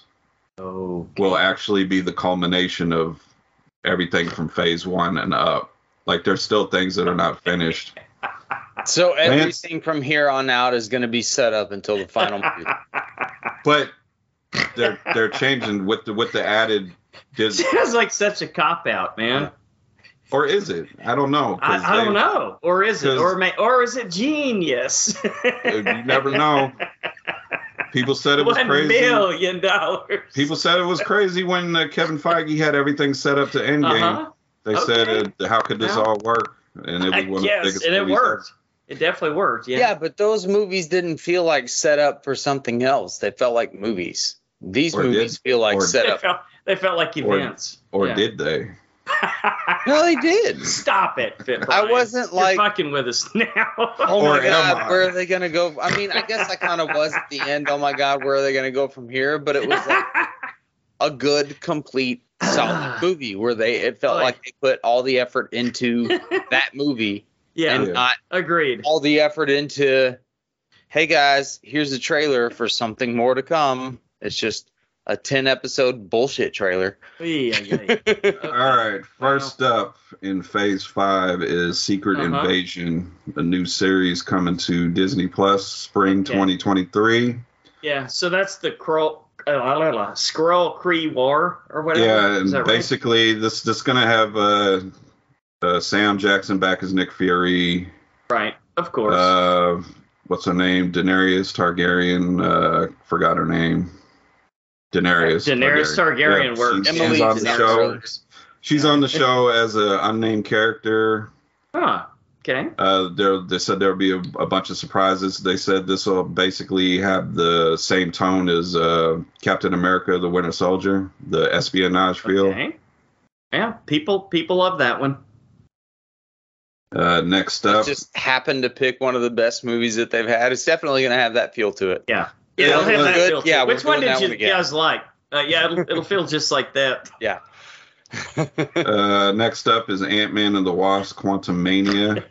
[SPEAKER 2] Oh.
[SPEAKER 3] will actually be the culmination of everything from phase one and up. Like there's still things that are not finished.
[SPEAKER 4] So
[SPEAKER 3] Lance-
[SPEAKER 4] everything from here on out is going to be set up until the final movie.
[SPEAKER 3] But they're they're changing with the with the added Disney
[SPEAKER 2] Sounds like such a cop out, man.
[SPEAKER 3] Or is it? I don't know. 'cause
[SPEAKER 2] I, I don't
[SPEAKER 3] they-
[SPEAKER 2] know. Or is it?
[SPEAKER 3] 'cause-
[SPEAKER 2] Or may, or is it genius?
[SPEAKER 3] uh, You never know. People said it was
[SPEAKER 2] One
[SPEAKER 3] crazy.
[SPEAKER 2] million dollars.
[SPEAKER 3] People said it was crazy when uh, Kevin Feige had everything set up to Endgame.
[SPEAKER 2] Uh-huh.
[SPEAKER 3] They
[SPEAKER 2] okay.
[SPEAKER 3] said, uh, "How could this
[SPEAKER 2] Well,
[SPEAKER 3] all work?" And it
[SPEAKER 2] I
[SPEAKER 3] was one of the
[SPEAKER 2] guess,
[SPEAKER 3] biggest
[SPEAKER 2] and it
[SPEAKER 3] movies
[SPEAKER 2] worked. It definitely worked.
[SPEAKER 4] Yeah.
[SPEAKER 2] Yeah.
[SPEAKER 4] but those movies didn't feel like set up for something else. They felt like movies. These
[SPEAKER 3] Or
[SPEAKER 4] movies feel like
[SPEAKER 3] or
[SPEAKER 4] set
[SPEAKER 2] They
[SPEAKER 4] up.
[SPEAKER 2] felt, they felt like
[SPEAKER 3] Or-
[SPEAKER 2] events.
[SPEAKER 3] Or
[SPEAKER 2] Yeah.
[SPEAKER 3] did they?
[SPEAKER 4] No, they did.
[SPEAKER 2] Stop it, Fit
[SPEAKER 4] I
[SPEAKER 2] Brian.
[SPEAKER 4] wasn't
[SPEAKER 2] You're
[SPEAKER 4] like-
[SPEAKER 2] fucking with us now.
[SPEAKER 4] Oh
[SPEAKER 3] Or
[SPEAKER 4] my
[SPEAKER 3] am
[SPEAKER 4] god,
[SPEAKER 3] I?
[SPEAKER 4] where are they gonna go? I mean, I guess I kind of was at the end. Oh my god, where are they gonna go from here? But it was like a good, complete, solid movie where they it felt
[SPEAKER 2] Like-
[SPEAKER 4] like they put all the effort into that movie
[SPEAKER 2] yeah,
[SPEAKER 4] and
[SPEAKER 3] Yeah.
[SPEAKER 4] not
[SPEAKER 2] agreed.
[SPEAKER 4] all the effort into hey guys here's a trailer for something more to come it's just a 10 episode bullshit trailer
[SPEAKER 2] Yeah, yeah, yeah.
[SPEAKER 3] All right. First up in Phase Five is Secret
[SPEAKER 2] Uh-huh.
[SPEAKER 3] Invasion, a new series coming to Disney Plus spring
[SPEAKER 2] Okay.
[SPEAKER 3] 2023.
[SPEAKER 2] Yeah, so that's the Skrull, uh, la, la, la, Skrull Cree War or whatever.
[SPEAKER 3] Yeah,
[SPEAKER 2] Is
[SPEAKER 3] and
[SPEAKER 2] that right?
[SPEAKER 3] basically this this gonna have uh, uh, Sam Jackson back as Nick Fury.
[SPEAKER 2] Right, of course.
[SPEAKER 3] Uh, what's her name? Daenerys Targaryen. Uh, forgot her name. Daenerys.
[SPEAKER 2] Daenerys Targaryen
[SPEAKER 3] Yeah,
[SPEAKER 2] works.
[SPEAKER 3] she's-
[SPEAKER 4] Emily
[SPEAKER 3] She's on the
[SPEAKER 4] Daenerys
[SPEAKER 3] show.
[SPEAKER 4] Targaryen.
[SPEAKER 3] She's on the show as an unnamed character.
[SPEAKER 2] Huh. Okay.
[SPEAKER 3] Uh, there, they said there'll be a, a bunch of surprises. They said this will basically have the same tone as uh, Captain America: The Winter Soldier, the espionage field.
[SPEAKER 2] Okay. Yeah, people people love that one.
[SPEAKER 3] Uh, next up,
[SPEAKER 4] just happened to pick one of the best movies that they've had. It's definitely going to have that feel to it.
[SPEAKER 2] Yeah.
[SPEAKER 4] Yeah,
[SPEAKER 2] it'll have
[SPEAKER 4] we're
[SPEAKER 2] that
[SPEAKER 4] good.
[SPEAKER 2] feel to
[SPEAKER 4] Yeah,
[SPEAKER 2] it.
[SPEAKER 4] we're
[SPEAKER 2] Which one
[SPEAKER 4] doing
[SPEAKER 2] did
[SPEAKER 4] that
[SPEAKER 2] you
[SPEAKER 4] one again.
[SPEAKER 2] guys like? Uh, yeah, it'll, it'll feel just like that.
[SPEAKER 4] Yeah.
[SPEAKER 3] uh, next up is Ant Man and the Wasp: Quantum Mania.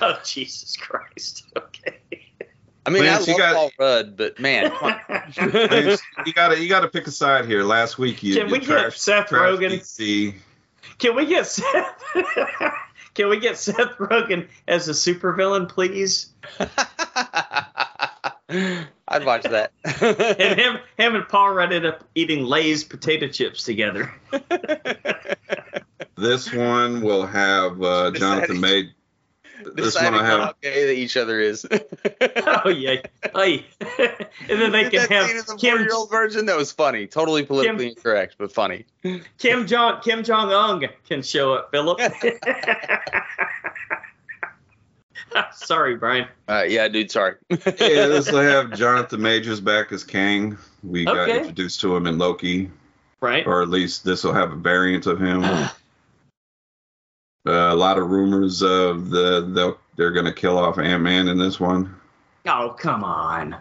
[SPEAKER 2] Oh Jesus Christ! Okay.
[SPEAKER 4] I mean,
[SPEAKER 3] Lance,
[SPEAKER 4] I
[SPEAKER 3] you
[SPEAKER 4] love
[SPEAKER 3] got-
[SPEAKER 4] Paul Rudd, but man,
[SPEAKER 3] Lance, you gotta you gotta pick a side here. Last week you
[SPEAKER 2] Can
[SPEAKER 3] you
[SPEAKER 2] we get Seth
[SPEAKER 3] trash
[SPEAKER 2] Rogen?
[SPEAKER 3] DC.
[SPEAKER 2] Can we get Seth? Can we get Seth Rogen as a supervillain, please?
[SPEAKER 4] I'd watch that.
[SPEAKER 2] And him, him and Paul Rudd ended up eating Lay's potato chips together.
[SPEAKER 3] This one will have uh,
[SPEAKER 4] Decided-
[SPEAKER 3] Jonathan May. This one
[SPEAKER 4] Deciding
[SPEAKER 3] will have
[SPEAKER 4] how gay that each other is.
[SPEAKER 2] Oh yeah, hey. and then they
[SPEAKER 4] Did
[SPEAKER 2] can
[SPEAKER 4] that scene of
[SPEAKER 2] have
[SPEAKER 4] the
[SPEAKER 2] Kim
[SPEAKER 4] four-year-old version that was funny, totally politically incorrect, but funny.
[SPEAKER 2] Kim Jong Kim Jong Un can show up, Philip. Sorry, Brian.
[SPEAKER 4] Uh, yeah, dude, sorry.
[SPEAKER 3] yeah, this will have Jonathan Majors back as Kang. We got
[SPEAKER 2] Okay.
[SPEAKER 3] introduced to him in Loki,
[SPEAKER 2] Right?
[SPEAKER 3] or at least this will have a variant of him. uh, a lot of rumors of the they'll, they're gonna kill off Ant Man in this one.
[SPEAKER 2] Oh come on,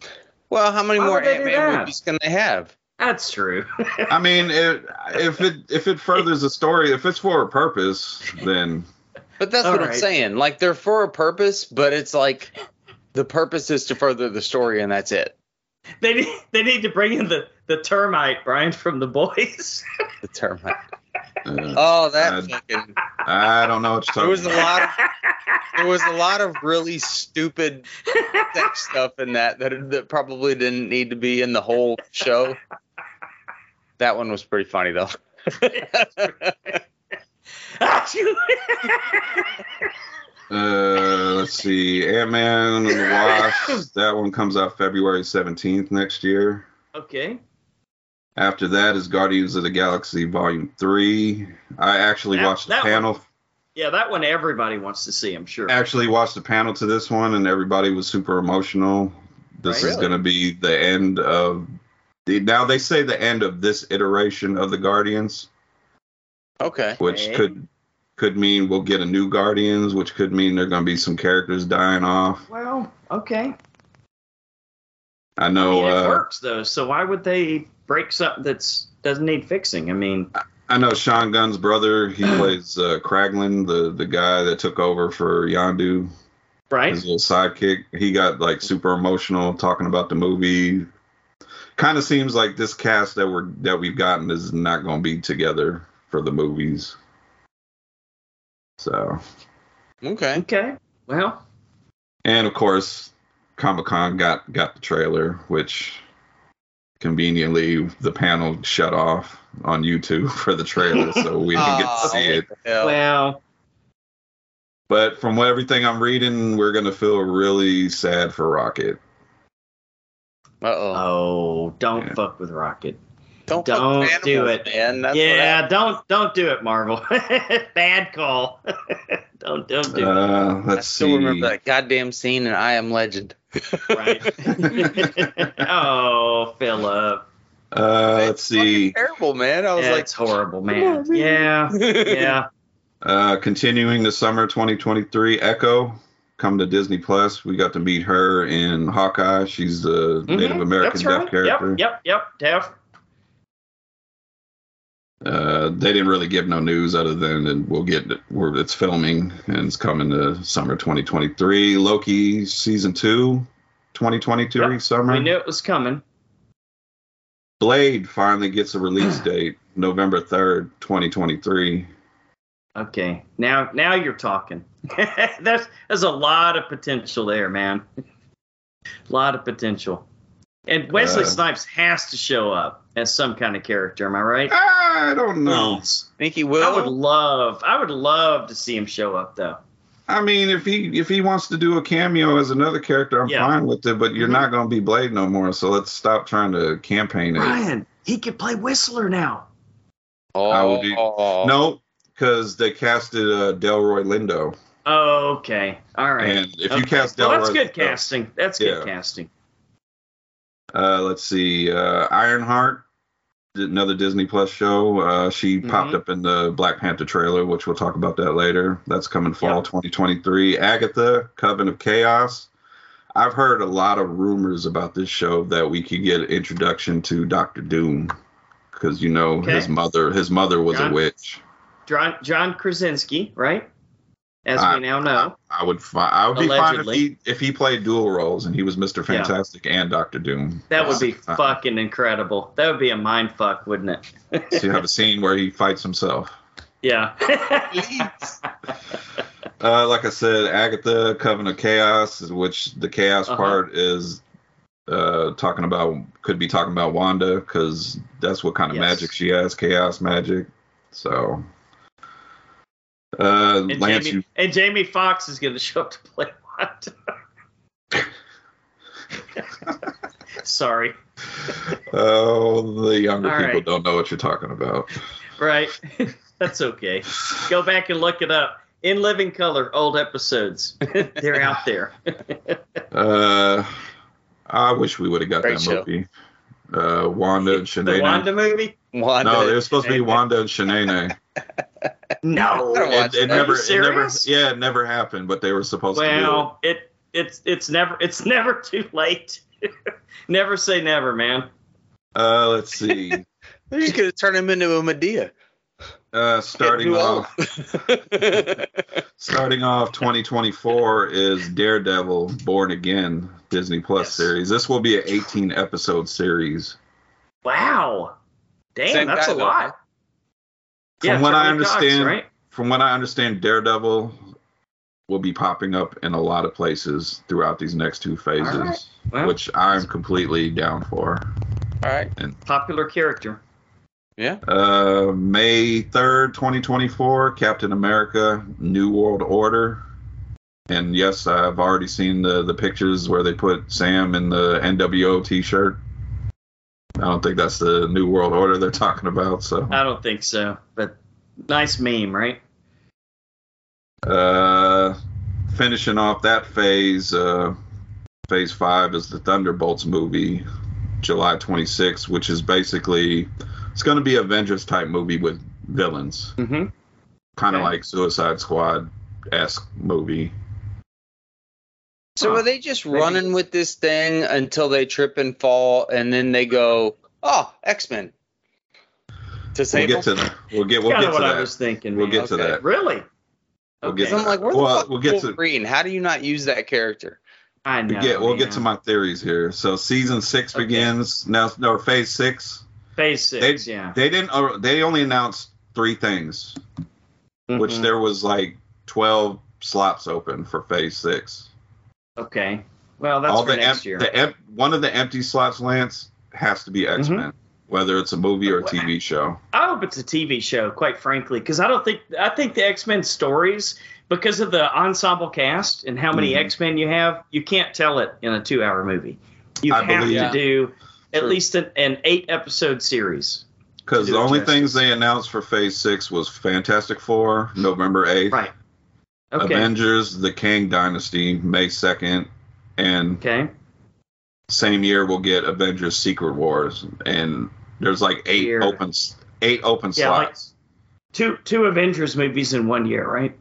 [SPEAKER 4] Well, how many
[SPEAKER 2] Why
[SPEAKER 4] more
[SPEAKER 2] would they do
[SPEAKER 4] Ant-Man
[SPEAKER 2] that?
[SPEAKER 4] movies can they have?
[SPEAKER 2] that's true.
[SPEAKER 3] I mean, it, if it if it furthers the story, if it's for a purpose, then
[SPEAKER 4] But that's
[SPEAKER 2] All
[SPEAKER 4] what I'm
[SPEAKER 2] right.
[SPEAKER 4] saying. Like they're for a purpose, but it's like the purpose is to further the story, and that's it.
[SPEAKER 2] They need, they need to bring in the, the termite Brian from the boys.
[SPEAKER 4] The term.
[SPEAKER 3] uh,
[SPEAKER 4] Oh, that
[SPEAKER 3] Uh,
[SPEAKER 4] fucking.
[SPEAKER 3] I don't know what you're
[SPEAKER 4] There
[SPEAKER 3] talking
[SPEAKER 4] was a
[SPEAKER 3] about.
[SPEAKER 4] lot. Of, there was a lot of really stupid sex stuff in that that that probably didn't need to be in the whole show. That one was pretty funny though.
[SPEAKER 3] Uh, let's see, Ant Man and the Wasp. that one comes out February 17th next year.
[SPEAKER 2] okay.
[SPEAKER 3] After that is Guardians of the Galaxy Volume 3. I actually
[SPEAKER 2] That-
[SPEAKER 3] watched the
[SPEAKER 2] that one-
[SPEAKER 3] panel
[SPEAKER 2] Yeah, that one everybody wants to see, I'm sure.
[SPEAKER 3] actually watched the panel to this one and everybody was super emotional. This is
[SPEAKER 2] Really?
[SPEAKER 3] going to be the end of the, now they say the end of this iteration of the Guardians,
[SPEAKER 4] Okay.
[SPEAKER 3] which
[SPEAKER 2] Okay.
[SPEAKER 3] could could mean we'll get a new Guardians, which could mean there're going to be some characters dying off.
[SPEAKER 2] Well, okay.
[SPEAKER 3] I
[SPEAKER 2] I
[SPEAKER 3] know
[SPEAKER 2] mean, it
[SPEAKER 3] uh,
[SPEAKER 2] works though, so why would they break something that's doesn't need fixing? I mean,
[SPEAKER 3] I know Sean Gunn's brother. He plays uh, Kraglin, the the guy that took over for Yondu,
[SPEAKER 2] right?
[SPEAKER 3] his little sidekick. He got like super emotional talking about the movie. Kind of seems like this cast that we're that we've gotten is not going to be together for the movies. So,
[SPEAKER 4] Okay.
[SPEAKER 2] Okay. Well,
[SPEAKER 3] and of course, Comic Con got got the trailer, which conveniently the panel shut off on YouTube for the trailer, so we didn't get to
[SPEAKER 4] Ah,
[SPEAKER 3] see it.
[SPEAKER 4] what the
[SPEAKER 2] Oh.
[SPEAKER 4] hell.
[SPEAKER 2] well,
[SPEAKER 3] But from what everything I'm reading, we're gonna feel really sad for Rocket.
[SPEAKER 4] Uh-oh.
[SPEAKER 2] oh, don't
[SPEAKER 3] Yeah.
[SPEAKER 2] fuck with Rocket.
[SPEAKER 4] Don't, fuck
[SPEAKER 2] don't
[SPEAKER 4] with
[SPEAKER 2] do
[SPEAKER 4] animals,
[SPEAKER 2] it.
[SPEAKER 4] man. That's what
[SPEAKER 2] yeah,
[SPEAKER 4] happened.
[SPEAKER 2] don't don't do it, Marvel. Bad call. don't don't do
[SPEAKER 3] Uh,
[SPEAKER 4] I
[SPEAKER 3] let's
[SPEAKER 4] still
[SPEAKER 3] see.
[SPEAKER 4] remember that goddamn scene in I Am Legend. Uh.
[SPEAKER 2] it. Right. oh, Philip.
[SPEAKER 3] Uh,
[SPEAKER 4] It's
[SPEAKER 3] let's see.
[SPEAKER 4] fucking Terrible, man. I was
[SPEAKER 2] That's
[SPEAKER 4] like,
[SPEAKER 2] horrible,
[SPEAKER 4] on,
[SPEAKER 2] man.
[SPEAKER 4] man.
[SPEAKER 2] yeah. Yeah.
[SPEAKER 3] Uh, continuing the summer 2023, Echo come to Disney Plus. We got to meet her in Hawkeye. She's the
[SPEAKER 4] Mm-hmm.
[SPEAKER 3] Native
[SPEAKER 2] Mhm.
[SPEAKER 3] American
[SPEAKER 2] That's
[SPEAKER 3] deaf
[SPEAKER 2] right.
[SPEAKER 3] character.
[SPEAKER 2] Yep, yep, yep. Deaf.
[SPEAKER 3] Uh, they didn't really give no news other than and we'll get where it's filming and it's coming to summer 2023. Loki season two, 2023
[SPEAKER 2] Yep.
[SPEAKER 3] summer.
[SPEAKER 2] We knew it was coming.
[SPEAKER 3] Blade finally gets a release date, November 3rd, 2023.
[SPEAKER 2] Okay. Now now you're talking. there's there's a lot of potential there, man. A lot of potential. And Wesley
[SPEAKER 3] Uh,
[SPEAKER 2] Snipes has to show up as some kind of character, am I right?
[SPEAKER 3] I don't know.
[SPEAKER 2] Please.
[SPEAKER 4] think he will.
[SPEAKER 2] I would love I would love to see him show up though.
[SPEAKER 3] I mean, if he if he wants to do a cameo as another character, I'm
[SPEAKER 2] Yeah.
[SPEAKER 3] fine with it, but you're
[SPEAKER 2] Mhm.
[SPEAKER 3] not going to be Blade no more, so let's stop trying to campaign it.
[SPEAKER 2] Ryan, he could play Whistler now.
[SPEAKER 4] oh,
[SPEAKER 3] I would be- No, cuz they casted uh, Delroy Lindo.
[SPEAKER 2] Oh, okay. All right.
[SPEAKER 3] And if you
[SPEAKER 2] Okay.
[SPEAKER 3] cast Delroy
[SPEAKER 2] well, that's good
[SPEAKER 3] Lindo-
[SPEAKER 2] casting. That's good
[SPEAKER 3] Yeah.
[SPEAKER 2] casting.
[SPEAKER 3] Uh, let's see. Uh, Ironheart another Disney Plus show. Uh, she
[SPEAKER 2] Mm-hmm.
[SPEAKER 4] Mhm.
[SPEAKER 3] popped up in the Black Panther trailer, which we'll talk about that later. That's coming fall
[SPEAKER 2] Yeah.
[SPEAKER 3] 2023. Agatha, Coven of Chaos. I've heard a lot of rumors about this show that we could get introduction to Doctor Doom because you know
[SPEAKER 2] Okay.
[SPEAKER 3] his mother his mother was
[SPEAKER 2] John-
[SPEAKER 3] a witch.
[SPEAKER 2] John, John Krasinski, right? As
[SPEAKER 3] I-
[SPEAKER 2] we now know.
[SPEAKER 3] I would fi- I would
[SPEAKER 2] Allegedly.
[SPEAKER 3] be fine if he if he played dual roles and he was Mister
[SPEAKER 2] Yeah.
[SPEAKER 3] Fantastic and Doctor Doom.
[SPEAKER 2] That would be
[SPEAKER 3] Uh,
[SPEAKER 2] fucking incredible. That would be a mind fuck, wouldn't it?
[SPEAKER 3] So you have a scene where he fights himself.
[SPEAKER 2] Yeah.
[SPEAKER 3] Uh, like I said, Agatha, Coven of Chaos, which the chaos
[SPEAKER 2] Uh-huh.
[SPEAKER 3] part is uh, talking about, could be talking about Wanda, because that's what kind of
[SPEAKER 2] Yes.
[SPEAKER 3] magic she has, chaos magic. So, uh,
[SPEAKER 2] and,
[SPEAKER 3] Lance,
[SPEAKER 2] Jamie,
[SPEAKER 3] you,
[SPEAKER 2] and Jamie Fox is going to show up to play Wanda. Sorry.
[SPEAKER 3] oh, the younger
[SPEAKER 2] All
[SPEAKER 3] people
[SPEAKER 2] right.
[SPEAKER 3] don't know what you're talking about.
[SPEAKER 2] Right. That's okay. Go back and look it up. In Living Color, old episodes. They're out there.
[SPEAKER 3] Uh, I wish we would have got
[SPEAKER 4] Great
[SPEAKER 3] that
[SPEAKER 4] show.
[SPEAKER 3] movie. Uh, Wanda and Shanae.
[SPEAKER 2] The Wanda movie?
[SPEAKER 4] Wanda.
[SPEAKER 3] no, it was supposed to be
[SPEAKER 2] Shanae.
[SPEAKER 3] Wanda and Shanae.
[SPEAKER 2] No.
[SPEAKER 4] I
[SPEAKER 3] It,
[SPEAKER 4] watched
[SPEAKER 3] it
[SPEAKER 4] that.
[SPEAKER 3] never,
[SPEAKER 2] Are you
[SPEAKER 3] it never,
[SPEAKER 2] serious?
[SPEAKER 3] yeah, it never happened. But they were supposed to. do it.
[SPEAKER 2] Well, it it's it's never it's never too late. never say never, man.
[SPEAKER 3] Uh, let's see.
[SPEAKER 4] You could have turned him into a Medea.
[SPEAKER 3] Uh, starting
[SPEAKER 4] Get too
[SPEAKER 3] off,
[SPEAKER 4] old.
[SPEAKER 3] starting off, 2024 is Daredevil: Born Again Disney Plus
[SPEAKER 2] Yes.
[SPEAKER 3] series. This will be an 18 episode series.
[SPEAKER 2] Wow. Damn,
[SPEAKER 4] Same
[SPEAKER 2] that's
[SPEAKER 4] guy,
[SPEAKER 2] a
[SPEAKER 4] though,
[SPEAKER 2] lot.
[SPEAKER 3] From what I
[SPEAKER 2] Charlie Cox,
[SPEAKER 3] understand-
[SPEAKER 2] right?
[SPEAKER 3] From what I understand, Daredevil will be popping up in a lot of places throughout these next two phases,
[SPEAKER 2] right. Well,
[SPEAKER 3] which I'm completely down for.
[SPEAKER 4] All right.
[SPEAKER 2] popular character.
[SPEAKER 3] Uh, May 3rd, 2024, Captain America: New World Order. And yes, I've already seen the the pictures where they put Sam in the NWO T-shirt. I don't think that's the New World Order they're talking about. So,
[SPEAKER 2] I don't think so, but nice meme, right?
[SPEAKER 3] uh, finishing off that phase, uh, phase five is the Thunderbolts movie, July 26th, which is basically it's going to be Avengers type movie with villains.
[SPEAKER 2] Mm-hmm.
[SPEAKER 3] kind of
[SPEAKER 2] Okay.
[SPEAKER 3] like Suicide Squad esque movie.
[SPEAKER 4] So
[SPEAKER 2] Huh.
[SPEAKER 4] are they just
[SPEAKER 2] Maybe-
[SPEAKER 4] running with this thing until they trip and fall, and then they go, "Oh, X Men." To
[SPEAKER 3] We'll
[SPEAKER 4] save
[SPEAKER 3] get
[SPEAKER 4] them?
[SPEAKER 3] to that. We'll get we'll
[SPEAKER 2] kind
[SPEAKER 3] get
[SPEAKER 2] of
[SPEAKER 3] to
[SPEAKER 2] what I
[SPEAKER 3] that.
[SPEAKER 2] was thinking.
[SPEAKER 3] We'll
[SPEAKER 2] man.
[SPEAKER 3] get to
[SPEAKER 4] Okay.
[SPEAKER 3] that.
[SPEAKER 2] Really?
[SPEAKER 3] We'll get
[SPEAKER 2] Okay.
[SPEAKER 3] to
[SPEAKER 4] I'm like, where the
[SPEAKER 3] Well,
[SPEAKER 4] fuck
[SPEAKER 3] we'll get to-
[SPEAKER 4] Wolverine? How do you not use that character?
[SPEAKER 2] I know.
[SPEAKER 3] We'll get we'll get
[SPEAKER 2] man.
[SPEAKER 3] to my theories here. So season six
[SPEAKER 2] Okay.
[SPEAKER 3] begins now. No, phase six.
[SPEAKER 2] phase six. yeah.
[SPEAKER 3] They didn't. Or they only announced three things, which
[SPEAKER 2] Mhm.
[SPEAKER 3] there was like twelve slots open for phase six.
[SPEAKER 2] okay. Well, that's
[SPEAKER 3] All
[SPEAKER 2] for
[SPEAKER 3] the,
[SPEAKER 2] next
[SPEAKER 3] em-
[SPEAKER 2] year. Mm-hmm.
[SPEAKER 3] the em- one of the empty slots, Lance, has to be X Men, whether it's a movie or a TV show.
[SPEAKER 2] I hope it's a TV show, quite frankly, because I don't think I think the X Men stories, because of the ensemble cast and how many
[SPEAKER 3] Mhm.
[SPEAKER 2] X Men you have, you can't tell it in a two hour movie. You
[SPEAKER 3] I
[SPEAKER 2] have
[SPEAKER 3] believe
[SPEAKER 2] to
[SPEAKER 4] it.
[SPEAKER 2] do at
[SPEAKER 4] True.
[SPEAKER 2] least an, an eight episode series.
[SPEAKER 3] Because
[SPEAKER 2] to
[SPEAKER 3] the
[SPEAKER 2] do it
[SPEAKER 3] only
[SPEAKER 2] justice.
[SPEAKER 3] things they announced for Phase Six was Fantastic Four, November eighth.
[SPEAKER 2] Right. Okay.
[SPEAKER 3] Avengers: The Kang Dynasty, May second, and
[SPEAKER 2] okay.
[SPEAKER 3] same year we'll get Avengers: Secret Wars, and there's like eight
[SPEAKER 2] Weird.
[SPEAKER 3] open eight open
[SPEAKER 2] Yeah, like-
[SPEAKER 3] slots.
[SPEAKER 2] Two two Avengers movies in one year, right?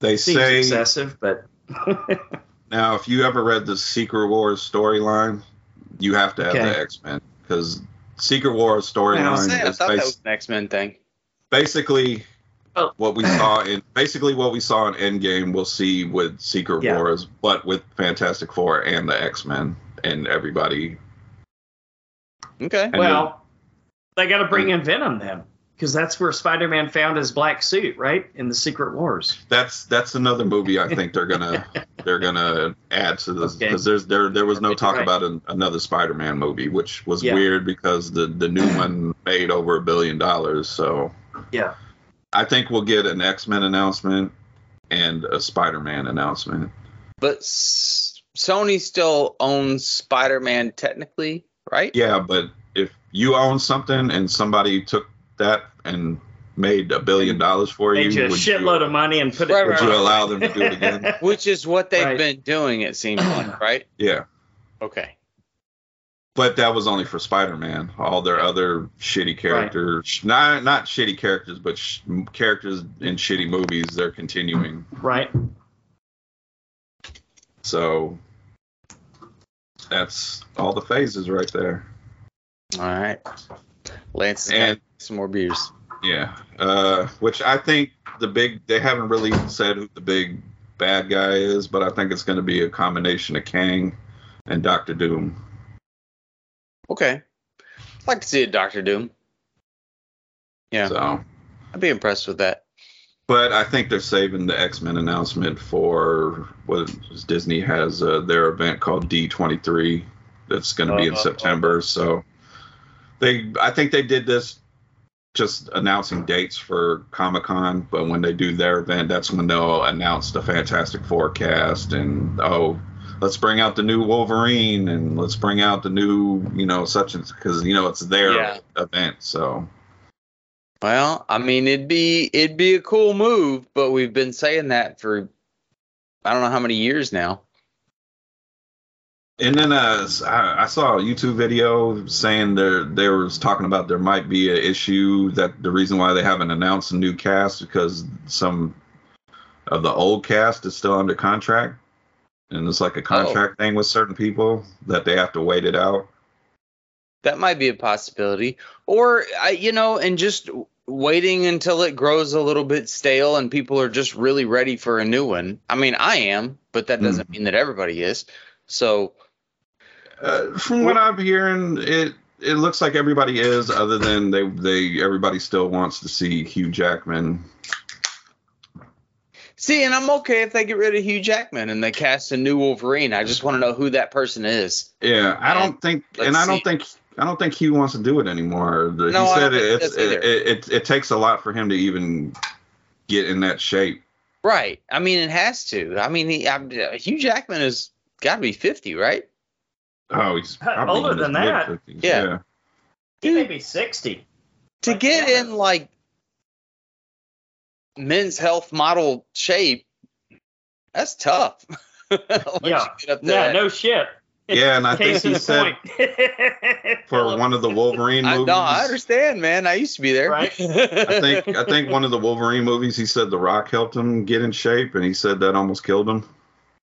[SPEAKER 3] they
[SPEAKER 2] Seems
[SPEAKER 3] say
[SPEAKER 2] excessive, but
[SPEAKER 3] now if you ever read the Secret Wars storyline, you have to have
[SPEAKER 2] Okay.
[SPEAKER 3] the X Men because Secret Wars
[SPEAKER 4] I was
[SPEAKER 3] storyline
[SPEAKER 4] saying, I
[SPEAKER 3] is
[SPEAKER 4] thought that
[SPEAKER 3] bas-
[SPEAKER 4] was an X Men thing.
[SPEAKER 3] basically
[SPEAKER 2] Oh.
[SPEAKER 3] what we saw in basically what we saw in Endgame. We'll see with Secret
[SPEAKER 2] Yeah.
[SPEAKER 3] Wars, but with Fantastic Four and the X Men and everybody.
[SPEAKER 4] Okay.
[SPEAKER 3] And
[SPEAKER 2] well, they got to bring in Venom then, because that's where Spider Man found his black suit, right? In the Secret Wars.
[SPEAKER 3] that's that's another movie I think they're gonna they're gonna add to this
[SPEAKER 2] Okay.
[SPEAKER 3] because there's there there was no talk
[SPEAKER 2] Right.
[SPEAKER 3] about an, another Spider-Man movie, which was
[SPEAKER 2] Yeah.
[SPEAKER 3] weird because the the new one made over a billion dollars. So
[SPEAKER 2] Yeah.
[SPEAKER 3] I think we'll get an X-Men announcement and a Spider-Man announcement.
[SPEAKER 4] But S- Sony still owns Spider Man technically, right?
[SPEAKER 3] Yeah, but if you own something and somebody took that and made a billion dollars for
[SPEAKER 2] They
[SPEAKER 3] you,
[SPEAKER 2] just
[SPEAKER 3] would you,
[SPEAKER 2] shitload of money and put
[SPEAKER 4] Right,
[SPEAKER 2] it.
[SPEAKER 3] would you allow them to do it again?
[SPEAKER 4] Which is what they've
[SPEAKER 2] Right.
[SPEAKER 4] been doing, it seems like, right?
[SPEAKER 3] Yeah.
[SPEAKER 4] Okay.
[SPEAKER 3] But that was only for Spider-Man. All their other shitty characters, not not shitty characters, but sh- characters in shitty movies, they're continuing.
[SPEAKER 2] Right.
[SPEAKER 3] So that's all the phases right there.
[SPEAKER 4] All right. Lance has
[SPEAKER 3] And
[SPEAKER 4] got some more beers.
[SPEAKER 3] yeah, uh, which I think the big they haven't really said who the big bad guy is, but I think it's going to be a combination of Kang and Doctor Doom.
[SPEAKER 4] Okay. I'd like to see a Doctor Doom. Yeah.
[SPEAKER 3] So,
[SPEAKER 4] I'd be impressed with that.
[SPEAKER 3] but I think they're saving the X Men announcement for what is- Disney has uh, their event called D twenty three that's going to be in
[SPEAKER 4] Uh,
[SPEAKER 3] September. So they, I think they did this just announcing dates for Comic Con, but when they do their event, that's when they'll announce the Fantastic Forecast and oh. Let's bring out the new Wolverine and let's bring out the new, you know, such and because you know it's their
[SPEAKER 4] Yeah.
[SPEAKER 3] event. So
[SPEAKER 4] Well, I mean, it'd be it'd be a cool move, but we've been saying that for I don't know how many years now.
[SPEAKER 3] And then uh, I, I saw a YouTube video saying there they was talking about there might be an issue that the reason why they haven't announced a new cast because some of the old cast is still under contract, and it's like a contract thing with certain people that they have to wait it out.
[SPEAKER 4] That might be a possibility, or I, you know, and just waiting until it grows a little bit stale and people are just really ready for a new one. I mean, I am, but that doesn't mean that everybody is. So
[SPEAKER 3] Uh, from what I'm hearing, it it looks like everybody is, other than they they everybody still wants to see Hugh Jackman.
[SPEAKER 4] See, and I'm okay if they get rid of Hugh Jackman and they cast a new Wolverine. I just want to know who that person is.
[SPEAKER 3] Yeah, I don't think,
[SPEAKER 4] let's
[SPEAKER 3] and I don't
[SPEAKER 4] see.
[SPEAKER 3] think, I don't think he wants to do it anymore. The-
[SPEAKER 4] No,
[SPEAKER 3] he
[SPEAKER 4] I
[SPEAKER 3] said
[SPEAKER 4] don't think he
[SPEAKER 3] it,
[SPEAKER 4] does
[SPEAKER 3] it,
[SPEAKER 4] either.
[SPEAKER 3] it, it it takes a lot for him to even get in that shape.
[SPEAKER 4] Right. I mean, it has to. I mean, he, I, Hugh Jackman has got to be 50, right?
[SPEAKER 3] Oh, he's probably
[SPEAKER 2] Older
[SPEAKER 3] in his
[SPEAKER 2] than that.
[SPEAKER 3] mid-fifties,
[SPEAKER 4] Yeah.
[SPEAKER 2] He may be 60.
[SPEAKER 4] To get in like men's health model shape, that's tough. Once you
[SPEAKER 2] Yeah.
[SPEAKER 4] get up to
[SPEAKER 2] Yeah,
[SPEAKER 4] that.
[SPEAKER 2] no shit.
[SPEAKER 3] yeah, yeah. And I think
[SPEAKER 2] Case
[SPEAKER 3] he
[SPEAKER 2] in
[SPEAKER 3] said
[SPEAKER 2] point.
[SPEAKER 3] for one of the Wolverine
[SPEAKER 4] I,
[SPEAKER 3] movies.
[SPEAKER 4] no, I understand, man. I used to be there.
[SPEAKER 2] Right.
[SPEAKER 3] I think I think one of the Wolverine movies. He said The Rock helped him get in shape, and he said that almost killed him.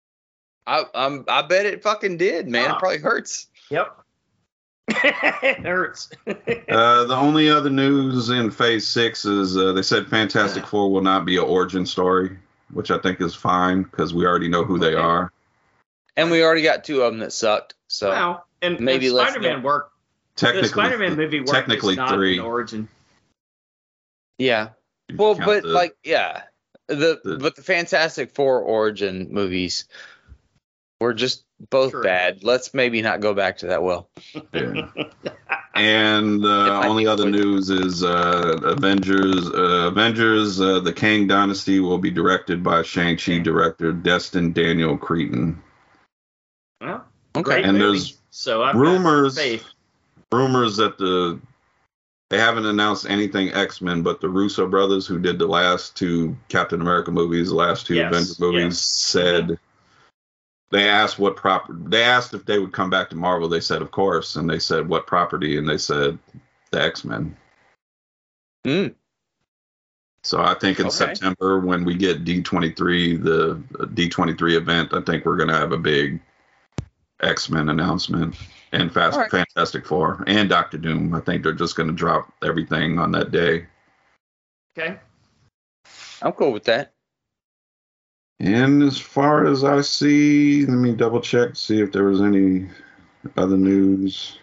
[SPEAKER 4] I, I'm, I bet it fucking did, man.
[SPEAKER 2] Huh.
[SPEAKER 4] It probably hurts.
[SPEAKER 2] Yep. it hurts.
[SPEAKER 3] Uh, the only other news in Phase Six is uh, they said Fantastic Four will not be an origin story, which I think is fine because we already know who they
[SPEAKER 4] Okay.
[SPEAKER 3] are.
[SPEAKER 4] And we already got two of them that sucked. So
[SPEAKER 2] Well, and
[SPEAKER 4] Maybe
[SPEAKER 2] maybe
[SPEAKER 4] let's
[SPEAKER 2] Spider-Man
[SPEAKER 4] not-
[SPEAKER 2] work.
[SPEAKER 3] Technically,
[SPEAKER 2] The Spider-Man movie work
[SPEAKER 3] technically
[SPEAKER 2] is not
[SPEAKER 3] three.
[SPEAKER 2] an origin.
[SPEAKER 4] yeah.
[SPEAKER 3] if you
[SPEAKER 4] Well,
[SPEAKER 3] count
[SPEAKER 4] but
[SPEAKER 3] the-
[SPEAKER 4] like, yeah, the,
[SPEAKER 3] the-
[SPEAKER 4] but the Fantastic Four origin movies were just both
[SPEAKER 2] Sure.
[SPEAKER 4] bad. Let's maybe not go back to that well.
[SPEAKER 3] yeah. and
[SPEAKER 4] If
[SPEAKER 3] uh,
[SPEAKER 4] I
[SPEAKER 3] only
[SPEAKER 4] think
[SPEAKER 3] other
[SPEAKER 4] we-
[SPEAKER 3] news is uh, Avengers. Uh, Avengers: uh, The Kang Dynasty will be directed by Shang Chi director Destin Daniel Cretton.
[SPEAKER 2] Well,
[SPEAKER 4] Okay.
[SPEAKER 2] great
[SPEAKER 3] And
[SPEAKER 2] movie.
[SPEAKER 3] there's
[SPEAKER 2] so I've got
[SPEAKER 3] rumors-
[SPEAKER 2] faith.
[SPEAKER 3] Rumors that the they haven't announced anything X Men, but the Russo brothers, who did the last two Captain America movies, the last two
[SPEAKER 2] Yes,
[SPEAKER 3] Avengers movies,
[SPEAKER 2] yes.
[SPEAKER 3] said. They asked what proper. They asked if they would come back to Marvel. They said, "Of course." And they said, "What property?" And they said, "The X Men."
[SPEAKER 4] Mm.
[SPEAKER 3] So I think in
[SPEAKER 4] Okay.
[SPEAKER 3] September when we get D23, the uh, D23 event, I think we're gonna have a big X Men announcement and Fast
[SPEAKER 4] All right.
[SPEAKER 3] Fantastic Four and Doctor Doom. I think they're just gonna drop everything on that day.
[SPEAKER 2] Okay.
[SPEAKER 4] I'm cool with that.
[SPEAKER 3] And as far as I see, let me double check see if there was any other news.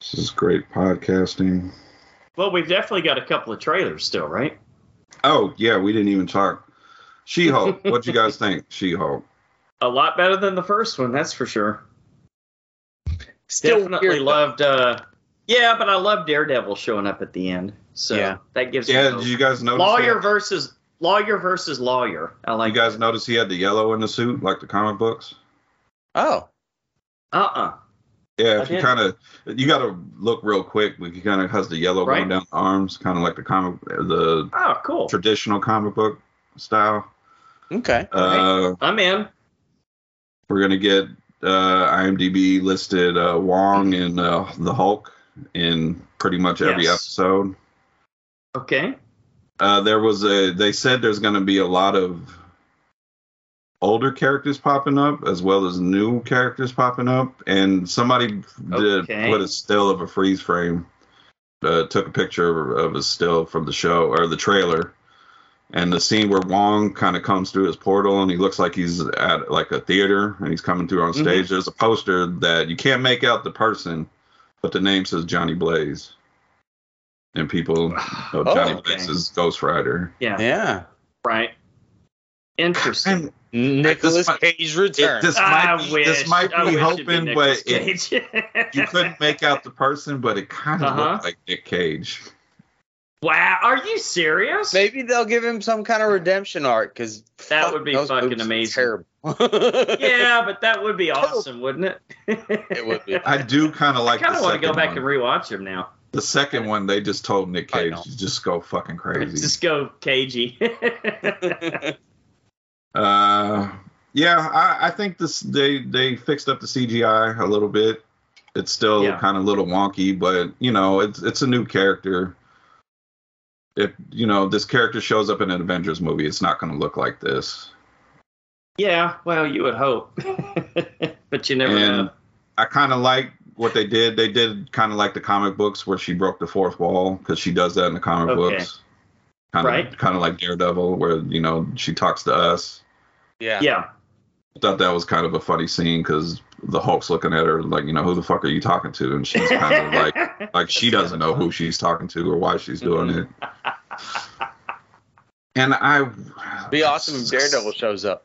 [SPEAKER 3] This is great podcasting.
[SPEAKER 2] Well, we've definitely got a couple of trailers still, right?
[SPEAKER 3] Oh yeah, we didn't even talk. She Hulk. what you guys think? She Hulk.
[SPEAKER 2] A lot better than the first one, that's for sure.
[SPEAKER 4] Still
[SPEAKER 2] Definitely
[SPEAKER 4] weird, though.
[SPEAKER 2] loved. uh Yeah, but I love Daredevil showing up at the end. So
[SPEAKER 4] Yeah.
[SPEAKER 2] that gives me
[SPEAKER 3] Yeah,
[SPEAKER 2] hope.
[SPEAKER 3] did you guys notice? he
[SPEAKER 2] lawyer
[SPEAKER 3] had-
[SPEAKER 2] versus lawyer versus lawyer. I like
[SPEAKER 3] you guys
[SPEAKER 2] that.
[SPEAKER 3] notice he had the yellow in the suit, like the comic books.
[SPEAKER 4] Oh,
[SPEAKER 2] Uh-uh.
[SPEAKER 3] Yeah,
[SPEAKER 2] I
[SPEAKER 3] if you
[SPEAKER 2] did.
[SPEAKER 3] kind of, you got to look real quick. He kind of has the yellow
[SPEAKER 2] Right.
[SPEAKER 3] going down the arms, kind of like the comic, the
[SPEAKER 2] Oh, cool. Uh,
[SPEAKER 3] traditional comic book style.
[SPEAKER 4] okay.
[SPEAKER 3] Uh,
[SPEAKER 2] I'm in.
[SPEAKER 3] We're gonna get uh, IMDb listed uh, Wong and uh, the Hulk in pretty much every
[SPEAKER 2] Mm-hmm. Yes.
[SPEAKER 3] episode.
[SPEAKER 2] Okay.
[SPEAKER 3] Uh, there was a. They said there's gonna be a lot of older characters popping up as well as new characters popping up, and somebody
[SPEAKER 2] Okay.
[SPEAKER 3] did put a still of a freeze frame. Uh, took a picture of a still from the show or the trailer, and the scene where Wong kind of comes through his portal and he looks like he's at like a theater and he's coming through on
[SPEAKER 4] Mhm.
[SPEAKER 3] stage. There's a poster that you can't make out the person, but the name says Johnny Blaze, and people know Johnny
[SPEAKER 4] okay.
[SPEAKER 3] Blaze is Ghost Rider.
[SPEAKER 2] Yeah.
[SPEAKER 4] Yeah.
[SPEAKER 2] Right. Interesting.
[SPEAKER 3] And
[SPEAKER 4] Nicholas
[SPEAKER 3] might-
[SPEAKER 4] Cage
[SPEAKER 3] it,
[SPEAKER 4] returns.
[SPEAKER 3] this
[SPEAKER 2] I
[SPEAKER 3] might be, this
[SPEAKER 2] wish-
[SPEAKER 3] might
[SPEAKER 2] I wish
[SPEAKER 3] be
[SPEAKER 2] it'd
[SPEAKER 3] hoping,
[SPEAKER 2] Nicolas
[SPEAKER 3] but it,
[SPEAKER 2] Cage.
[SPEAKER 3] you couldn't make out the person, but it kind of
[SPEAKER 2] Uh-huh.
[SPEAKER 3] looked like Nick Cage.
[SPEAKER 2] Wow, are you serious?
[SPEAKER 4] Maybe they'll give him some kind of redemption arc because
[SPEAKER 2] That would be fucking amazing.
[SPEAKER 4] Terrible.
[SPEAKER 2] Yeah, but that would be awesome, wouldn't it?
[SPEAKER 4] It would be.
[SPEAKER 3] I do kind of
[SPEAKER 2] I
[SPEAKER 3] like.
[SPEAKER 2] kind of
[SPEAKER 3] the
[SPEAKER 2] want to go
[SPEAKER 3] second
[SPEAKER 2] back
[SPEAKER 3] one.
[SPEAKER 2] and rewatch him now.
[SPEAKER 3] The second one, they just told Nick
[SPEAKER 4] I
[SPEAKER 3] Cage,
[SPEAKER 4] know.
[SPEAKER 3] just go fucking crazy.
[SPEAKER 2] Just go cagey.
[SPEAKER 3] Uh, yeah, I, I think this they they fixed up the CGI a little bit. It's still
[SPEAKER 2] Yeah.
[SPEAKER 3] kind of a little wonky, but you know, it's it's a new character. If you know this character shows up in an Avengers movie, it's not going to look like this.
[SPEAKER 2] yeah, well, you would hope, but you never
[SPEAKER 3] And
[SPEAKER 2] know.
[SPEAKER 3] I kind of like what they did. They did kind of like the comic books where she broke the fourth wall because she does that in the comic
[SPEAKER 2] Okay.
[SPEAKER 3] books. Kind of,
[SPEAKER 2] Right.
[SPEAKER 3] kind of like Daredevil, where you know she talks to us.
[SPEAKER 4] yeah.
[SPEAKER 2] Yeah,
[SPEAKER 3] I thought that was kind of a funny scene because the Hulk's looking at her like, you know, who the fuck are you talking to? And she's kind of like, like she doesn't know who she's talking to or why she's doing
[SPEAKER 4] Mhm.
[SPEAKER 2] Mm-hmm.
[SPEAKER 3] it. And I
[SPEAKER 4] Be awesome if Daredevil shows up.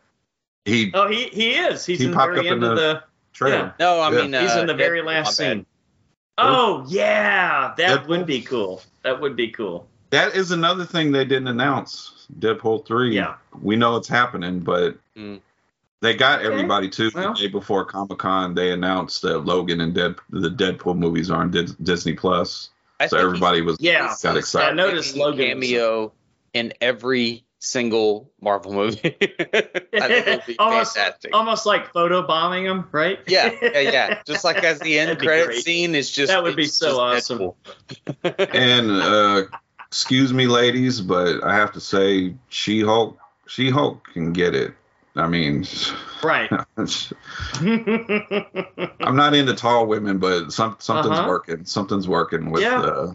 [SPEAKER 3] He
[SPEAKER 2] oh, he he is. He's
[SPEAKER 3] He
[SPEAKER 2] in the
[SPEAKER 3] popped
[SPEAKER 2] very
[SPEAKER 3] up
[SPEAKER 2] end
[SPEAKER 3] in
[SPEAKER 2] of the.
[SPEAKER 3] trailer.
[SPEAKER 4] No, I
[SPEAKER 3] Yeah.
[SPEAKER 4] mean uh,
[SPEAKER 2] he's in the very
[SPEAKER 4] Deadpool,
[SPEAKER 2] last
[SPEAKER 4] my bad.
[SPEAKER 2] scene. Oh yeah, that
[SPEAKER 3] Deadpool.
[SPEAKER 2] would be cool. That would be cool.
[SPEAKER 3] That is another thing they didn't announce. Deadpool three.
[SPEAKER 2] Yeah.
[SPEAKER 3] We know it's happening, but
[SPEAKER 4] Mm.
[SPEAKER 3] they got
[SPEAKER 2] Okay.
[SPEAKER 3] everybody too.
[SPEAKER 2] Well.
[SPEAKER 3] The day before Comic Con, they announced that Logan and Dead the Deadpool movies are on Dis- Disney Plus.
[SPEAKER 4] I
[SPEAKER 3] So
[SPEAKER 4] think
[SPEAKER 3] everybody was
[SPEAKER 2] Yeah.
[SPEAKER 3] got
[SPEAKER 4] he's
[SPEAKER 2] I
[SPEAKER 3] excited.
[SPEAKER 2] noticed
[SPEAKER 4] making a
[SPEAKER 2] Logan.
[SPEAKER 4] cameo in every single Marvel movie. I think it'll be
[SPEAKER 2] Almost-
[SPEAKER 4] fantastic.
[SPEAKER 2] almost like photobombing him, right?
[SPEAKER 4] yeah, yeah, yeah. Just like as the end
[SPEAKER 2] That'd be
[SPEAKER 4] credit
[SPEAKER 2] great.
[SPEAKER 4] scene is just
[SPEAKER 2] That would be
[SPEAKER 4] it's
[SPEAKER 2] so
[SPEAKER 4] just
[SPEAKER 2] awesome.
[SPEAKER 4] Deadpool.
[SPEAKER 3] and uh, excuse me, ladies, but I have to say, She Hulk, She Hulk can get it. I mean,
[SPEAKER 2] right.
[SPEAKER 3] I'm not into tall women, but some something's
[SPEAKER 2] Uh-huh.
[SPEAKER 3] working. Something's working with.
[SPEAKER 2] Yeah.
[SPEAKER 3] Uh,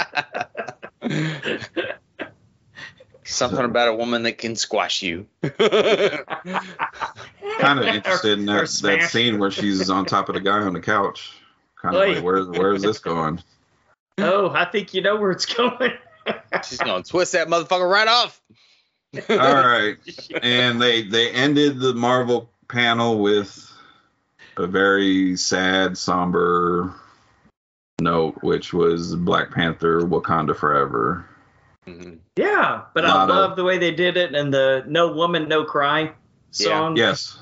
[SPEAKER 4] Something about a woman that can squash you.
[SPEAKER 3] kind of interested in
[SPEAKER 2] Or- or
[SPEAKER 3] that, that
[SPEAKER 2] smash.
[SPEAKER 3] scene where she's on top of the guy on the couch. Kind of
[SPEAKER 2] Oy.
[SPEAKER 3] like, where's where's this going?
[SPEAKER 2] Oh, I think you know where it's going.
[SPEAKER 4] She's gonna twist that motherfucker right off.
[SPEAKER 3] All right, and they they ended the Marvel panel with a very sad, somber note, which was Black Panther: Wakanda Forever.
[SPEAKER 4] Mhm.
[SPEAKER 2] Yeah, but I
[SPEAKER 3] Lot of-
[SPEAKER 2] love the way they did it and the "No Woman, No Cry" song.
[SPEAKER 3] Yes,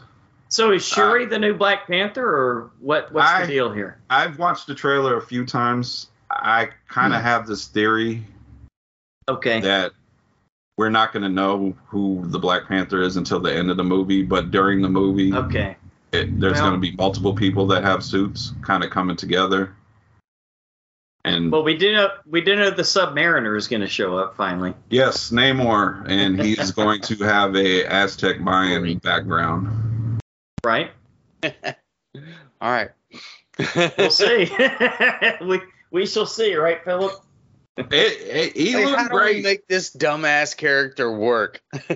[SPEAKER 2] So
[SPEAKER 4] Uh,
[SPEAKER 2] is Shuri the new Black Panther, or what? What's
[SPEAKER 3] I-
[SPEAKER 2] the deal here?
[SPEAKER 3] I've watched the trailer a few times. I kind
[SPEAKER 2] Hmm.
[SPEAKER 3] of have this theory
[SPEAKER 2] Okay.
[SPEAKER 3] that we're not going to know who the Black Panther is until the end of the movie, but during the movie,
[SPEAKER 2] Okay.
[SPEAKER 3] it, there's
[SPEAKER 2] Well-
[SPEAKER 3] going to be multiple people that have suits kind of coming together. And
[SPEAKER 2] Well, we do know we do know the Submariner is going to show up finally.
[SPEAKER 3] yes, Namor, and he's going to have a Aztec Mayan background.
[SPEAKER 2] Right.
[SPEAKER 4] All right.
[SPEAKER 2] We'll see. we we shall see, right, Philip?
[SPEAKER 3] It, it, he
[SPEAKER 4] Like, how
[SPEAKER 3] looked
[SPEAKER 4] do we
[SPEAKER 3] great.
[SPEAKER 4] make this dumbass character work?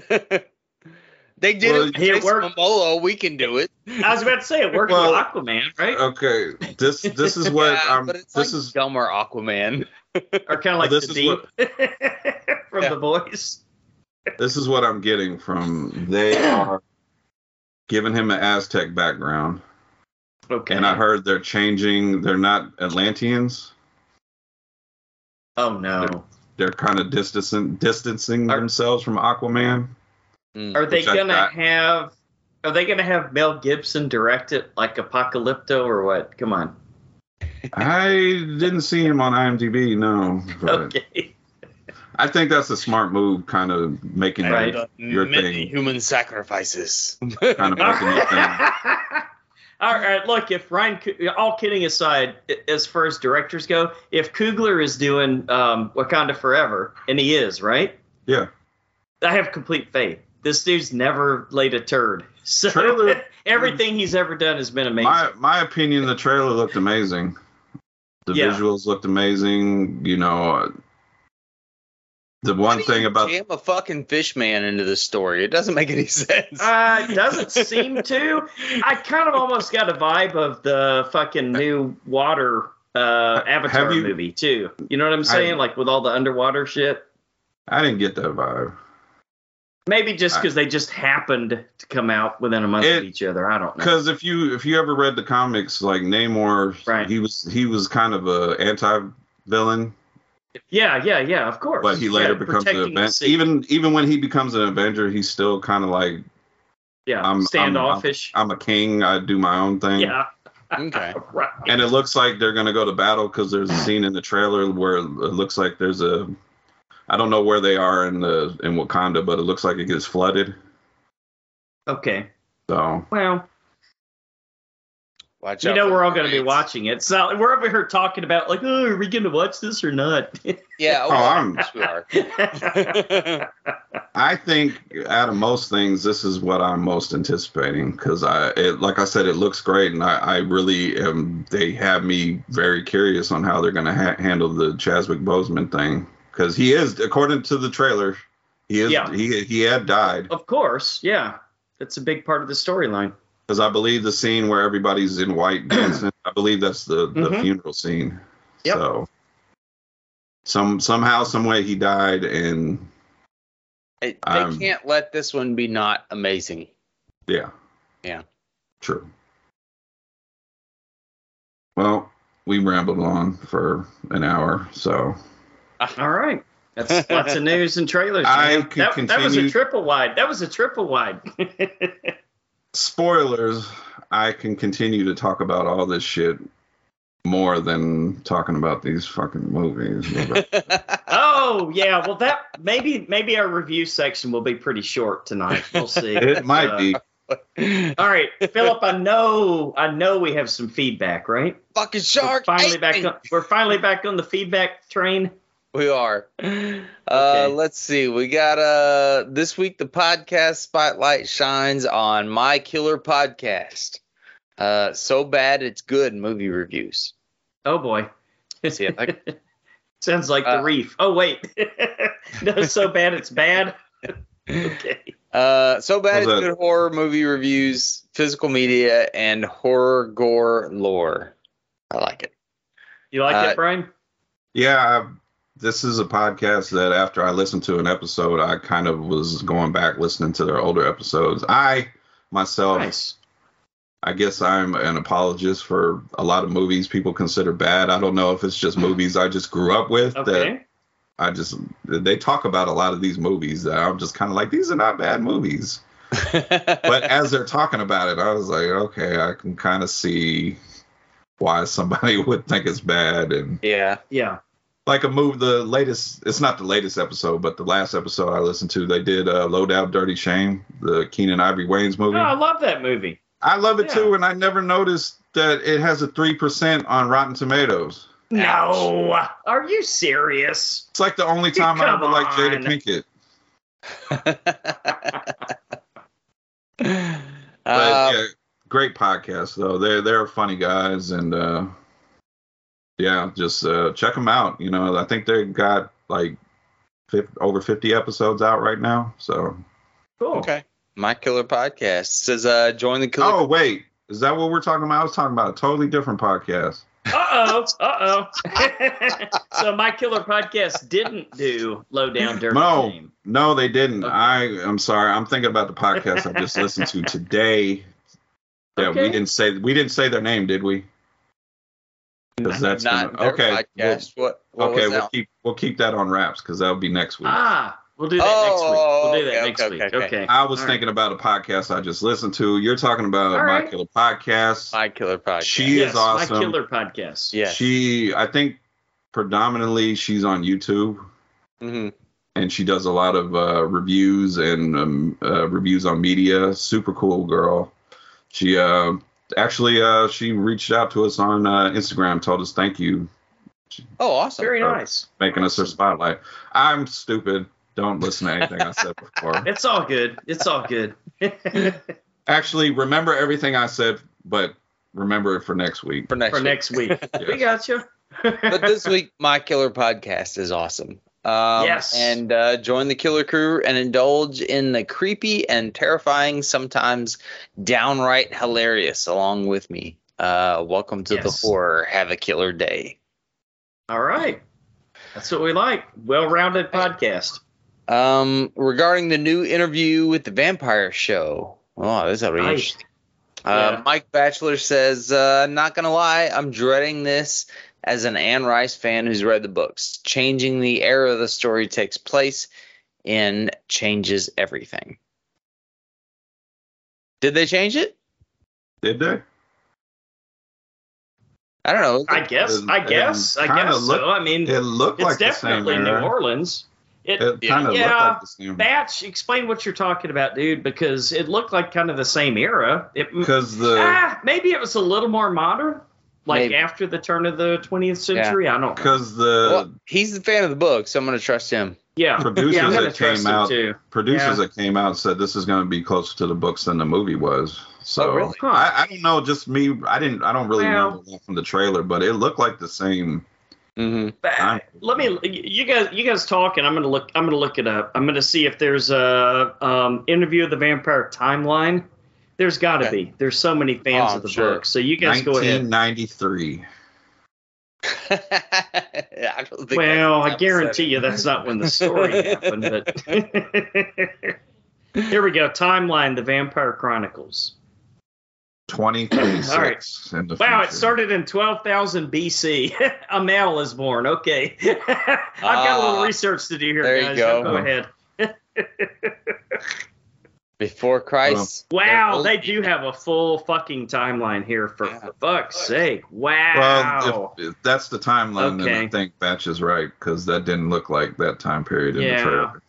[SPEAKER 4] they did
[SPEAKER 3] Well,
[SPEAKER 2] it
[SPEAKER 4] it. Jason
[SPEAKER 2] worked.
[SPEAKER 4] Momoa, we can do it.
[SPEAKER 2] I was about to say it worked
[SPEAKER 3] Well- uh,
[SPEAKER 2] with Aquaman, right?
[SPEAKER 3] Okay, this this is what
[SPEAKER 4] Yeah,
[SPEAKER 3] um,
[SPEAKER 4] but it's
[SPEAKER 3] this
[SPEAKER 4] like
[SPEAKER 3] is
[SPEAKER 4] dumber Aquaman.
[SPEAKER 2] or kind of like
[SPEAKER 3] this
[SPEAKER 2] the
[SPEAKER 3] is
[SPEAKER 2] deep from
[SPEAKER 4] Yeah.
[SPEAKER 2] the boys.
[SPEAKER 3] this is what I'm getting from they are giving him an Aztec background.
[SPEAKER 2] Okay.
[SPEAKER 3] And I heard they're changing. They're not Atlanteans.
[SPEAKER 2] oh no.
[SPEAKER 3] They're kind of distancing distancing
[SPEAKER 2] Are-
[SPEAKER 3] themselves from Aquaman.
[SPEAKER 2] Are they
[SPEAKER 3] Which I
[SPEAKER 2] gonna
[SPEAKER 3] got-
[SPEAKER 2] have? Are they gonna have Mel Gibson direct it like Apocalypto or what? Come on.
[SPEAKER 3] I didn't see him on IMDb. No, but
[SPEAKER 2] Okay.
[SPEAKER 3] I think that's a smart move, kind of making
[SPEAKER 2] Right.
[SPEAKER 3] your,
[SPEAKER 4] The
[SPEAKER 3] your
[SPEAKER 4] uh, many
[SPEAKER 3] thing,
[SPEAKER 4] human sacrifices.
[SPEAKER 3] kind of
[SPEAKER 2] All
[SPEAKER 3] making your thing.
[SPEAKER 2] right. All right, look, if Ryan, Coo- all kidding aside, i- as far as directors go, if Kugler is doing um, Wakanda Forever, and he is, right?
[SPEAKER 3] Yeah.
[SPEAKER 2] I have complete faith. This dude's never laid a turd. So
[SPEAKER 3] Trailer-
[SPEAKER 2] everything he's ever done has been amazing.
[SPEAKER 3] My my opinion, the trailer looked amazing. The
[SPEAKER 2] Yeah.
[SPEAKER 3] visuals looked amazing. You know, uh, the one
[SPEAKER 4] How do
[SPEAKER 3] thing
[SPEAKER 4] you
[SPEAKER 3] about
[SPEAKER 4] jam a fucking fish man into this story. It doesn't make any sense.
[SPEAKER 3] Ah.
[SPEAKER 2] uh, doesn't seem to. I kind of almost got a vibe of the fucking new water uh, Avatar
[SPEAKER 3] you-
[SPEAKER 2] movie too. You know what I'm saying? like with all the underwater shit.
[SPEAKER 3] I didn't get that vibe.
[SPEAKER 2] Maybe just because they just happened to come out within a month of
[SPEAKER 3] It-
[SPEAKER 2] each other. I don't know.
[SPEAKER 3] Because if you if you ever read the comics, like Namor,
[SPEAKER 2] Right.
[SPEAKER 3] he was he was kind of a anti villain,
[SPEAKER 2] Yeah, yeah, yeah. Of course.
[SPEAKER 3] but he later
[SPEAKER 2] Yeah,
[SPEAKER 3] becomes an
[SPEAKER 2] protecting the
[SPEAKER 3] Avenger.
[SPEAKER 2] sea.
[SPEAKER 3] Even even when he becomes an Avenger, he's still kind of like
[SPEAKER 2] yeah,
[SPEAKER 3] I'm- I'm-
[SPEAKER 2] standoffish.
[SPEAKER 3] I'm a king. I do my own thing.
[SPEAKER 2] yeah,
[SPEAKER 4] okay.
[SPEAKER 2] right.
[SPEAKER 3] And it looks like they're gonna go to battle because there's a scene in the trailer where it looks like there's a, I don't know where they are in the in Wakanda, but it looks like it gets flooded.
[SPEAKER 2] okay.
[SPEAKER 3] So
[SPEAKER 2] Well,
[SPEAKER 4] Watch
[SPEAKER 2] you
[SPEAKER 4] out
[SPEAKER 2] know
[SPEAKER 4] for
[SPEAKER 2] we're all
[SPEAKER 4] the
[SPEAKER 2] going to be
[SPEAKER 4] mermaids.
[SPEAKER 2] watching it. So we're over here talking about like, oh, are we going to watch this or not?
[SPEAKER 4] Yeah.
[SPEAKER 3] oh, I'm,
[SPEAKER 4] yes, we are.
[SPEAKER 3] I think out of most things, this is what I'm most anticipating because I it, like I said, it looks great, and I, I really am. They have me very curious on how they're gonna ha- handle the Chadwick Boseman thing because he is, according to the trailer, he is
[SPEAKER 2] Yeah.
[SPEAKER 3] he he had died.
[SPEAKER 2] Of course, yeah. That's a big part of the storyline.
[SPEAKER 3] Because I believe the scene where everybody's in white dancing, I believe that's the, the
[SPEAKER 2] Mhm.
[SPEAKER 3] funeral scene.
[SPEAKER 4] Mm-hmm. Yep.
[SPEAKER 3] So some somehow, some way he died, and
[SPEAKER 4] They, they
[SPEAKER 3] Um,
[SPEAKER 4] can't let this one be not amazing.
[SPEAKER 3] yeah.
[SPEAKER 4] Yeah.
[SPEAKER 3] True. Well, we rambled on for an hour, so
[SPEAKER 2] All right. That's lots of news and trailers.
[SPEAKER 3] I
[SPEAKER 2] man.
[SPEAKER 3] could
[SPEAKER 2] that, that was a
[SPEAKER 3] continue-
[SPEAKER 2] triple wide. That was a triple wide.
[SPEAKER 3] spoilers. I can continue to talk about all this shit more than talking about these fucking movies.
[SPEAKER 2] oh yeah. Well, that maybe maybe our review section will be pretty short tonight. We'll see. Uh,
[SPEAKER 3] it might be.
[SPEAKER 2] All right, Philip. I know. I know we have some feedback, right?
[SPEAKER 4] Fucking shark.
[SPEAKER 2] We're finally
[SPEAKER 4] ate
[SPEAKER 2] back.
[SPEAKER 4] me.
[SPEAKER 2] On, we're finally back on the feedback train.
[SPEAKER 4] We are. Uh,
[SPEAKER 2] Okay.
[SPEAKER 4] let's see. We got uh this week the podcast spotlight shines on my killer podcast. Uh, so bad it's good movie reviews.
[SPEAKER 2] Oh boy.
[SPEAKER 4] See, I like-
[SPEAKER 2] Sounds like the
[SPEAKER 4] Uh,
[SPEAKER 2] reef. Oh wait. no, so bad it's bad. Okay.
[SPEAKER 4] Uh, so bad
[SPEAKER 3] How's
[SPEAKER 4] it's
[SPEAKER 3] that?
[SPEAKER 4] good horror movie reviews, physical media, and horror gore lore. I like it.
[SPEAKER 2] You like
[SPEAKER 4] Uh,
[SPEAKER 2] it, Brian?
[SPEAKER 3] Yeah, I, this is a podcast that after I listened to an episode, I kind of was going back listening to their older episodes. I myself,
[SPEAKER 2] Nice.
[SPEAKER 3] I guess I'm an apologist for a lot of movies people consider bad. I don't know if it's just movies I just grew up with that
[SPEAKER 2] Okay.
[SPEAKER 3] I just they talk about a lot of these movies that I'm just kind of like these are not bad movies. But as they're talking about it, I was like, okay, I can kind of see why somebody would think it's bad and
[SPEAKER 4] yeah,
[SPEAKER 2] Yeah.
[SPEAKER 3] like a move the latest it's not the latest episode but the last episode i listened to they did uh low down dirty shame the keenan ivory wayne's movie
[SPEAKER 2] No, Oh, I love that movie.
[SPEAKER 3] i love it
[SPEAKER 2] yeah.
[SPEAKER 3] too and i never noticed that it has a 3% on rotten tomatoes
[SPEAKER 2] No. Are you serious?
[SPEAKER 3] it's like the only time i
[SPEAKER 2] Come
[SPEAKER 3] ever liked jada
[SPEAKER 2] on.
[SPEAKER 3] pinkett
[SPEAKER 4] Uh,
[SPEAKER 3] but
[SPEAKER 4] Uh,
[SPEAKER 3] yeah great podcast though they're they're funny guys and uh yeah just uh check them out you know i think they got like fif over 50 episodes out right now so
[SPEAKER 2] Cool.
[SPEAKER 4] Okay. My Killer Podcast says, uh, join the Killer.
[SPEAKER 3] Oh wait, is that what we're talking about? I was talking about a totally different podcast.
[SPEAKER 2] Uh oh. Uh oh. so my killer podcast didn't do low down dirty
[SPEAKER 3] No.
[SPEAKER 2] Shame.
[SPEAKER 3] No, they didn't.
[SPEAKER 2] Okay.
[SPEAKER 3] I I'm sorry. I'm thinking about the podcast I just listened to today. Yeah, we
[SPEAKER 2] Okay.
[SPEAKER 3] didn't say we didn't say their name, did we? 'Cause that's
[SPEAKER 4] not
[SPEAKER 3] gonna-
[SPEAKER 4] their
[SPEAKER 3] okay. we'll-
[SPEAKER 4] podcast. what, what
[SPEAKER 3] okay,
[SPEAKER 4] was
[SPEAKER 3] we'll
[SPEAKER 4] that?
[SPEAKER 3] keep we'll keep that on wraps because that'll be next week.
[SPEAKER 2] Ah, we'll do that
[SPEAKER 4] Oh,
[SPEAKER 2] next week. We'll do that
[SPEAKER 4] okay,
[SPEAKER 2] next
[SPEAKER 4] okay,
[SPEAKER 2] week.
[SPEAKER 4] okay,
[SPEAKER 2] Okay.
[SPEAKER 4] okay.
[SPEAKER 3] I was
[SPEAKER 2] all
[SPEAKER 3] thinking about a podcast I just listened to. You're talking about
[SPEAKER 2] All
[SPEAKER 3] my
[SPEAKER 2] right.
[SPEAKER 3] killer podcast.
[SPEAKER 4] My Killer Podcast.
[SPEAKER 3] She- He is
[SPEAKER 2] yes,
[SPEAKER 3] awesome.
[SPEAKER 2] My killer podcast.
[SPEAKER 4] yeah.
[SPEAKER 3] She, I think, predominantly she's on YouTube.
[SPEAKER 4] Mhm.
[SPEAKER 3] and she does a lot of uh, reviews and um, uh, reviews on media. Super cool girl. She uh, actually uh, she reached out to us on uh, Instagram, told us thank you
[SPEAKER 4] Oh, awesome.
[SPEAKER 2] Very
[SPEAKER 3] Okay.
[SPEAKER 2] nice.
[SPEAKER 3] making us her spotlight. I'm stupid. Don't listen to anything I said before.
[SPEAKER 2] It's all good. It's all good.
[SPEAKER 3] Actually, remember everything I said, but remember it for next week.
[SPEAKER 4] For
[SPEAKER 2] for
[SPEAKER 4] next week.
[SPEAKER 2] next week. We got you.
[SPEAKER 4] but this week, my killer podcast is awesome. Um,
[SPEAKER 2] Yes.
[SPEAKER 4] And uh, join the killer crew and indulge in the creepy and terrifying, sometimes downright hilarious, along with me. Uh, welcome to the
[SPEAKER 2] Yes.
[SPEAKER 4] horror. Have a killer day.
[SPEAKER 2] all right. That's what we like. Well-rounded podcast.
[SPEAKER 4] Um, regarding the new interview with the Vampire Show. Oh, this is be
[SPEAKER 2] Nice.
[SPEAKER 4] interesting. Uh,
[SPEAKER 2] Yeah.
[SPEAKER 4] Mike Batchelor says, uh, not going to lie, I'm dreading this as an Anne Rice fan who's read the books. Changing the era the story takes place in changes everything. Did they change it?
[SPEAKER 3] Did they?
[SPEAKER 4] I don't know.
[SPEAKER 2] I guess. I
[SPEAKER 3] And-
[SPEAKER 2] guess. I
[SPEAKER 3] and kinda
[SPEAKER 2] guess
[SPEAKER 3] look-
[SPEAKER 2] so. I mean,
[SPEAKER 3] It looked
[SPEAKER 2] it's
[SPEAKER 3] like the same
[SPEAKER 2] definitely New
[SPEAKER 3] era.
[SPEAKER 2] Orleans. It,
[SPEAKER 3] It kind of
[SPEAKER 2] Yeah,
[SPEAKER 3] looked like the same
[SPEAKER 2] Batch, explain what you're talking about, dude, because it looked like kind of the same era. It,
[SPEAKER 3] because the
[SPEAKER 2] ah, maybe it was a little more modern, like
[SPEAKER 4] Maybe.
[SPEAKER 2] after the turn of the 20th century. I don't.
[SPEAKER 3] because the
[SPEAKER 4] Well, he's the fan of the book, so I'm going to trust him.
[SPEAKER 2] Yeah,
[SPEAKER 3] Producers
[SPEAKER 2] yeah, I'm gonna
[SPEAKER 3] that
[SPEAKER 2] trust
[SPEAKER 3] came
[SPEAKER 2] him,
[SPEAKER 3] out-
[SPEAKER 2] too.
[SPEAKER 3] producers
[SPEAKER 2] Yeah.
[SPEAKER 3] that came out said this is going to be closer to the books than the movie was. So
[SPEAKER 4] Oh, really?
[SPEAKER 2] Huh.
[SPEAKER 3] I, I don't know. Just me. I didn't. I don't really
[SPEAKER 2] Well.
[SPEAKER 3] remember that from the trailer, but it looked like the same.
[SPEAKER 2] Mm-hmm.
[SPEAKER 4] hmm
[SPEAKER 3] I'm-
[SPEAKER 2] But Let me. You guys, you guys talk, and I'm gonna look. I'm gonna look it up. I'm gonna see if there's a um, interview of the vampire timeline. There's got to
[SPEAKER 4] Okay.
[SPEAKER 2] be. There's so many fans
[SPEAKER 4] Oh,
[SPEAKER 2] of the
[SPEAKER 4] sure.
[SPEAKER 2] book. So you guys go ahead.
[SPEAKER 3] 1993.
[SPEAKER 4] I don't think
[SPEAKER 2] Well, I
[SPEAKER 4] that's-
[SPEAKER 2] guarantee you that's not when the story happened. But here we go. Timeline: The Vampire Chronicles.
[SPEAKER 3] 2036
[SPEAKER 2] All
[SPEAKER 3] in the
[SPEAKER 2] Wow, it
[SPEAKER 3] future.
[SPEAKER 2] started in 12,000 BC. Amel is born. Okay, I've got a little
[SPEAKER 4] Ah,
[SPEAKER 2] research to do here,
[SPEAKER 4] there you
[SPEAKER 2] guys.
[SPEAKER 4] go.
[SPEAKER 2] go ahead.
[SPEAKER 4] Before Christ.
[SPEAKER 2] Wow,
[SPEAKER 4] They're
[SPEAKER 2] they
[SPEAKER 4] old.
[SPEAKER 2] do have a full fucking timeline here. For
[SPEAKER 4] Yeah.
[SPEAKER 2] fuck's sake!
[SPEAKER 3] Well,
[SPEAKER 2] Wow.
[SPEAKER 3] if, if that's the timeline, then
[SPEAKER 2] Okay.
[SPEAKER 3] I think Batch is right because that didn't look like that time period in
[SPEAKER 2] Yeah.
[SPEAKER 3] the trailer.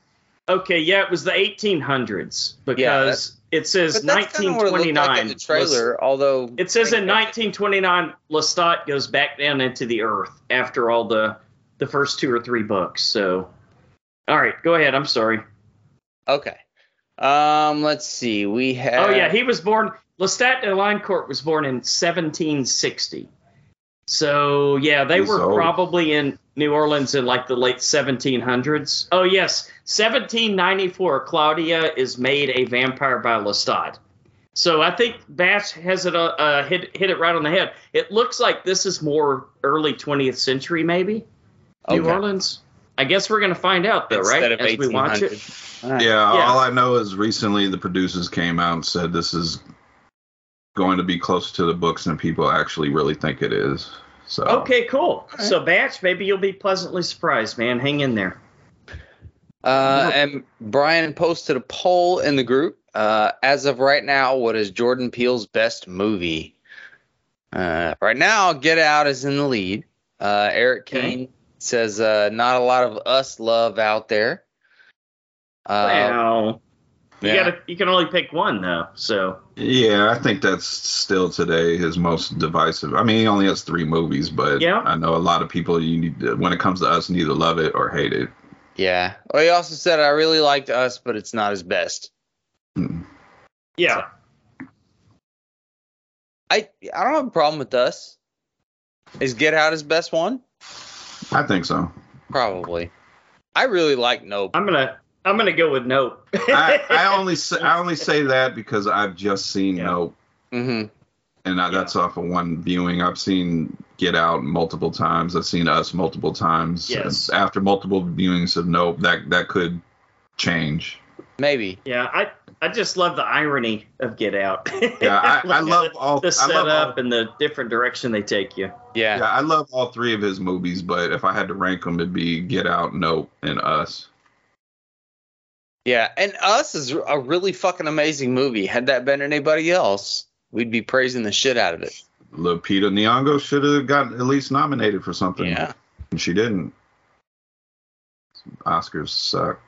[SPEAKER 2] okay, yeah, it was the 1800s
[SPEAKER 4] Yeah,
[SPEAKER 2] because it says
[SPEAKER 4] But that's kinda what it looked
[SPEAKER 2] 1929.
[SPEAKER 4] like in the trailer, although
[SPEAKER 2] It says in 1929, Lestat goes back down into the earth after all the the first two or three books. So, all right, go ahead. I'm sorry.
[SPEAKER 4] Okay. Um, let's see. We have.
[SPEAKER 2] oh yeah, he was born. Lestat de Linecourt was born in 1760. So yeah, they
[SPEAKER 3] He's
[SPEAKER 2] were
[SPEAKER 3] old.
[SPEAKER 2] probably in New Orleans in like the late 1700s. Oh yes, 1794. Claudia is made a vampire by Lestat. So I think Bash has it uh, uh, hit hit it right on the head. It looks like this is more early 20th century, maybe New
[SPEAKER 4] Okay.
[SPEAKER 2] Orleans. I guess we're gonna find out though,
[SPEAKER 4] Instead
[SPEAKER 2] right?
[SPEAKER 4] of
[SPEAKER 2] As we watch it.
[SPEAKER 4] 1800. All right.
[SPEAKER 3] Yeah,
[SPEAKER 2] Yeah.
[SPEAKER 3] all I know is recently the producers came out and said this is going to be close to the books than people actually really think it is. So
[SPEAKER 2] Okay, cool.
[SPEAKER 4] right.
[SPEAKER 2] So, Batch, maybe you'll be pleasantly surprised, man. Hang in there.
[SPEAKER 4] Uh, and Brian posted a poll in the group. Uh, as of right now, what is Jordan Peele's best movie? Uh, right now, Get Out is in the lead. Uh, Eric
[SPEAKER 2] Okay.
[SPEAKER 4] Kane says, uh, "Not a lot of us love out there." Uh,
[SPEAKER 2] wow. You
[SPEAKER 4] yeah.
[SPEAKER 2] gotta. You can only pick one though. So
[SPEAKER 3] Yeah, I think that's still today his most divisive. I mean, he only has three movies, but
[SPEAKER 2] Yeah.
[SPEAKER 3] I know a lot of people. You need to- when it comes to us, neither love it or hate it.
[SPEAKER 4] yeah. Well, he also said, "I really liked Us, but it's not his best."
[SPEAKER 3] Mm,
[SPEAKER 2] yeah,
[SPEAKER 4] I I don't have a problem with Us. Is Get Out his best one?
[SPEAKER 3] I think so.
[SPEAKER 4] Probably. I really like Nope.
[SPEAKER 2] I'm gonna. I'm gonna go with nope.
[SPEAKER 3] I, I only say, I only say that because I've just seen
[SPEAKER 2] Yeah.
[SPEAKER 3] Nope, Mm-hmm.
[SPEAKER 4] hmm
[SPEAKER 3] and I, that's off of one viewing. I've seen Get Out multiple times. I've seen Us multiple times.
[SPEAKER 2] Yes.
[SPEAKER 3] And After multiple viewings of Nope, that that could change.
[SPEAKER 4] Maybe.
[SPEAKER 2] yeah, I. I just love the irony of Get Out.
[SPEAKER 3] Yeah, I, I
[SPEAKER 2] Like,
[SPEAKER 3] love all.
[SPEAKER 2] the
[SPEAKER 3] I love all
[SPEAKER 2] setup and the different direction they take you.
[SPEAKER 4] Yeah.
[SPEAKER 3] Yeah, I love all three of his movies, but if I had to rank them, it'd be Get Out, Nope, and Us.
[SPEAKER 4] Yeah. And Us is a really fucking amazing movie. Had that been anybody else, we'd be praising the shit out of it.
[SPEAKER 3] Lupita Nyong'o should have gotten at least nominated for something,
[SPEAKER 4] Yeah.
[SPEAKER 3] and she didn't. Oscars suck.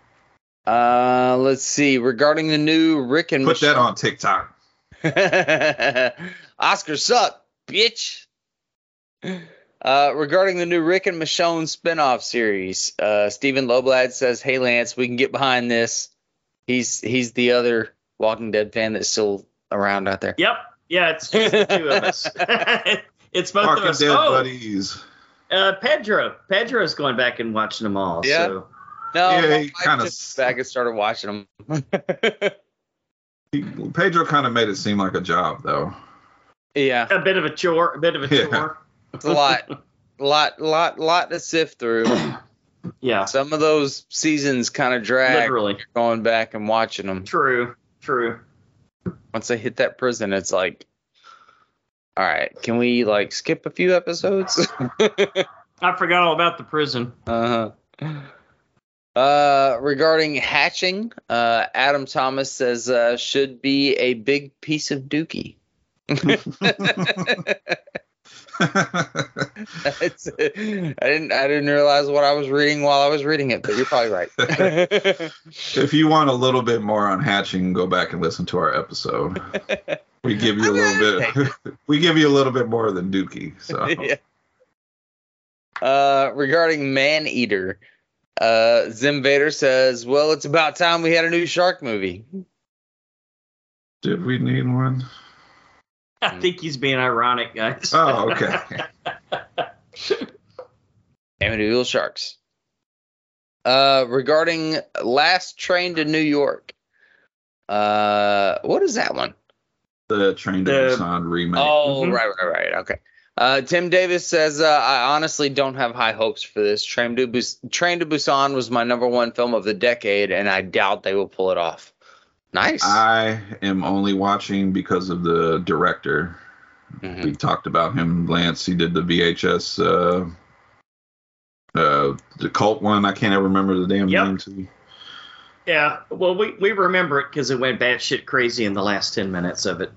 [SPEAKER 4] Uh, let's see. Regarding the new Rick and
[SPEAKER 3] Put that on TikTok.
[SPEAKER 4] Oscars suck, bitch. Uh, regarding the new Rick and Michonne spinoff series, uh, Stephen Loblad says, "Hey Lance, we can get behind this." He's he's the other Walking Dead fan that's still around out there.
[SPEAKER 2] Yep. Yeah, it's just the two of us. it's both
[SPEAKER 3] Walking
[SPEAKER 2] of us.
[SPEAKER 3] Dead
[SPEAKER 2] Oh,
[SPEAKER 3] buddies.
[SPEAKER 2] uh, Pedro. Pedro's going back and watching them all.
[SPEAKER 4] Yeah.
[SPEAKER 2] So.
[SPEAKER 4] No,
[SPEAKER 3] Yeah,
[SPEAKER 4] no,
[SPEAKER 3] he
[SPEAKER 4] I
[SPEAKER 3] kinda
[SPEAKER 4] just
[SPEAKER 3] s-
[SPEAKER 4] back and started watching them.
[SPEAKER 3] He, Pedro kind of made it seem like a job, though.
[SPEAKER 4] yeah,
[SPEAKER 2] A bit of a chore. A bit of a
[SPEAKER 3] Yeah.
[SPEAKER 2] chore.
[SPEAKER 4] it's a lot, lot, lot, lot to sift through.
[SPEAKER 2] Yeah.
[SPEAKER 4] Some of those seasons kind of drag.
[SPEAKER 2] Literally.
[SPEAKER 4] Going back and watching them.
[SPEAKER 2] True. True.
[SPEAKER 4] Once they hit that prison, it's like, all right, can we like skip a few episodes?
[SPEAKER 2] I forgot all about the prison.
[SPEAKER 4] Uh-huh. Uh, regarding hatching, uh, Adam Thomas says uh, should be a big piece of dookie. It's- I didn't I didn't realize what I was reading while I was reading it, but you're probably right.
[SPEAKER 3] if you want a little bit more on hatching, go back and listen to our episode. We give you a little bit. we give you a little bit more than Dookie. So
[SPEAKER 4] Yeah. Uh, regarding Man Eater, uh, Zim Vader says, "Well, it's about time we had a new shark movie."
[SPEAKER 3] did we need one?
[SPEAKER 4] Mm.
[SPEAKER 2] I think he's being ironic, guys.
[SPEAKER 3] Oh, okay.
[SPEAKER 4] Amityville Sharks. Uh, regarding Last Train to New York. Uh, what is that one?
[SPEAKER 3] The Train to
[SPEAKER 2] The-
[SPEAKER 3] Busan remake.
[SPEAKER 4] Oh,
[SPEAKER 2] Mhm.
[SPEAKER 4] right, right, right. Okay. Uh, Tim Davis says, uh, I honestly don't have high hopes for this. Train to, Bus- Train to Busan was my number one film of the decade, and I doubt they will pull it off. Nice.
[SPEAKER 3] I am only watching because of the director.
[SPEAKER 4] Mhm.
[SPEAKER 2] Hmm.
[SPEAKER 3] We talked about him, Lance. He did the VHS, uh, uh, the cult one. I can't ever remember the damn
[SPEAKER 2] Yep.
[SPEAKER 3] name. To.
[SPEAKER 2] Yeah. Well, we, we remember it because it went batshit crazy in the last 10 minutes of it.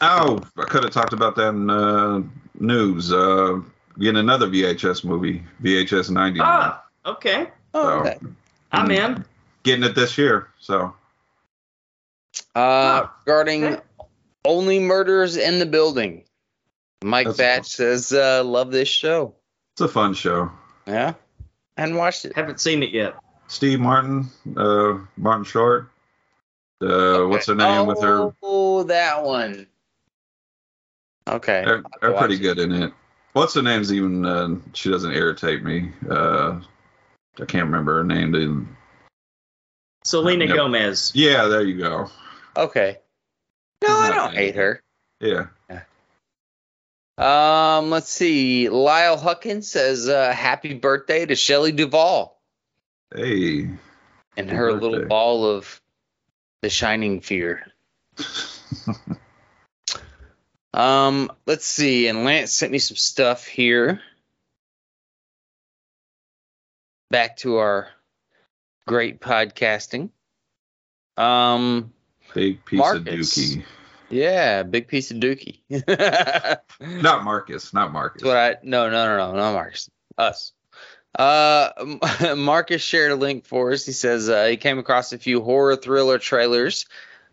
[SPEAKER 3] Oh, I could have talked about that in uh, news. Uh, getting another VHS movie, VHS 90.
[SPEAKER 2] Ah, okay.
[SPEAKER 4] Oh,
[SPEAKER 3] so,
[SPEAKER 4] okay.
[SPEAKER 2] I'm
[SPEAKER 4] Mm.
[SPEAKER 2] in.
[SPEAKER 3] Getting it this year. So
[SPEAKER 4] Uh, regarding
[SPEAKER 2] okay.
[SPEAKER 4] Only Murders in the Building, Mike
[SPEAKER 3] That's
[SPEAKER 4] Batch
[SPEAKER 3] awesome.
[SPEAKER 4] says, uh, love this show.
[SPEAKER 3] it's a fun show.
[SPEAKER 4] Yeah. Hadn't watched it.
[SPEAKER 2] Haven't seen it yet.
[SPEAKER 3] Steve Martin, uh, Martin Short. Uh, What's her name with her?
[SPEAKER 4] Oh, that one. Okay.
[SPEAKER 3] They're, they're pretty good in it. What's her name's even? Uh, she doesn't irritate me. Uh, I can't remember her name. dude.
[SPEAKER 2] Selena
[SPEAKER 3] Yep.
[SPEAKER 2] Gomez.
[SPEAKER 3] Yeah, there you go.
[SPEAKER 4] Okay. No, I
[SPEAKER 3] Not
[SPEAKER 4] don't
[SPEAKER 3] bad.
[SPEAKER 4] hate her.
[SPEAKER 3] Yeah.
[SPEAKER 4] Um, let's see. Lyle Huckins says, uh, "Happy birthday to Shelley Duvall
[SPEAKER 3] Hey.
[SPEAKER 4] and
[SPEAKER 3] Happy
[SPEAKER 4] her
[SPEAKER 3] birthday.
[SPEAKER 4] little ball of the shining fear." Um, let's see. And Lance sent me some stuff here. Back to our great podcasting. Um,
[SPEAKER 3] Big piece of
[SPEAKER 4] Marcus.
[SPEAKER 3] Dookie.
[SPEAKER 4] yeah, big piece of dookie. That's
[SPEAKER 3] Not Marcus. Not Marcus.
[SPEAKER 4] what I no no no no no Marcus us. Uh, Marcus shared a link for us. He says uh, he came across a few horror thriller trailers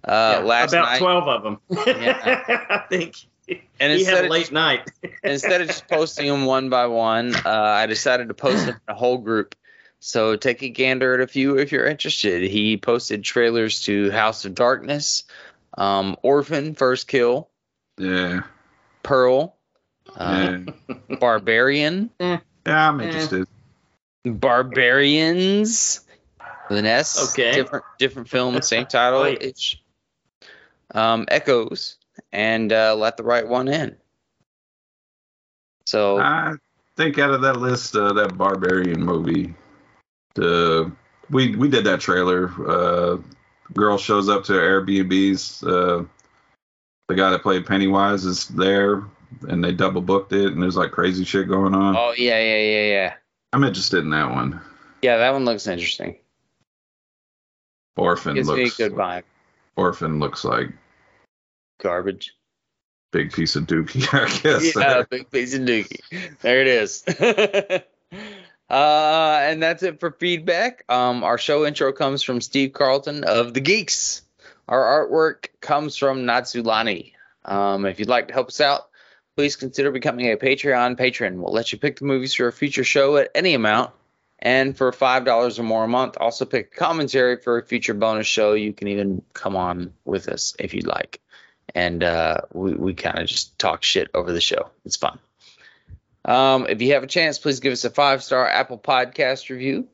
[SPEAKER 4] uh,
[SPEAKER 2] Yeah,
[SPEAKER 4] last
[SPEAKER 2] About
[SPEAKER 4] night,
[SPEAKER 2] 12 of them.
[SPEAKER 4] Yeah.
[SPEAKER 2] I think.
[SPEAKER 4] and
[SPEAKER 2] he
[SPEAKER 4] instead
[SPEAKER 2] had a
[SPEAKER 4] of
[SPEAKER 2] late night.
[SPEAKER 4] instead of just posting them one by one, uh, I decided to post them in a whole group. So take a gander at a few if you're interested. He posted trailers to House of Darkness, um, Orphan, First Kill,
[SPEAKER 3] Yeah.
[SPEAKER 4] Pearl, uh,
[SPEAKER 3] Yeah.
[SPEAKER 4] Barbarian,
[SPEAKER 3] yeah, I'm
[SPEAKER 2] Eh.
[SPEAKER 3] interested.
[SPEAKER 4] Barbarians, with an S.
[SPEAKER 2] Okay.
[SPEAKER 4] Different different film, same title.
[SPEAKER 2] Wait.
[SPEAKER 4] It's um, Echoes and uh, Let the Right One In. So
[SPEAKER 3] I think out of that list, uh, that barbarian movie, the we we did that trailer. Uh, girl shows up to Airbnb's. Uh, the guy that played Pennywise is there, and they double booked it, and there's like crazy shit going on.
[SPEAKER 4] oh yeah yeah yeah yeah.
[SPEAKER 3] I'm interested in that one.
[SPEAKER 4] Yeah, that one looks interesting.
[SPEAKER 3] Orphan
[SPEAKER 4] Gives me a
[SPEAKER 3] looks
[SPEAKER 4] good vibe.
[SPEAKER 3] Orphan looks like
[SPEAKER 4] Garbage.
[SPEAKER 3] big piece
[SPEAKER 4] Uh,
[SPEAKER 3] of dookie, I guess.
[SPEAKER 4] yeah, big piece of dookie. There it is. Uh, and that's it for feedback. Um, our show intro comes from Steve Carlton of The Geeks. Our artwork comes from Natsulani. Um, if you'd like to help us out, please consider becoming a Patreon patron. We'll let you pick the movies for a future show at any amount. And for $5 or more a month, also pick commentary for a future bonus show. You can even come on with us if you'd like. And uh, we, we kind of just talk shit over the show. It's fun. Um, if you have a chance, please give us a five star Apple Podcast review.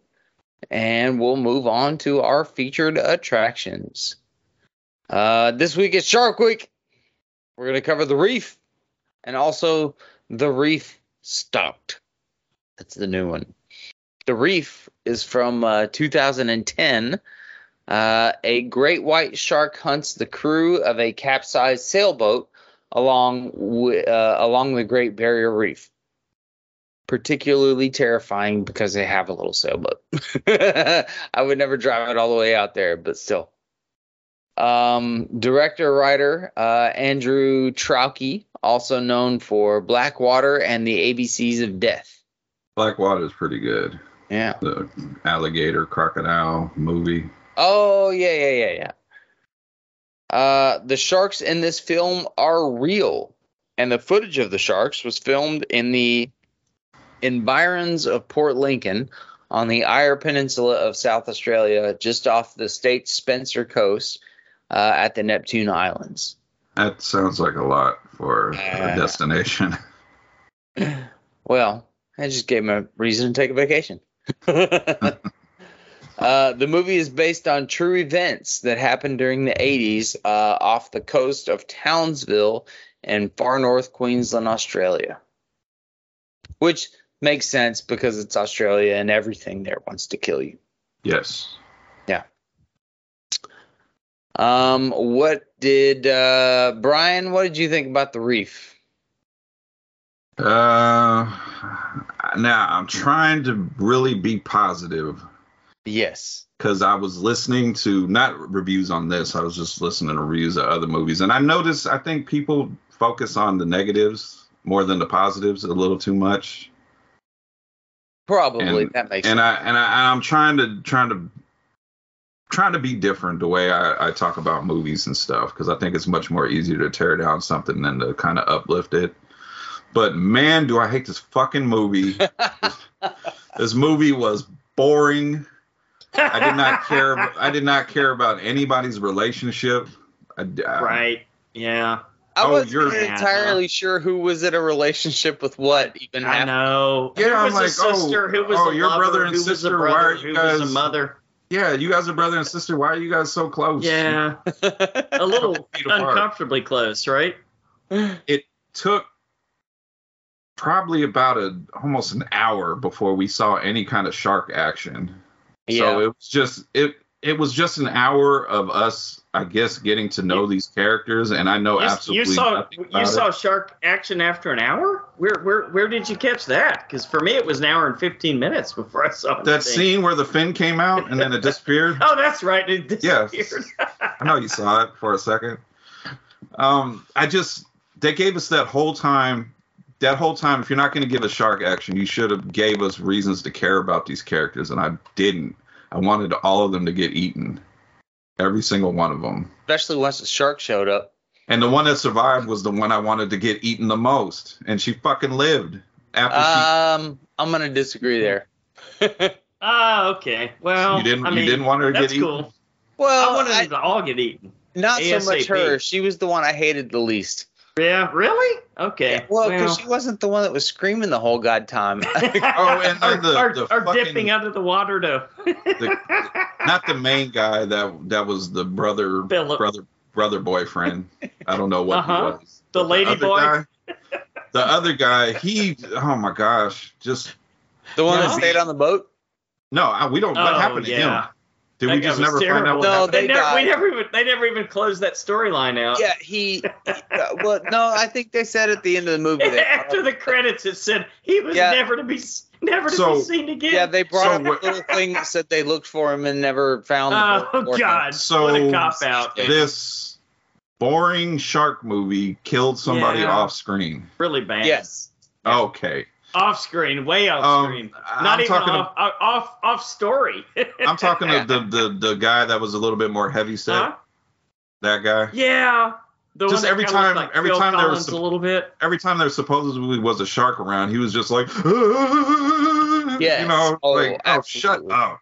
[SPEAKER 4] And we'll move on to our featured attractions. Uh, this week is Shark Week. We're going to cover the reef and also the reef stopped. That's the new one. The reef is from uh, 2010. Uh, a great white shark hunts the crew of a capsized sailboat along wi- uh, along the Great Barrier Reef. Particularly terrifying because they have a little sailboat. I would never drive it all the way out there, but still. Um, director writer uh, Andrew Trauke, also known for Blackwater and the ABCs of Death.
[SPEAKER 3] Blackwater is pretty good.
[SPEAKER 4] Yeah.
[SPEAKER 3] The alligator crocodile movie.
[SPEAKER 4] Oh yeah, yeah, yeah, yeah. Uh, the sharks in this film are real, and the footage of the sharks was filmed in the environs of Port Lincoln on the Eyre Peninsula of South Australia, just off the state's Spencer coast uh, at the Neptune Islands.
[SPEAKER 3] That sounds like a lot for
[SPEAKER 4] Yeah.
[SPEAKER 3] a destination.
[SPEAKER 4] Well, I just gave him a reason to take a vacation. uh, the movie is based on true events that happened during the 80s uh, off the coast of Townsville in far north Queensland, Australia. Which makes sense because it's Australia and everything there wants to kill you.
[SPEAKER 3] yes.
[SPEAKER 4] Um, what did uh, Brian? What did you think about the reef?
[SPEAKER 3] Uh, now I'm trying to really be positive
[SPEAKER 4] Yes.
[SPEAKER 3] because I was listening to not reviews on this. I was just listening to reviews of other movies, and I noticed I think people focus on the negatives more than the positives a little too much.
[SPEAKER 4] Probably that makes
[SPEAKER 3] And I and I and I'm trying to trying to trying to be different the way I, I talk about movies and stuff because I think it's much more easier to tear down something than to kind of uplift it. But man, do I hate this fucking movie. this movie was boring. I did not care. I did not care about anybody's relationship. I, I-
[SPEAKER 2] Right. Yeah.
[SPEAKER 4] I
[SPEAKER 3] Oh,
[SPEAKER 4] wasn't
[SPEAKER 3] you're-
[SPEAKER 4] entirely sure who was in a relationship with what even
[SPEAKER 2] I
[SPEAKER 4] happened.
[SPEAKER 2] know.
[SPEAKER 3] Yeah,
[SPEAKER 2] who
[SPEAKER 3] I'm
[SPEAKER 2] was
[SPEAKER 3] like,
[SPEAKER 2] a sister?
[SPEAKER 3] oh,
[SPEAKER 2] who was
[SPEAKER 3] oh,
[SPEAKER 2] a
[SPEAKER 3] your
[SPEAKER 2] lover?
[SPEAKER 3] brother and
[SPEAKER 2] who
[SPEAKER 3] sister,
[SPEAKER 2] Was a
[SPEAKER 3] why
[SPEAKER 2] brother?
[SPEAKER 3] are you
[SPEAKER 2] who was
[SPEAKER 3] guys-
[SPEAKER 2] a mother?
[SPEAKER 3] Yeah, you guys are brother and sister. Why are you guys so close?
[SPEAKER 2] Yeah, a little
[SPEAKER 3] Feet apart.
[SPEAKER 2] uncomfortably close, right?
[SPEAKER 3] took probably about a almost an hour before we saw any kind of shark action. So
[SPEAKER 4] yeah.
[SPEAKER 3] it was just it it was just an hour of us, I guess, getting to know these characters, and I know
[SPEAKER 2] you, you
[SPEAKER 3] Oh, absolutely
[SPEAKER 2] saw
[SPEAKER 3] nothing about
[SPEAKER 2] you
[SPEAKER 3] it.
[SPEAKER 2] saw shark action after an hour. Where where where did you catch that? Because for me, it was an hour and fifteen minutes before I saw
[SPEAKER 3] that
[SPEAKER 2] anything.
[SPEAKER 3] scene where the fin came out and then it disappeared.
[SPEAKER 2] Oh, that's right. It
[SPEAKER 3] Yes.
[SPEAKER 2] disappeared.
[SPEAKER 3] I know you saw it for a second. Um, I just they gave us that whole time. That whole time, if you're not going to give us shark action, you should have gave us reasons to care about these characters, and I didn't. I wanted all of them to get eaten, every single one of them.
[SPEAKER 4] Especially once the shark showed up.
[SPEAKER 3] And the one that survived was the one I wanted to get eaten the most, and she fucking lived. After
[SPEAKER 4] Um, I'm gonna disagree there.
[SPEAKER 2] Ah, okay.
[SPEAKER 3] she,
[SPEAKER 2] Well,
[SPEAKER 3] you didn't,
[SPEAKER 2] I mean,
[SPEAKER 3] you didn't want her to
[SPEAKER 2] that's
[SPEAKER 3] get eaten.
[SPEAKER 2] cool. I
[SPEAKER 4] Well,
[SPEAKER 2] wanted
[SPEAKER 4] I-
[SPEAKER 2] them to all get eaten.
[SPEAKER 4] not so much
[SPEAKER 2] ASAP.
[SPEAKER 4] her. She was the one I hated the least.
[SPEAKER 2] Yeah, really? Okay.
[SPEAKER 4] Well, because she wasn't the one that was screaming the whole god time.
[SPEAKER 3] Oh, and then
[SPEAKER 2] or,
[SPEAKER 3] the-
[SPEAKER 2] or,
[SPEAKER 3] the
[SPEAKER 2] or
[SPEAKER 3] fucking-
[SPEAKER 2] dipping out of the water to
[SPEAKER 3] Not the main guy that that was the brother,
[SPEAKER 2] Philip.
[SPEAKER 3] brother, brother boyfriend. I don't know what
[SPEAKER 2] Uh-huh.
[SPEAKER 3] he was.
[SPEAKER 2] the lady
[SPEAKER 3] other
[SPEAKER 2] boy.
[SPEAKER 3] guy- the other guy, he, oh my gosh, just
[SPEAKER 4] the one that
[SPEAKER 2] No.
[SPEAKER 4] stayed on the boat.
[SPEAKER 3] no, I, we don't.
[SPEAKER 2] Oh,
[SPEAKER 3] what happened to
[SPEAKER 2] yeah.
[SPEAKER 3] him? Did
[SPEAKER 2] That
[SPEAKER 3] we
[SPEAKER 2] guy
[SPEAKER 3] just
[SPEAKER 2] was
[SPEAKER 3] never find out?
[SPEAKER 2] terrible.
[SPEAKER 3] What
[SPEAKER 4] No,
[SPEAKER 3] happened?
[SPEAKER 2] They,
[SPEAKER 4] They
[SPEAKER 2] never, we
[SPEAKER 4] died.
[SPEAKER 2] never even they never even closed that storyline out.
[SPEAKER 4] Yeah, he. uh, well, no, I think they said at the end of the movie. They
[SPEAKER 2] After the credits, it said he was
[SPEAKER 4] Yeah.
[SPEAKER 2] never to be s- never to
[SPEAKER 3] So-
[SPEAKER 2] be seen again.
[SPEAKER 4] yeah, they brought
[SPEAKER 3] So
[SPEAKER 4] up
[SPEAKER 3] what-
[SPEAKER 4] a little thing that said they looked for him and never found him.
[SPEAKER 2] oh God, what
[SPEAKER 3] So,
[SPEAKER 2] a cop out!
[SPEAKER 3] This boring shark movie killed somebody
[SPEAKER 2] Yeah.
[SPEAKER 3] off screen.
[SPEAKER 2] really bad.
[SPEAKER 4] Yes.
[SPEAKER 3] Okay,
[SPEAKER 2] off screen, way off
[SPEAKER 3] Um,
[SPEAKER 2] screen.
[SPEAKER 3] I-
[SPEAKER 2] Not
[SPEAKER 3] I'm
[SPEAKER 2] even
[SPEAKER 3] talking to-
[SPEAKER 2] off, off, off, off story.
[SPEAKER 3] I'm talking to the, the the guy that was a little bit more heavy set.
[SPEAKER 2] Huh?
[SPEAKER 3] That guy.
[SPEAKER 2] Yeah. The
[SPEAKER 3] Just
[SPEAKER 2] one that
[SPEAKER 3] every
[SPEAKER 2] kinda looked
[SPEAKER 3] time-
[SPEAKER 2] like
[SPEAKER 3] every
[SPEAKER 2] Phil
[SPEAKER 3] time there was
[SPEAKER 2] Collins
[SPEAKER 3] some-
[SPEAKER 2] a little bit.
[SPEAKER 3] Every time there supposedly was a shark around, he was just like, you
[SPEAKER 4] Yes.
[SPEAKER 3] know,
[SPEAKER 4] Oh,
[SPEAKER 3] like, oh, shut
[SPEAKER 4] absolutely.
[SPEAKER 3] up.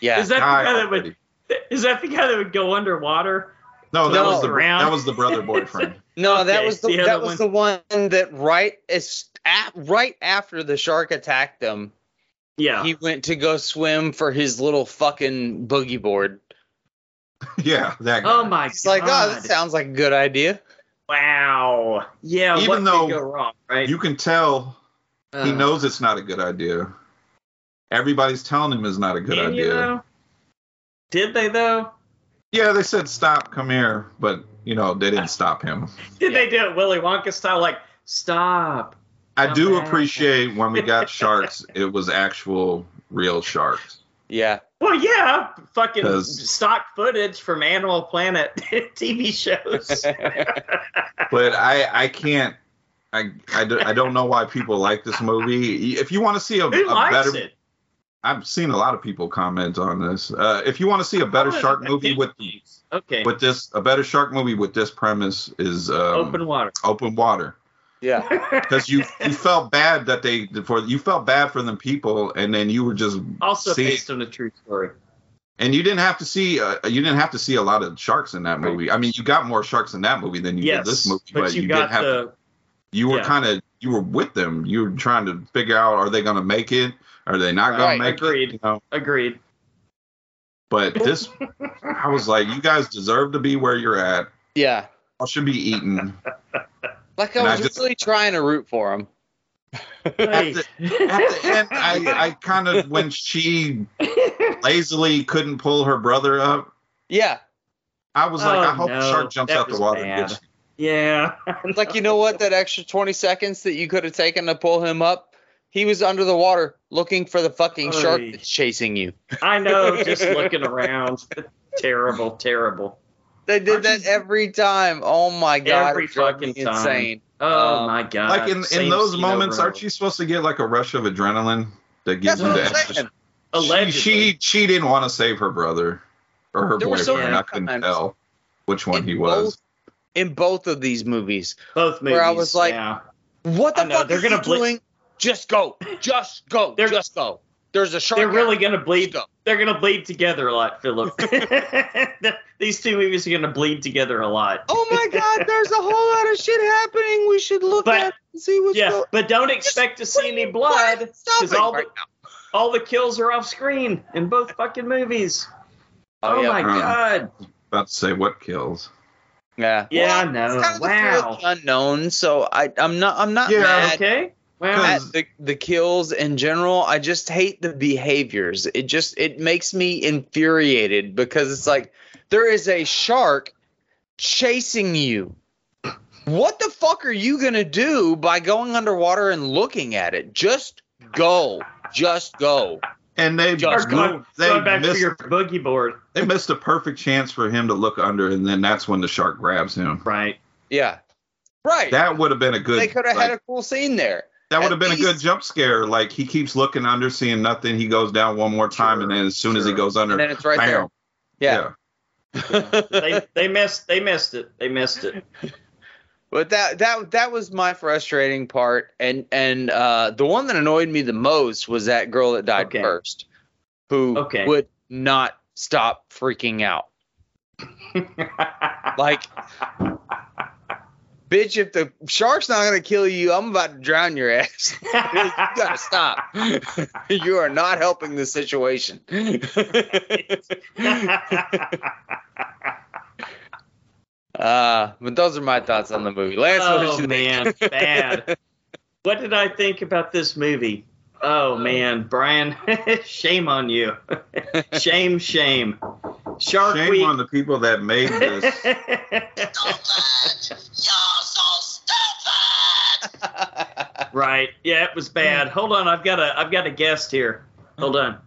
[SPEAKER 4] Yeah.
[SPEAKER 2] Is that
[SPEAKER 3] die
[SPEAKER 2] the guy that
[SPEAKER 3] already.
[SPEAKER 2] would? Is that the guy that would go underwater?
[SPEAKER 3] No, that
[SPEAKER 4] No.
[SPEAKER 3] was the
[SPEAKER 2] Around.
[SPEAKER 3] that was the brother boyfriend.
[SPEAKER 4] No, that
[SPEAKER 2] Okay,
[SPEAKER 4] was
[SPEAKER 2] the
[SPEAKER 4] the,
[SPEAKER 2] other
[SPEAKER 4] that was the one that right as at, right after the shark attacked them,
[SPEAKER 2] Yeah.
[SPEAKER 4] he went to go swim for his little fucking boogie board.
[SPEAKER 3] yeah, that guy.
[SPEAKER 2] oh my
[SPEAKER 4] It's
[SPEAKER 2] god.
[SPEAKER 4] like, oh, that sounds like a good idea.
[SPEAKER 2] wow. Yeah.
[SPEAKER 3] Even
[SPEAKER 2] what could
[SPEAKER 3] though
[SPEAKER 2] go wrong, right?
[SPEAKER 3] you can tell he
[SPEAKER 4] Uh,
[SPEAKER 3] knows it's not a good idea. Everybody's telling him it's not a good
[SPEAKER 2] Can
[SPEAKER 3] idea.
[SPEAKER 2] you though? Did they though?
[SPEAKER 3] Yeah, they said stop, come here, but you know they didn't stop him.
[SPEAKER 2] Did they do it Willy Wonka style? Like stop.
[SPEAKER 3] I do
[SPEAKER 2] Okay.
[SPEAKER 3] appreciate when we got sharks, it was actual real sharks.
[SPEAKER 4] Yeah.
[SPEAKER 2] Well, yeah, fucking
[SPEAKER 3] 'Cause-
[SPEAKER 2] stock footage from Animal Planet TV shows.
[SPEAKER 3] But I I can't I, I, do, I don't know why people like this movie. If you want to see a,
[SPEAKER 2] Who
[SPEAKER 3] a
[SPEAKER 2] likes
[SPEAKER 3] better,
[SPEAKER 2] it?
[SPEAKER 3] I've seen a lot of people comment on this. Uh, if you want to see a better
[SPEAKER 2] Probably
[SPEAKER 3] shark
[SPEAKER 2] the
[SPEAKER 3] movie with
[SPEAKER 2] Yankees. okay
[SPEAKER 3] with this, a better shark movie with this premise is um,
[SPEAKER 2] open water.
[SPEAKER 3] open water.
[SPEAKER 4] Yeah.
[SPEAKER 3] because you you felt bad that they for you felt bad for them people, and then you were just
[SPEAKER 2] also
[SPEAKER 3] seeing-
[SPEAKER 2] based on a true story.
[SPEAKER 3] and you didn't have to see uh, you didn't have to see a lot of sharks in that
[SPEAKER 2] Right.
[SPEAKER 3] movie. I mean, you got more sharks in that movie than you
[SPEAKER 2] yes,
[SPEAKER 3] did this movie,
[SPEAKER 2] but, you, got
[SPEAKER 3] didn't have
[SPEAKER 2] the
[SPEAKER 3] you were
[SPEAKER 2] yeah.
[SPEAKER 3] kind of you were with them. You were trying to figure out are they going to make it? Are they not going
[SPEAKER 4] Right,
[SPEAKER 3] to make
[SPEAKER 2] agreed.
[SPEAKER 3] it? You know?
[SPEAKER 2] agreed.
[SPEAKER 3] But this, I was like, you guys deserve to be where you're at.
[SPEAKER 4] Yeah.
[SPEAKER 3] I should be eaten.
[SPEAKER 4] Like
[SPEAKER 3] And
[SPEAKER 4] I
[SPEAKER 3] I
[SPEAKER 4] was
[SPEAKER 3] just-
[SPEAKER 4] really trying to root for him.
[SPEAKER 2] Hey.
[SPEAKER 3] At the end, I, I kind of when she lazily couldn't pull her brother up,
[SPEAKER 4] Yeah.
[SPEAKER 3] I was like,
[SPEAKER 2] Oh,
[SPEAKER 3] I hope
[SPEAKER 2] no.
[SPEAKER 3] the shark jumps
[SPEAKER 2] That
[SPEAKER 3] out the
[SPEAKER 2] was
[SPEAKER 3] water.
[SPEAKER 2] bad.
[SPEAKER 3] and gets you.
[SPEAKER 2] yeah,
[SPEAKER 4] It's like you know what? That extra twenty seconds that you could have taken to pull him up, he was under the water looking for the fucking shark
[SPEAKER 2] Oy.
[SPEAKER 4] that's chasing you.
[SPEAKER 2] I know. Just looking around, terrible, terrible.
[SPEAKER 4] They did
[SPEAKER 2] Aren't you-
[SPEAKER 4] that every time. Oh my god,
[SPEAKER 2] Every
[SPEAKER 4] it drove me
[SPEAKER 2] fucking time.
[SPEAKER 4] insane.
[SPEAKER 2] Oh
[SPEAKER 4] Um,
[SPEAKER 2] my god!
[SPEAKER 3] Uh, Like in,
[SPEAKER 2] Same
[SPEAKER 3] in those
[SPEAKER 2] scene
[SPEAKER 3] moments,
[SPEAKER 2] over and
[SPEAKER 3] aren't you supposed to get like a rush of adrenaline that gives
[SPEAKER 4] That's
[SPEAKER 3] you
[SPEAKER 4] what
[SPEAKER 3] the
[SPEAKER 4] I'm
[SPEAKER 3] extra?
[SPEAKER 4] saying.
[SPEAKER 2] over.
[SPEAKER 3] She,
[SPEAKER 2] Allegedly,
[SPEAKER 3] she she didn't want to save her brother or her
[SPEAKER 4] There were
[SPEAKER 3] boyfriend.
[SPEAKER 4] so many
[SPEAKER 3] I couldn't
[SPEAKER 4] times
[SPEAKER 3] tell which one
[SPEAKER 4] in
[SPEAKER 3] he was.
[SPEAKER 4] both- in both of these movies.
[SPEAKER 2] both movies.
[SPEAKER 4] where I was like-
[SPEAKER 2] yeah.
[SPEAKER 4] What
[SPEAKER 2] I
[SPEAKER 4] the
[SPEAKER 2] know,
[SPEAKER 4] fuck
[SPEAKER 2] they're
[SPEAKER 4] are
[SPEAKER 2] gonna
[SPEAKER 4] you
[SPEAKER 2] bli-
[SPEAKER 4] doing? Just go. Just go.
[SPEAKER 2] They're-
[SPEAKER 4] just go. There's a shark.
[SPEAKER 2] they're really
[SPEAKER 4] out.
[SPEAKER 2] gonna
[SPEAKER 4] Just
[SPEAKER 2] bleed.
[SPEAKER 4] go.
[SPEAKER 2] They're gonna bleed together a lot, Philip. These two movies are gonna bleed together a lot.
[SPEAKER 4] Oh my god, there's a whole lot of shit happening. We should look
[SPEAKER 2] But-
[SPEAKER 4] at it and see what's
[SPEAKER 2] yeah,
[SPEAKER 4] going
[SPEAKER 2] but don't expect to see any blood.
[SPEAKER 4] Stop
[SPEAKER 2] 'cause
[SPEAKER 4] it
[SPEAKER 2] all
[SPEAKER 4] right
[SPEAKER 2] the-
[SPEAKER 4] now.
[SPEAKER 2] All the kills are off screen in both fucking movies. Oh,
[SPEAKER 4] yeah.
[SPEAKER 2] my
[SPEAKER 3] Uh-huh.
[SPEAKER 2] god!
[SPEAKER 3] About to say what kills.
[SPEAKER 4] Yeah.
[SPEAKER 2] Yeah, I
[SPEAKER 4] Well,
[SPEAKER 2] know.
[SPEAKER 4] it's kind of the thrill
[SPEAKER 2] Wow.
[SPEAKER 4] of the unknown, so I I'm not I'm not
[SPEAKER 3] Yeah.
[SPEAKER 4] mad
[SPEAKER 2] Okay. Wow.
[SPEAKER 3] Cause-
[SPEAKER 4] at the, the kills in general. I just hate the behaviors. It just it makes me infuriated because it's like there is a shark chasing you. What the fuck are you gonna do by going underwater and looking at it? Just go. Just go.
[SPEAKER 3] And they
[SPEAKER 4] Just
[SPEAKER 2] Or going,
[SPEAKER 3] blew, they
[SPEAKER 2] going back to
[SPEAKER 3] missed
[SPEAKER 2] your boogie board.
[SPEAKER 3] they missed a perfect chance for him to look under, and then that's when the shark grabs him.
[SPEAKER 2] Right.
[SPEAKER 4] Yeah. Right.
[SPEAKER 3] That would have been a good.
[SPEAKER 4] they could have
[SPEAKER 3] like,
[SPEAKER 4] had a cool scene there.
[SPEAKER 3] That would
[SPEAKER 4] At
[SPEAKER 3] have been a good
[SPEAKER 4] least-
[SPEAKER 3] jump scare. Like he keeps looking under, seeing nothing. He goes down one more time, and then as soon as he
[SPEAKER 2] sure.
[SPEAKER 3] goes under,
[SPEAKER 4] And then it's right
[SPEAKER 3] bam.
[SPEAKER 4] there. Yeah.
[SPEAKER 2] They they missed they missed it. They missed it.
[SPEAKER 4] But that that that was my frustrating part, and and uh, the one that annoyed me the most was that girl that died
[SPEAKER 2] Okay.
[SPEAKER 4] first, who
[SPEAKER 2] Okay.
[SPEAKER 4] would not stop freaking out. Like, bitch, if the shark's not gonna kill you, I'm about to drown your ass. you gotta stop. you are not helping the situation. uh, but those are my thoughts on the movie. Lance, what did
[SPEAKER 2] oh
[SPEAKER 4] you think?
[SPEAKER 2] man, bad. What did I think about this movie? Oh man, Brian, shame on you. shame, shame. Shark
[SPEAKER 3] Shame
[SPEAKER 2] Week.
[SPEAKER 3] on the people that made this.
[SPEAKER 2] right. Yeah, it was bad. Hold on, I've got a I've got a guest here. Hold on.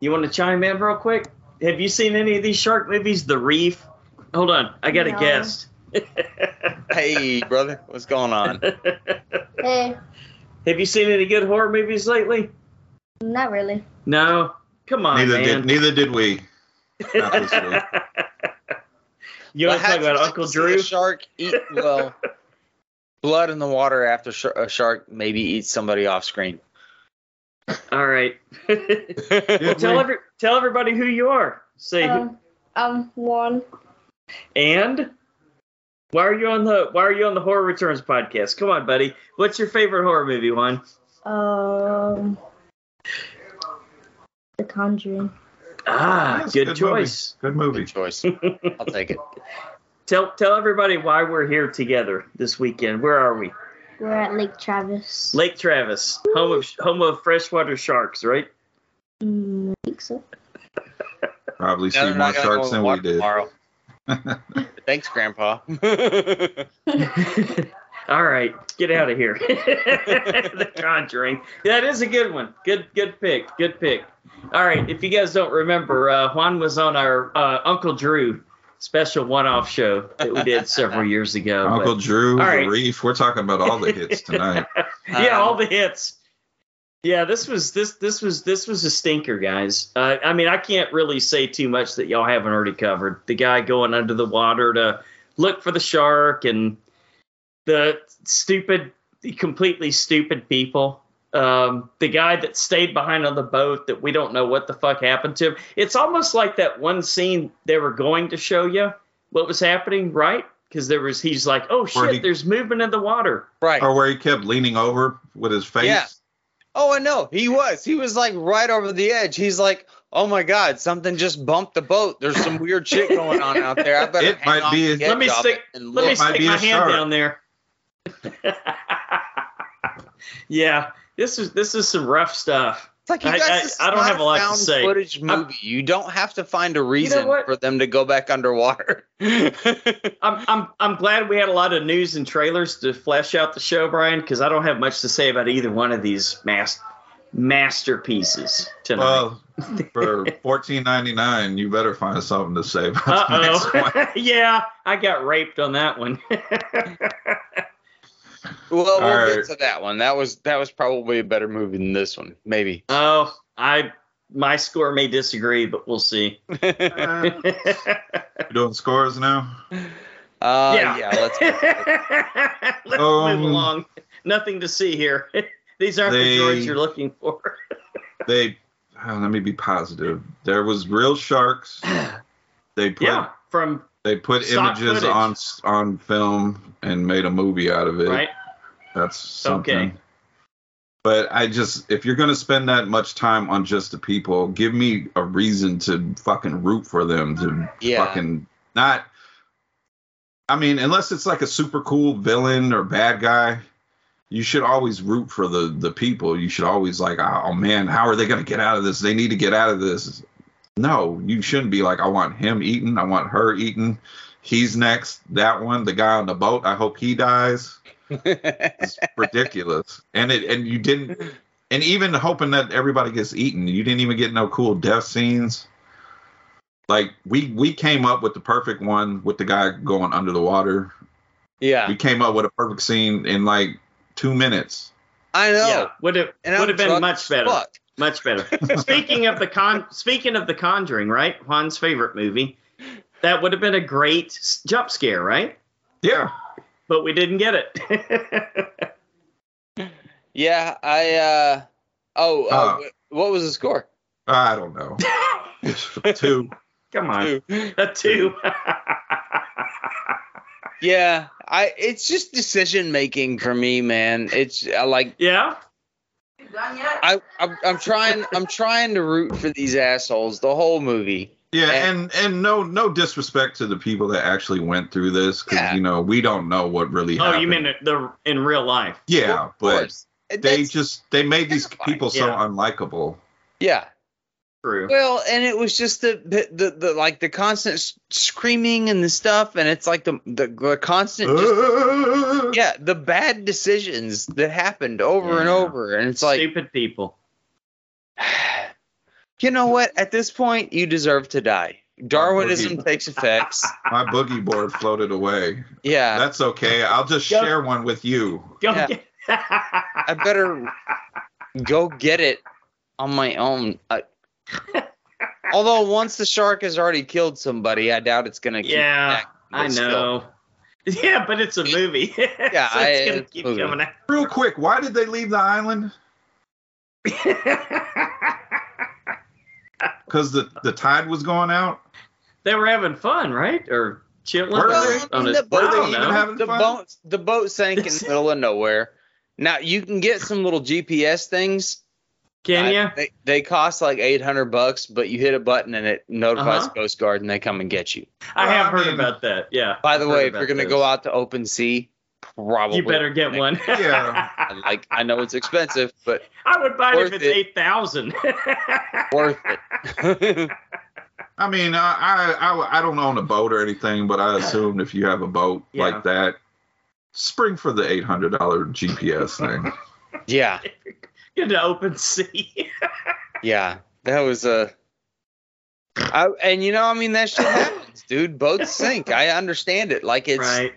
[SPEAKER 2] You want to chime in real quick? Have you seen any of these shark movies? The Reef. Hold on, I got a
[SPEAKER 5] No.
[SPEAKER 2] guest.
[SPEAKER 5] Eh,
[SPEAKER 4] hey, brother, what's going on?
[SPEAKER 5] Hey,
[SPEAKER 2] Have you seen any good horror movies lately?
[SPEAKER 5] Not really.
[SPEAKER 2] No. Come on,
[SPEAKER 3] neither
[SPEAKER 2] Oh, man.
[SPEAKER 3] did neither did we. not this week.
[SPEAKER 2] you want to talk
[SPEAKER 4] But have
[SPEAKER 2] about
[SPEAKER 4] you
[SPEAKER 2] Uncle
[SPEAKER 4] seen a
[SPEAKER 2] Drew?
[SPEAKER 4] shark eat well. blood in the water after sh- a shark maybe eats somebody off screen.
[SPEAKER 2] All right.
[SPEAKER 3] Yeah,
[SPEAKER 2] well, tell
[SPEAKER 3] we-
[SPEAKER 2] every tell everybody who you are. Say who-
[SPEAKER 5] Um, um, one.
[SPEAKER 2] and why are you on the why are you on the horror returns podcast? Come on, buddy. What's your favorite horror movie? Juan?
[SPEAKER 5] Um, The Conjuring.
[SPEAKER 2] Ah,
[SPEAKER 3] Yes,
[SPEAKER 2] good,
[SPEAKER 3] movie.
[SPEAKER 2] choice.
[SPEAKER 3] Good
[SPEAKER 4] Good
[SPEAKER 3] movie.
[SPEAKER 4] choice. I'll take it.
[SPEAKER 2] Tell tell everybody why we're here together this weekend. Where are we?
[SPEAKER 5] We're at Lake Travis.
[SPEAKER 2] Lake Travis, home of home of freshwater sharks, right?
[SPEAKER 5] Mm, I think so.
[SPEAKER 3] Probably
[SPEAKER 4] Now
[SPEAKER 3] see
[SPEAKER 4] they're
[SPEAKER 3] more
[SPEAKER 4] not gonna go
[SPEAKER 3] sharks
[SPEAKER 4] in
[SPEAKER 3] than we
[SPEAKER 4] the water
[SPEAKER 3] did.
[SPEAKER 4] tomorrow. Thanks, Grandpa.
[SPEAKER 2] All right, get out of here. the Conjuring. That is a good one. Good, good pick. Good pick. All right, if you guys don't remember, uh, Juan was on our uh, Uncle Drew special one-off show that we did several years ago. but-
[SPEAKER 3] Uncle Drew,
[SPEAKER 2] All right.
[SPEAKER 3] the Reef. We're talking about all the hits tonight.
[SPEAKER 2] yeah,
[SPEAKER 4] Um,
[SPEAKER 2] all the hits. Yeah, this was this this was this was a stinker, guys. Uh, I mean, I can't really say too much that y'all haven't already covered. The guy going under the water to look for the shark and the stupid, completely stupid people. Um, the guy that stayed behind on the boat that we don't know what the fuck happened to him. It's almost like that one scene they were going to show you what was happening, right? Because there was he's like, oh
[SPEAKER 3] Where
[SPEAKER 2] shit,
[SPEAKER 3] he-
[SPEAKER 2] there's movement in the water.
[SPEAKER 4] right.
[SPEAKER 3] or where he kept leaning over with his face.
[SPEAKER 4] Yeah. Oh, I know. He was. He was like right over the edge. He's like, oh my God, something just bumped the boat. There's some weird shit going on out there. I better
[SPEAKER 3] It
[SPEAKER 4] hang
[SPEAKER 3] might
[SPEAKER 4] off
[SPEAKER 3] be-
[SPEAKER 4] the edge
[SPEAKER 2] Let me
[SPEAKER 4] of
[SPEAKER 2] stick-
[SPEAKER 4] it and
[SPEAKER 2] Let me
[SPEAKER 4] look."
[SPEAKER 3] Might
[SPEAKER 2] stick
[SPEAKER 3] be
[SPEAKER 2] my
[SPEAKER 3] a
[SPEAKER 2] hand
[SPEAKER 3] shark.
[SPEAKER 2] down there. yeah, this is this is some rough stuff.
[SPEAKER 4] It's like you
[SPEAKER 2] I-
[SPEAKER 4] guys,
[SPEAKER 2] I-
[SPEAKER 4] this
[SPEAKER 2] I
[SPEAKER 4] is
[SPEAKER 2] don't
[SPEAKER 4] not
[SPEAKER 2] have a lot to
[SPEAKER 4] found
[SPEAKER 2] say.
[SPEAKER 4] Footage movie. you don't have to find a reason
[SPEAKER 2] what?
[SPEAKER 4] for them to go back underwater.
[SPEAKER 2] I'm I'm I'm glad we had a lot of news and trailers to flesh out the show, Brian, because I don't have much to say about either one of these mas- masterpieces tonight.
[SPEAKER 3] Well, uh, for fourteen ninety nine, you better find something to say about
[SPEAKER 2] Uh
[SPEAKER 3] the next one.
[SPEAKER 2] oh. yeah, I got raped on that one.
[SPEAKER 4] well, we'll
[SPEAKER 3] right.
[SPEAKER 4] get to that one. That was that was probably a better movie than this one, maybe.
[SPEAKER 2] oh, I my score may disagree, but we'll see.
[SPEAKER 3] Uh, you doing scores now?
[SPEAKER 4] Uh, yeah. let's.
[SPEAKER 2] let's
[SPEAKER 3] Um,
[SPEAKER 2] move along. Nothing to see here. These aren't
[SPEAKER 3] They-
[SPEAKER 2] the droids you're looking for.
[SPEAKER 3] They uh, let me be positive. There was real sharks. They put
[SPEAKER 2] yeah, from
[SPEAKER 3] they put
[SPEAKER 2] Stock
[SPEAKER 3] images
[SPEAKER 2] footage.
[SPEAKER 3] on s- on film and made a movie out of it.
[SPEAKER 2] right.
[SPEAKER 3] That's something.
[SPEAKER 2] Okay.
[SPEAKER 3] But I just, if you're gonna spend that much time on just the people, give me a reason to fucking root for them to
[SPEAKER 4] Yeah.
[SPEAKER 3] fucking not. I mean, unless it's like a super cool villain or bad guy, you should always root for the the people. You should always like, oh man, how are they gonna get out of this? They need to get out of this. No, you shouldn't be like, I want him eaten, I want her eaten. He's next. That one, the guy on the boat. I hope he dies it's ridiculous. And it and you didn't and even hoping that everybody gets eaten, you didn't even get no cool death scenes. Like we we came up with the perfect one with the guy going under the water.
[SPEAKER 4] yeah,
[SPEAKER 3] We came up with a perfect scene in like two minutes.
[SPEAKER 4] I know.
[SPEAKER 2] Yeah, would have
[SPEAKER 4] And I'm
[SPEAKER 2] would have been
[SPEAKER 4] drunk
[SPEAKER 2] much
[SPEAKER 4] as
[SPEAKER 2] better.
[SPEAKER 4] fuck.
[SPEAKER 2] Much better. speaking of the con, speaking of the Conjuring, right? Juan's favorite movie. That would have been a great s- jump scare, right?
[SPEAKER 3] Yeah.
[SPEAKER 2] But we didn't get it.
[SPEAKER 4] Yeah, I. uh Oh, uh,
[SPEAKER 3] Uh.
[SPEAKER 4] wh- what was the score?
[SPEAKER 3] I don't know. two.
[SPEAKER 2] Come on,
[SPEAKER 4] Two.
[SPEAKER 2] a two.
[SPEAKER 4] Yeah, I. It's just decision making for me, man. It's I like
[SPEAKER 2] yeah.
[SPEAKER 4] I. I'm, I'm trying. I'm trying to root for these assholes the whole movie.
[SPEAKER 3] Yeah,
[SPEAKER 4] And-
[SPEAKER 3] and, and no no disrespect to the people that actually went through this because
[SPEAKER 4] Yeah.
[SPEAKER 3] you know we don't know what really
[SPEAKER 2] Oh,
[SPEAKER 3] happened.
[SPEAKER 2] you mean the in real life?
[SPEAKER 3] yeah,
[SPEAKER 4] Of
[SPEAKER 3] but
[SPEAKER 4] course. And
[SPEAKER 3] they
[SPEAKER 4] that's-
[SPEAKER 3] just they made these
[SPEAKER 4] terrifying.
[SPEAKER 3] people so
[SPEAKER 2] Yeah.
[SPEAKER 3] unlikable.
[SPEAKER 4] yeah.
[SPEAKER 2] True.
[SPEAKER 4] Well, and it was just the the, the, the like the constant s- screaming and the stuff, and it's like the the, the constant just, yeah the bad decisions that happened over and
[SPEAKER 3] Yeah.
[SPEAKER 4] over, and it's like
[SPEAKER 2] Stupid people.
[SPEAKER 4] you know what? At this point, you deserve to die. Darwinism takes effects.
[SPEAKER 3] My boogie board floated away.
[SPEAKER 4] Yeah.
[SPEAKER 3] That's okay. I'll just
[SPEAKER 2] Yep.
[SPEAKER 3] share one with you.
[SPEAKER 2] Go
[SPEAKER 4] Yeah.
[SPEAKER 2] get-
[SPEAKER 4] I better go get it on my own. I, although once the shark has already killed somebody, I doubt it's gonna. Keep
[SPEAKER 2] yeah,
[SPEAKER 4] back, but
[SPEAKER 2] I
[SPEAKER 4] still.
[SPEAKER 2] know. Yeah, but it's a movie. yeah, so
[SPEAKER 4] I-
[SPEAKER 2] it's gonna
[SPEAKER 4] it's a
[SPEAKER 2] keep
[SPEAKER 4] movie.
[SPEAKER 2] coming out.
[SPEAKER 3] Real quick, why did they leave the island? Because the, the tide was going out?
[SPEAKER 2] they were having fun, right? Or chilling
[SPEAKER 3] Were
[SPEAKER 2] on-
[SPEAKER 3] they?
[SPEAKER 2] on a,
[SPEAKER 4] The boat-
[SPEAKER 2] I don't
[SPEAKER 3] Were they
[SPEAKER 2] know.
[SPEAKER 3] even having
[SPEAKER 4] the
[SPEAKER 3] fun?
[SPEAKER 4] boat the boat sank in the middle of nowhere. Now you can get some little GPS things. I-
[SPEAKER 2] Can you?
[SPEAKER 4] They, they cost like eight hundred bucks, but you hit a button and it notifies
[SPEAKER 2] Uh-huh.
[SPEAKER 4] Coast Guard and they come and get you.
[SPEAKER 2] I
[SPEAKER 3] Well,
[SPEAKER 2] have
[SPEAKER 3] I
[SPEAKER 2] heard
[SPEAKER 3] mean-
[SPEAKER 2] about that. Yeah.
[SPEAKER 4] By the
[SPEAKER 2] I've
[SPEAKER 4] way,
[SPEAKER 2] heard
[SPEAKER 4] if you're
[SPEAKER 2] about
[SPEAKER 4] gonna
[SPEAKER 2] those.
[SPEAKER 4] go out to open sea, probably
[SPEAKER 2] you better get one.
[SPEAKER 3] Yeah.
[SPEAKER 4] Like I know it's expensive, but
[SPEAKER 2] I would buy it if
[SPEAKER 4] Worth
[SPEAKER 2] it's
[SPEAKER 4] it.
[SPEAKER 2] eight thousand.
[SPEAKER 4] worth it.
[SPEAKER 3] I mean, I, I, I, I don't own a boat or anything, but I assumed if you have a boat
[SPEAKER 2] Yeah.
[SPEAKER 3] like that, spring for the $800 GPS thing.
[SPEAKER 4] yeah,
[SPEAKER 2] Get to open sea.
[SPEAKER 4] yeah, that was a. I, and you know, I mean, that shit happens, dude. Boats sink. I understand it. Like it's
[SPEAKER 2] right.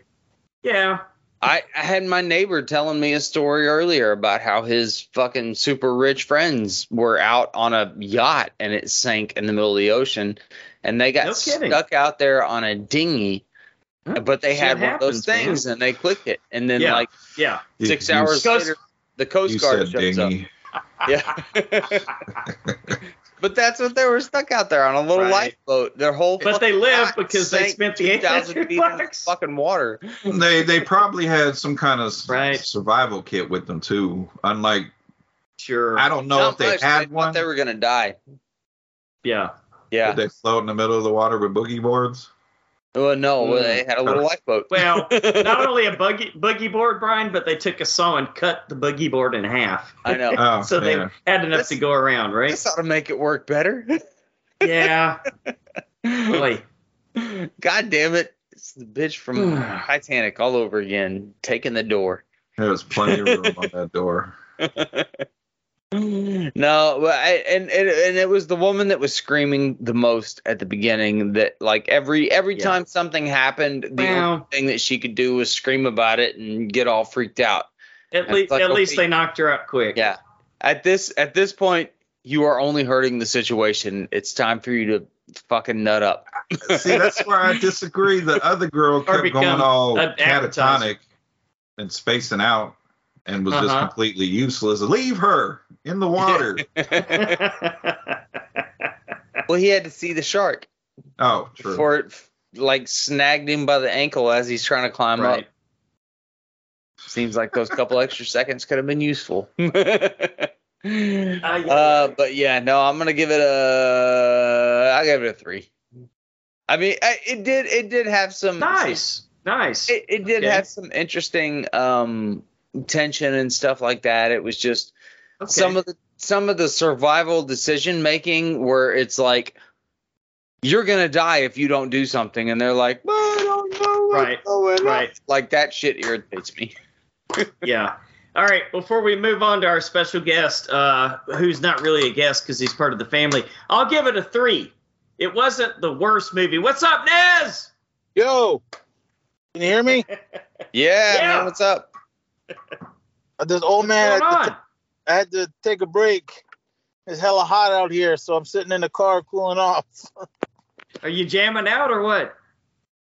[SPEAKER 2] Yeah.
[SPEAKER 4] I, I had my neighbor telling me a story earlier about how his fucking super rich friends were out on a yacht and it sank in the middle of the ocean and they got
[SPEAKER 2] No kidding.
[SPEAKER 4] stuck out there on a dinghy.
[SPEAKER 2] Huh,
[SPEAKER 4] But they
[SPEAKER 2] shit
[SPEAKER 4] had one of
[SPEAKER 2] happens,
[SPEAKER 4] those things and they clicked it. And then
[SPEAKER 2] Yeah.
[SPEAKER 4] like
[SPEAKER 2] Yeah.
[SPEAKER 4] six
[SPEAKER 3] You- you
[SPEAKER 4] hours
[SPEAKER 2] Coast-
[SPEAKER 4] later the Coast
[SPEAKER 3] you
[SPEAKER 4] Guard
[SPEAKER 3] said
[SPEAKER 4] shows
[SPEAKER 3] dinghy.
[SPEAKER 4] up. Yeah. but that's what they were stuck out there on a little
[SPEAKER 2] Right.
[SPEAKER 4] lifeboat. Their whole
[SPEAKER 2] But they
[SPEAKER 4] fucking
[SPEAKER 2] lived
[SPEAKER 4] yacht
[SPEAKER 2] because they
[SPEAKER 4] sank
[SPEAKER 2] spent the
[SPEAKER 4] 2,000 feet in the
[SPEAKER 2] 800
[SPEAKER 4] fucking water.
[SPEAKER 3] They they probably had some kind of s-
[SPEAKER 2] Right.
[SPEAKER 3] survival kit with them too. Unlike
[SPEAKER 2] Sure.
[SPEAKER 3] I don't know
[SPEAKER 4] Not
[SPEAKER 3] if they
[SPEAKER 4] much,
[SPEAKER 3] had
[SPEAKER 4] thought
[SPEAKER 3] one.
[SPEAKER 4] They
[SPEAKER 3] They,
[SPEAKER 4] were gonna die.
[SPEAKER 2] yeah.
[SPEAKER 4] Yeah.
[SPEAKER 3] they float in the middle of the water with boogie boards.
[SPEAKER 4] Well, no,
[SPEAKER 2] Mm.
[SPEAKER 4] they had a little
[SPEAKER 3] Oh.
[SPEAKER 4] lifeboat.
[SPEAKER 2] Well, Not only a buggy boogie board, Brian, but they took a saw and cut the boogie board in half.
[SPEAKER 4] I know.
[SPEAKER 3] Oh,
[SPEAKER 2] so they
[SPEAKER 3] yeah.
[SPEAKER 2] had enough
[SPEAKER 4] This-
[SPEAKER 2] to go around, right?
[SPEAKER 4] this ought to make it work better.
[SPEAKER 2] yeah. Boy.
[SPEAKER 4] God damn it! It's the bitch from Titanic all over again, taking the door.
[SPEAKER 3] there was plenty of room on that door.
[SPEAKER 4] No, well, I, and and and it was the woman that was screaming the most at the beginning. That like every every
[SPEAKER 2] Yeah.
[SPEAKER 4] time something happened, the only
[SPEAKER 2] Well,
[SPEAKER 4] thing that she could do was scream about it and get all freaked out.
[SPEAKER 2] at least
[SPEAKER 4] Fuck
[SPEAKER 2] at least
[SPEAKER 4] okay.
[SPEAKER 2] they knocked her out quick.
[SPEAKER 4] Yeah. At this at this point, you are only hurting the situation. It's time for you to fucking nut up.
[SPEAKER 3] See, that's where I disagree. The other girl kept
[SPEAKER 2] become
[SPEAKER 3] going all
[SPEAKER 2] an advertiser.
[SPEAKER 3] catatonic and spacing out and was just
[SPEAKER 2] Uh-huh.
[SPEAKER 3] completely useless. Leave her in the water.
[SPEAKER 4] Well, he had to see the shark
[SPEAKER 3] oh, true.
[SPEAKER 4] before it like snagged him by the ankle as he's trying to climb
[SPEAKER 2] right.
[SPEAKER 4] up. Seems like those couple extra seconds could have been useful.
[SPEAKER 2] Uh, yeah.
[SPEAKER 4] Uh, but yeah, no, I'm gonna give it a. I give it a three. I mean, I, it did it did have some
[SPEAKER 2] nice. Nice.
[SPEAKER 4] It, it did
[SPEAKER 2] Okay.
[SPEAKER 4] have some interesting um tension and stuff like that. It was just
[SPEAKER 2] okay.
[SPEAKER 4] some of the some of the survival decision making where it's like you're gonna die if you don't do something, and they're like, "Well, I don't know what's
[SPEAKER 2] Right,
[SPEAKER 4] going on."
[SPEAKER 2] right.
[SPEAKER 4] Like that shit irritates me.
[SPEAKER 2] yeah. All right. Before we move on to our special guest, uh, who's not really a guest because he's part of the family, I'll give it a three. It wasn't the worst movie. What's up, Nez?
[SPEAKER 6] Yo, can you hear me?
[SPEAKER 4] Yeah,
[SPEAKER 2] Yeah.
[SPEAKER 4] man, what's up?
[SPEAKER 6] Uh, This old man,
[SPEAKER 2] What's
[SPEAKER 6] I
[SPEAKER 2] going
[SPEAKER 6] had, to,
[SPEAKER 2] on?
[SPEAKER 6] I had to take a break. It's hella hot out here, so I'm sitting in the car cooling off.
[SPEAKER 2] Are you jamming out or what?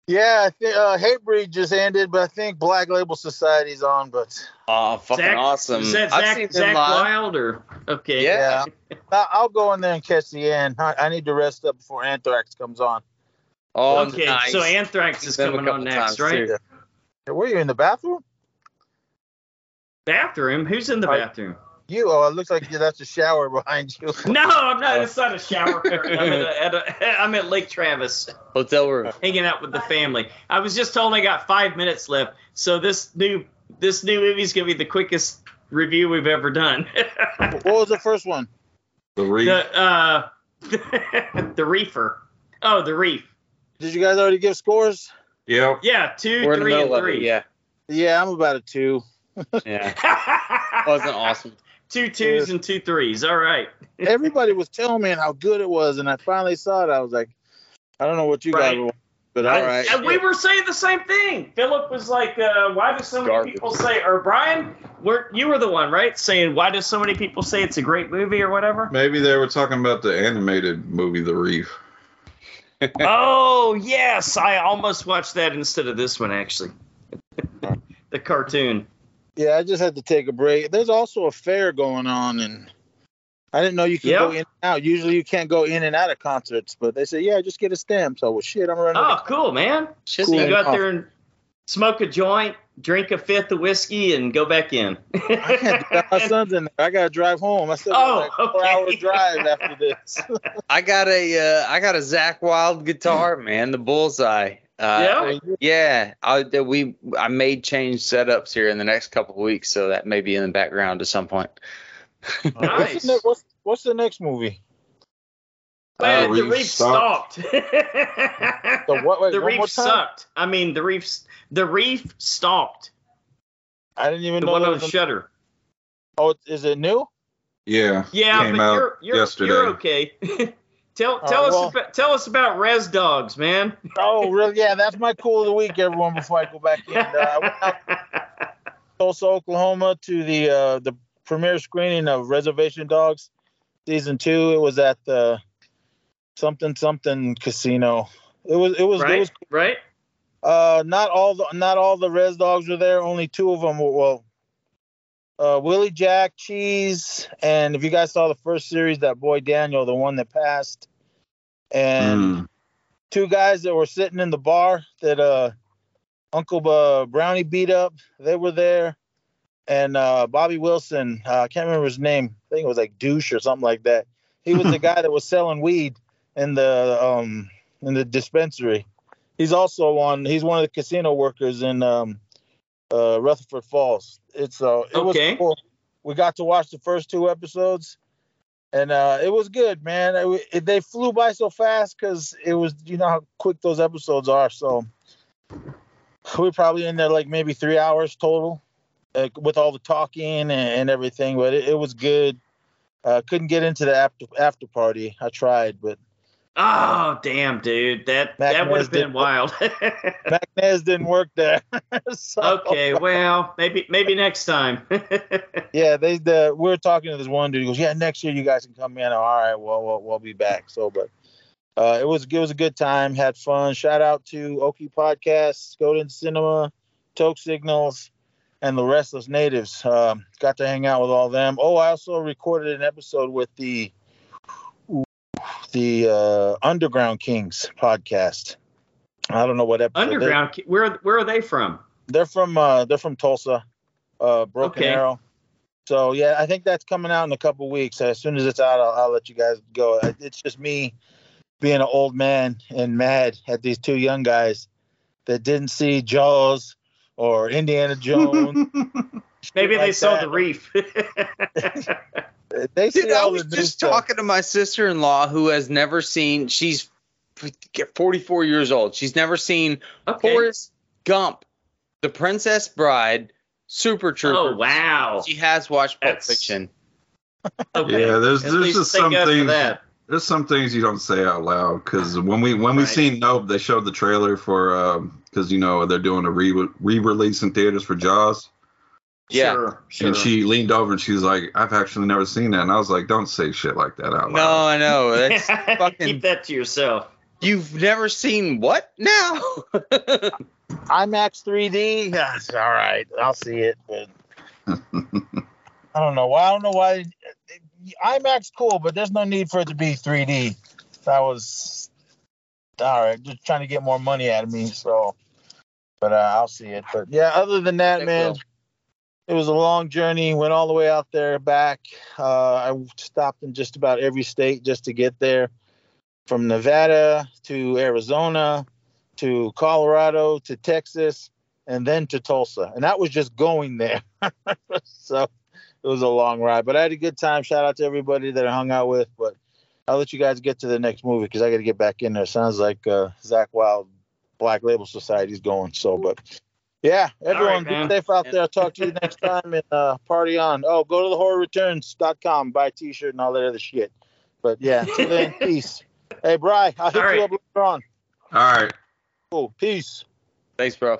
[SPEAKER 6] Yeah, I think uh, Hatebreed just ended, but I think Black Label Society's on. But
[SPEAKER 4] Oh, fucking
[SPEAKER 2] Zach-
[SPEAKER 4] awesome!
[SPEAKER 2] Is that
[SPEAKER 4] I've seen
[SPEAKER 2] Zach, Zach
[SPEAKER 4] them live.
[SPEAKER 2] Wild or okay?
[SPEAKER 4] Yeah.
[SPEAKER 6] I- I'll go in there and catch the end. I, I need to rest up before Anthrax comes on.
[SPEAKER 4] Oh,
[SPEAKER 2] Okay.
[SPEAKER 4] nice.
[SPEAKER 2] So Anthrax is
[SPEAKER 4] Them a
[SPEAKER 2] coming on
[SPEAKER 4] couple
[SPEAKER 2] next,
[SPEAKER 4] times,
[SPEAKER 2] right?
[SPEAKER 4] too.
[SPEAKER 6] Hey, Were you in the bathroom?
[SPEAKER 2] Bathroom. Who's in the
[SPEAKER 6] Right.
[SPEAKER 2] bathroom?
[SPEAKER 6] You? Oh, it looks like that's a shower behind you.
[SPEAKER 2] No, I'm not. It's not a shower curtain. I'm at, a, at, a, I'm at Lake Travis.
[SPEAKER 4] hotel room.
[SPEAKER 2] hanging out with the family. I was just told I got five minutes left, so this new this new movie's gonna be the quickest review we've ever done.
[SPEAKER 6] What was the first one?
[SPEAKER 3] the reef.
[SPEAKER 2] the uh, the reefer. Oh, the reef.
[SPEAKER 6] Did you guys already give scores?
[SPEAKER 3] yep.
[SPEAKER 2] Yeah, 2
[SPEAKER 4] We're in the
[SPEAKER 2] three, and
[SPEAKER 4] middle of it.
[SPEAKER 2] three.
[SPEAKER 4] Yeah,
[SPEAKER 6] Yeah, I'm about a two.
[SPEAKER 4] yeah, wasn't awesome.
[SPEAKER 2] Two twos and two threes. All right.
[SPEAKER 6] Everybody was telling me how good it was, and I finally saw it. I was like, I don't know what you
[SPEAKER 2] Right.
[SPEAKER 6] guys were.
[SPEAKER 4] But all right.
[SPEAKER 2] And we were saying the same thing. Philip was like, uh, "Why do so many
[SPEAKER 4] Garbage.
[SPEAKER 2] people say?" Or Brian, were you were the one right saying, "Why do so many people say it's a great movie or whatever?"
[SPEAKER 3] Maybe they were talking about the animated movie The Reef.
[SPEAKER 2] oh yes, I almost watched that instead of this one actually, the cartoon.
[SPEAKER 6] Yeah, I just had to take a break. There's also a fair going on, and I didn't know you could
[SPEAKER 2] Yeah.
[SPEAKER 6] go in and out. Usually, you can't go in and out of concerts, but they say, yeah, just get a stamp. So, well, shit, I'm running.
[SPEAKER 2] Oh, cool, man!
[SPEAKER 4] Shit's
[SPEAKER 2] You
[SPEAKER 6] Cool.
[SPEAKER 2] go
[SPEAKER 4] good.
[SPEAKER 2] out there and smoke a joint, drink a fifth of whiskey, and go back in.
[SPEAKER 6] I can't drive my son's in there. I gotta drive home. I still
[SPEAKER 2] Oh,
[SPEAKER 6] got like a four hour
[SPEAKER 2] okay.
[SPEAKER 6] drive after this.
[SPEAKER 4] I got a uh, I got a Zach Wild guitar, man, the bullseye. Uh,
[SPEAKER 2] Hmm. yeah.
[SPEAKER 4] yeah, I that we I made change setups here in the next couple of weeks, so that may be in the background at some point.
[SPEAKER 6] what's, the
[SPEAKER 2] Nice.
[SPEAKER 6] ne- what's, what's the next movie?
[SPEAKER 2] Man,
[SPEAKER 3] Uh,
[SPEAKER 2] the
[SPEAKER 3] reef
[SPEAKER 2] reef
[SPEAKER 3] sucked.
[SPEAKER 2] stalked.
[SPEAKER 6] The what? Wait,
[SPEAKER 2] the
[SPEAKER 6] one more
[SPEAKER 2] reef
[SPEAKER 6] time?
[SPEAKER 2] sucked. I mean, the reef. The reef stalked.
[SPEAKER 6] I didn't even
[SPEAKER 2] The
[SPEAKER 6] know.
[SPEAKER 2] one
[SPEAKER 6] there
[SPEAKER 2] on
[SPEAKER 6] was a-
[SPEAKER 2] Shutter.
[SPEAKER 6] oh, is it new?
[SPEAKER 3] Yeah.
[SPEAKER 2] Yeah,
[SPEAKER 3] Came
[SPEAKER 2] but
[SPEAKER 3] out
[SPEAKER 2] you're you're,
[SPEAKER 3] yesterday.
[SPEAKER 2] you're okay. tell
[SPEAKER 6] Uh,
[SPEAKER 2] tell us
[SPEAKER 6] well-
[SPEAKER 2] about, tell us about Res Dogs, man.
[SPEAKER 6] Oh, really? Yeah, that's my cool of the week, everyone. Before I go back in, uh, I went out Tulsa, Oklahoma, to the uh, the premiere screening of Reservation Dogs season two. It was at the something something casino. It was it was, it
[SPEAKER 2] right,
[SPEAKER 6] was
[SPEAKER 2] right.
[SPEAKER 6] uh, not all the not all the Res Dogs were there. Only two of them were well. Uh, Willie Jack Cheese, and if you guys saw the first series, that boy Daniel, the one that passed, and
[SPEAKER 3] Mm.
[SPEAKER 6] two guys that were sitting in the bar that uh Uncle uh, Brownie beat up. They were there, and uh Bobby Wilson. Uh, I can't remember his name. I think it was like Douche or something like that. He was the guy that was selling weed in the um in the dispensary. He's also on. He's one of the casino workers in um uh Rutherford Falls. It's uh it
[SPEAKER 2] Okay.
[SPEAKER 6] was cool. We got to watch the first two episodes and uh, it was good, man. It, it- they flew by so fast because it was, you know, how quick those episodes are. So we were probably in there like maybe three hours total, uh, with all the talking and, and everything. But it, it was good. Uh, couldn't get into the after after party. I tried, but
[SPEAKER 2] Oh damn, dude, that
[SPEAKER 6] Mac
[SPEAKER 2] that would
[SPEAKER 6] Miller's
[SPEAKER 2] have been
[SPEAKER 6] did-
[SPEAKER 2] wild.
[SPEAKER 6] Macnez didn't work there. so,
[SPEAKER 2] okay, well, maybe maybe next time.
[SPEAKER 6] Yeah, they the we were talking to this one dude. He goes, "Yeah, next year you guys can come in." I'm, All right, well, well, we'll be back. So, but uh, it was it was a good time. Had fun. Shout out to Oki Podcasts, Golden Cinema, Toke Signals, and the Restless Natives. Um, got to hang out with all them. Oh, I also recorded an episode with the the uh, Underground Kings podcast. I don't know what episode. they-
[SPEAKER 2] Underground. ki- Where where are they from?
[SPEAKER 6] they're from uh they're from Tulsa, uh Broken
[SPEAKER 2] Okay.
[SPEAKER 6] Arrow. So yeah, I think that's coming out in a couple weeks. As soon as it's out, I'll, I'll let you guys go. I- It's just me being an old man and mad at these two young guys that didn't see Jaws or Indiana Jones.
[SPEAKER 2] Maybe
[SPEAKER 6] like
[SPEAKER 2] they saw
[SPEAKER 6] that.
[SPEAKER 2] the reef.
[SPEAKER 6] They see
[SPEAKER 4] Dude, I
[SPEAKER 6] all
[SPEAKER 4] was
[SPEAKER 6] the new
[SPEAKER 4] just
[SPEAKER 6] stuff.
[SPEAKER 4] talking to my sister in law who has never seen. She's 44 years old. She's never seen
[SPEAKER 2] okay.
[SPEAKER 4] Forrest Gump, The Princess Bride, Super Troopers.
[SPEAKER 2] Oh wow.
[SPEAKER 4] She has watched Pulp
[SPEAKER 2] That's-
[SPEAKER 4] Fiction.
[SPEAKER 2] Okay.
[SPEAKER 3] Yeah, there's-
[SPEAKER 2] At
[SPEAKER 3] there's
[SPEAKER 2] least
[SPEAKER 3] just
[SPEAKER 2] thank
[SPEAKER 3] some
[SPEAKER 2] God for
[SPEAKER 3] things-
[SPEAKER 2] that.
[SPEAKER 3] There's some things you don't say out loud because when we when we
[SPEAKER 2] Right.
[SPEAKER 3] seen Nope, they showed the trailer for because you know they're doing a re re release in theaters for Jaws,
[SPEAKER 4] Yeah.
[SPEAKER 2] Sure, sure.
[SPEAKER 3] and she leaned over and she's like, "I've actually never seen that," and I was like, "Don't say shit like that out
[SPEAKER 4] No,
[SPEAKER 3] loud."
[SPEAKER 4] I know. That's, fucking-
[SPEAKER 2] Keep that to yourself.
[SPEAKER 4] you've never seen what now?
[SPEAKER 6] IMAX 3D. Yes, all right, I'll see it, but I don't know why. I don't know why. IMAX cool, but there's no need for it to be 3D. That was all right. Just trying to get more money out of me, so. But uh, I'll see it. But yeah, other than that,
[SPEAKER 4] Thank
[SPEAKER 6] man,
[SPEAKER 4] you.
[SPEAKER 6] it was a long journey. Went all the way out there back. Uh, I stopped in just about every state just to get there, from Nevada to Arizona to Colorado to Texas and then to Tulsa. And that was just going there. so it was a long ride, but I had a good time. Shout out to everybody that I hung out with. But I'll let you guys get to the next movie because I got to get back in there. Sounds like uh, Zach Wild Black Label Society's going. So, but yeah, everyone
[SPEAKER 2] right, man.
[SPEAKER 6] be safe out there. I'll talk to you next time and uh, party on. Oh, go to the horrorreturns.com, buy a t shirt and all that other shit. But yeah, until then, peace. Hey, Bri, I'll hit
[SPEAKER 2] All
[SPEAKER 6] you
[SPEAKER 2] right.
[SPEAKER 6] up later on.
[SPEAKER 3] All right,
[SPEAKER 6] Cool. Peace.
[SPEAKER 4] Thanks, bro.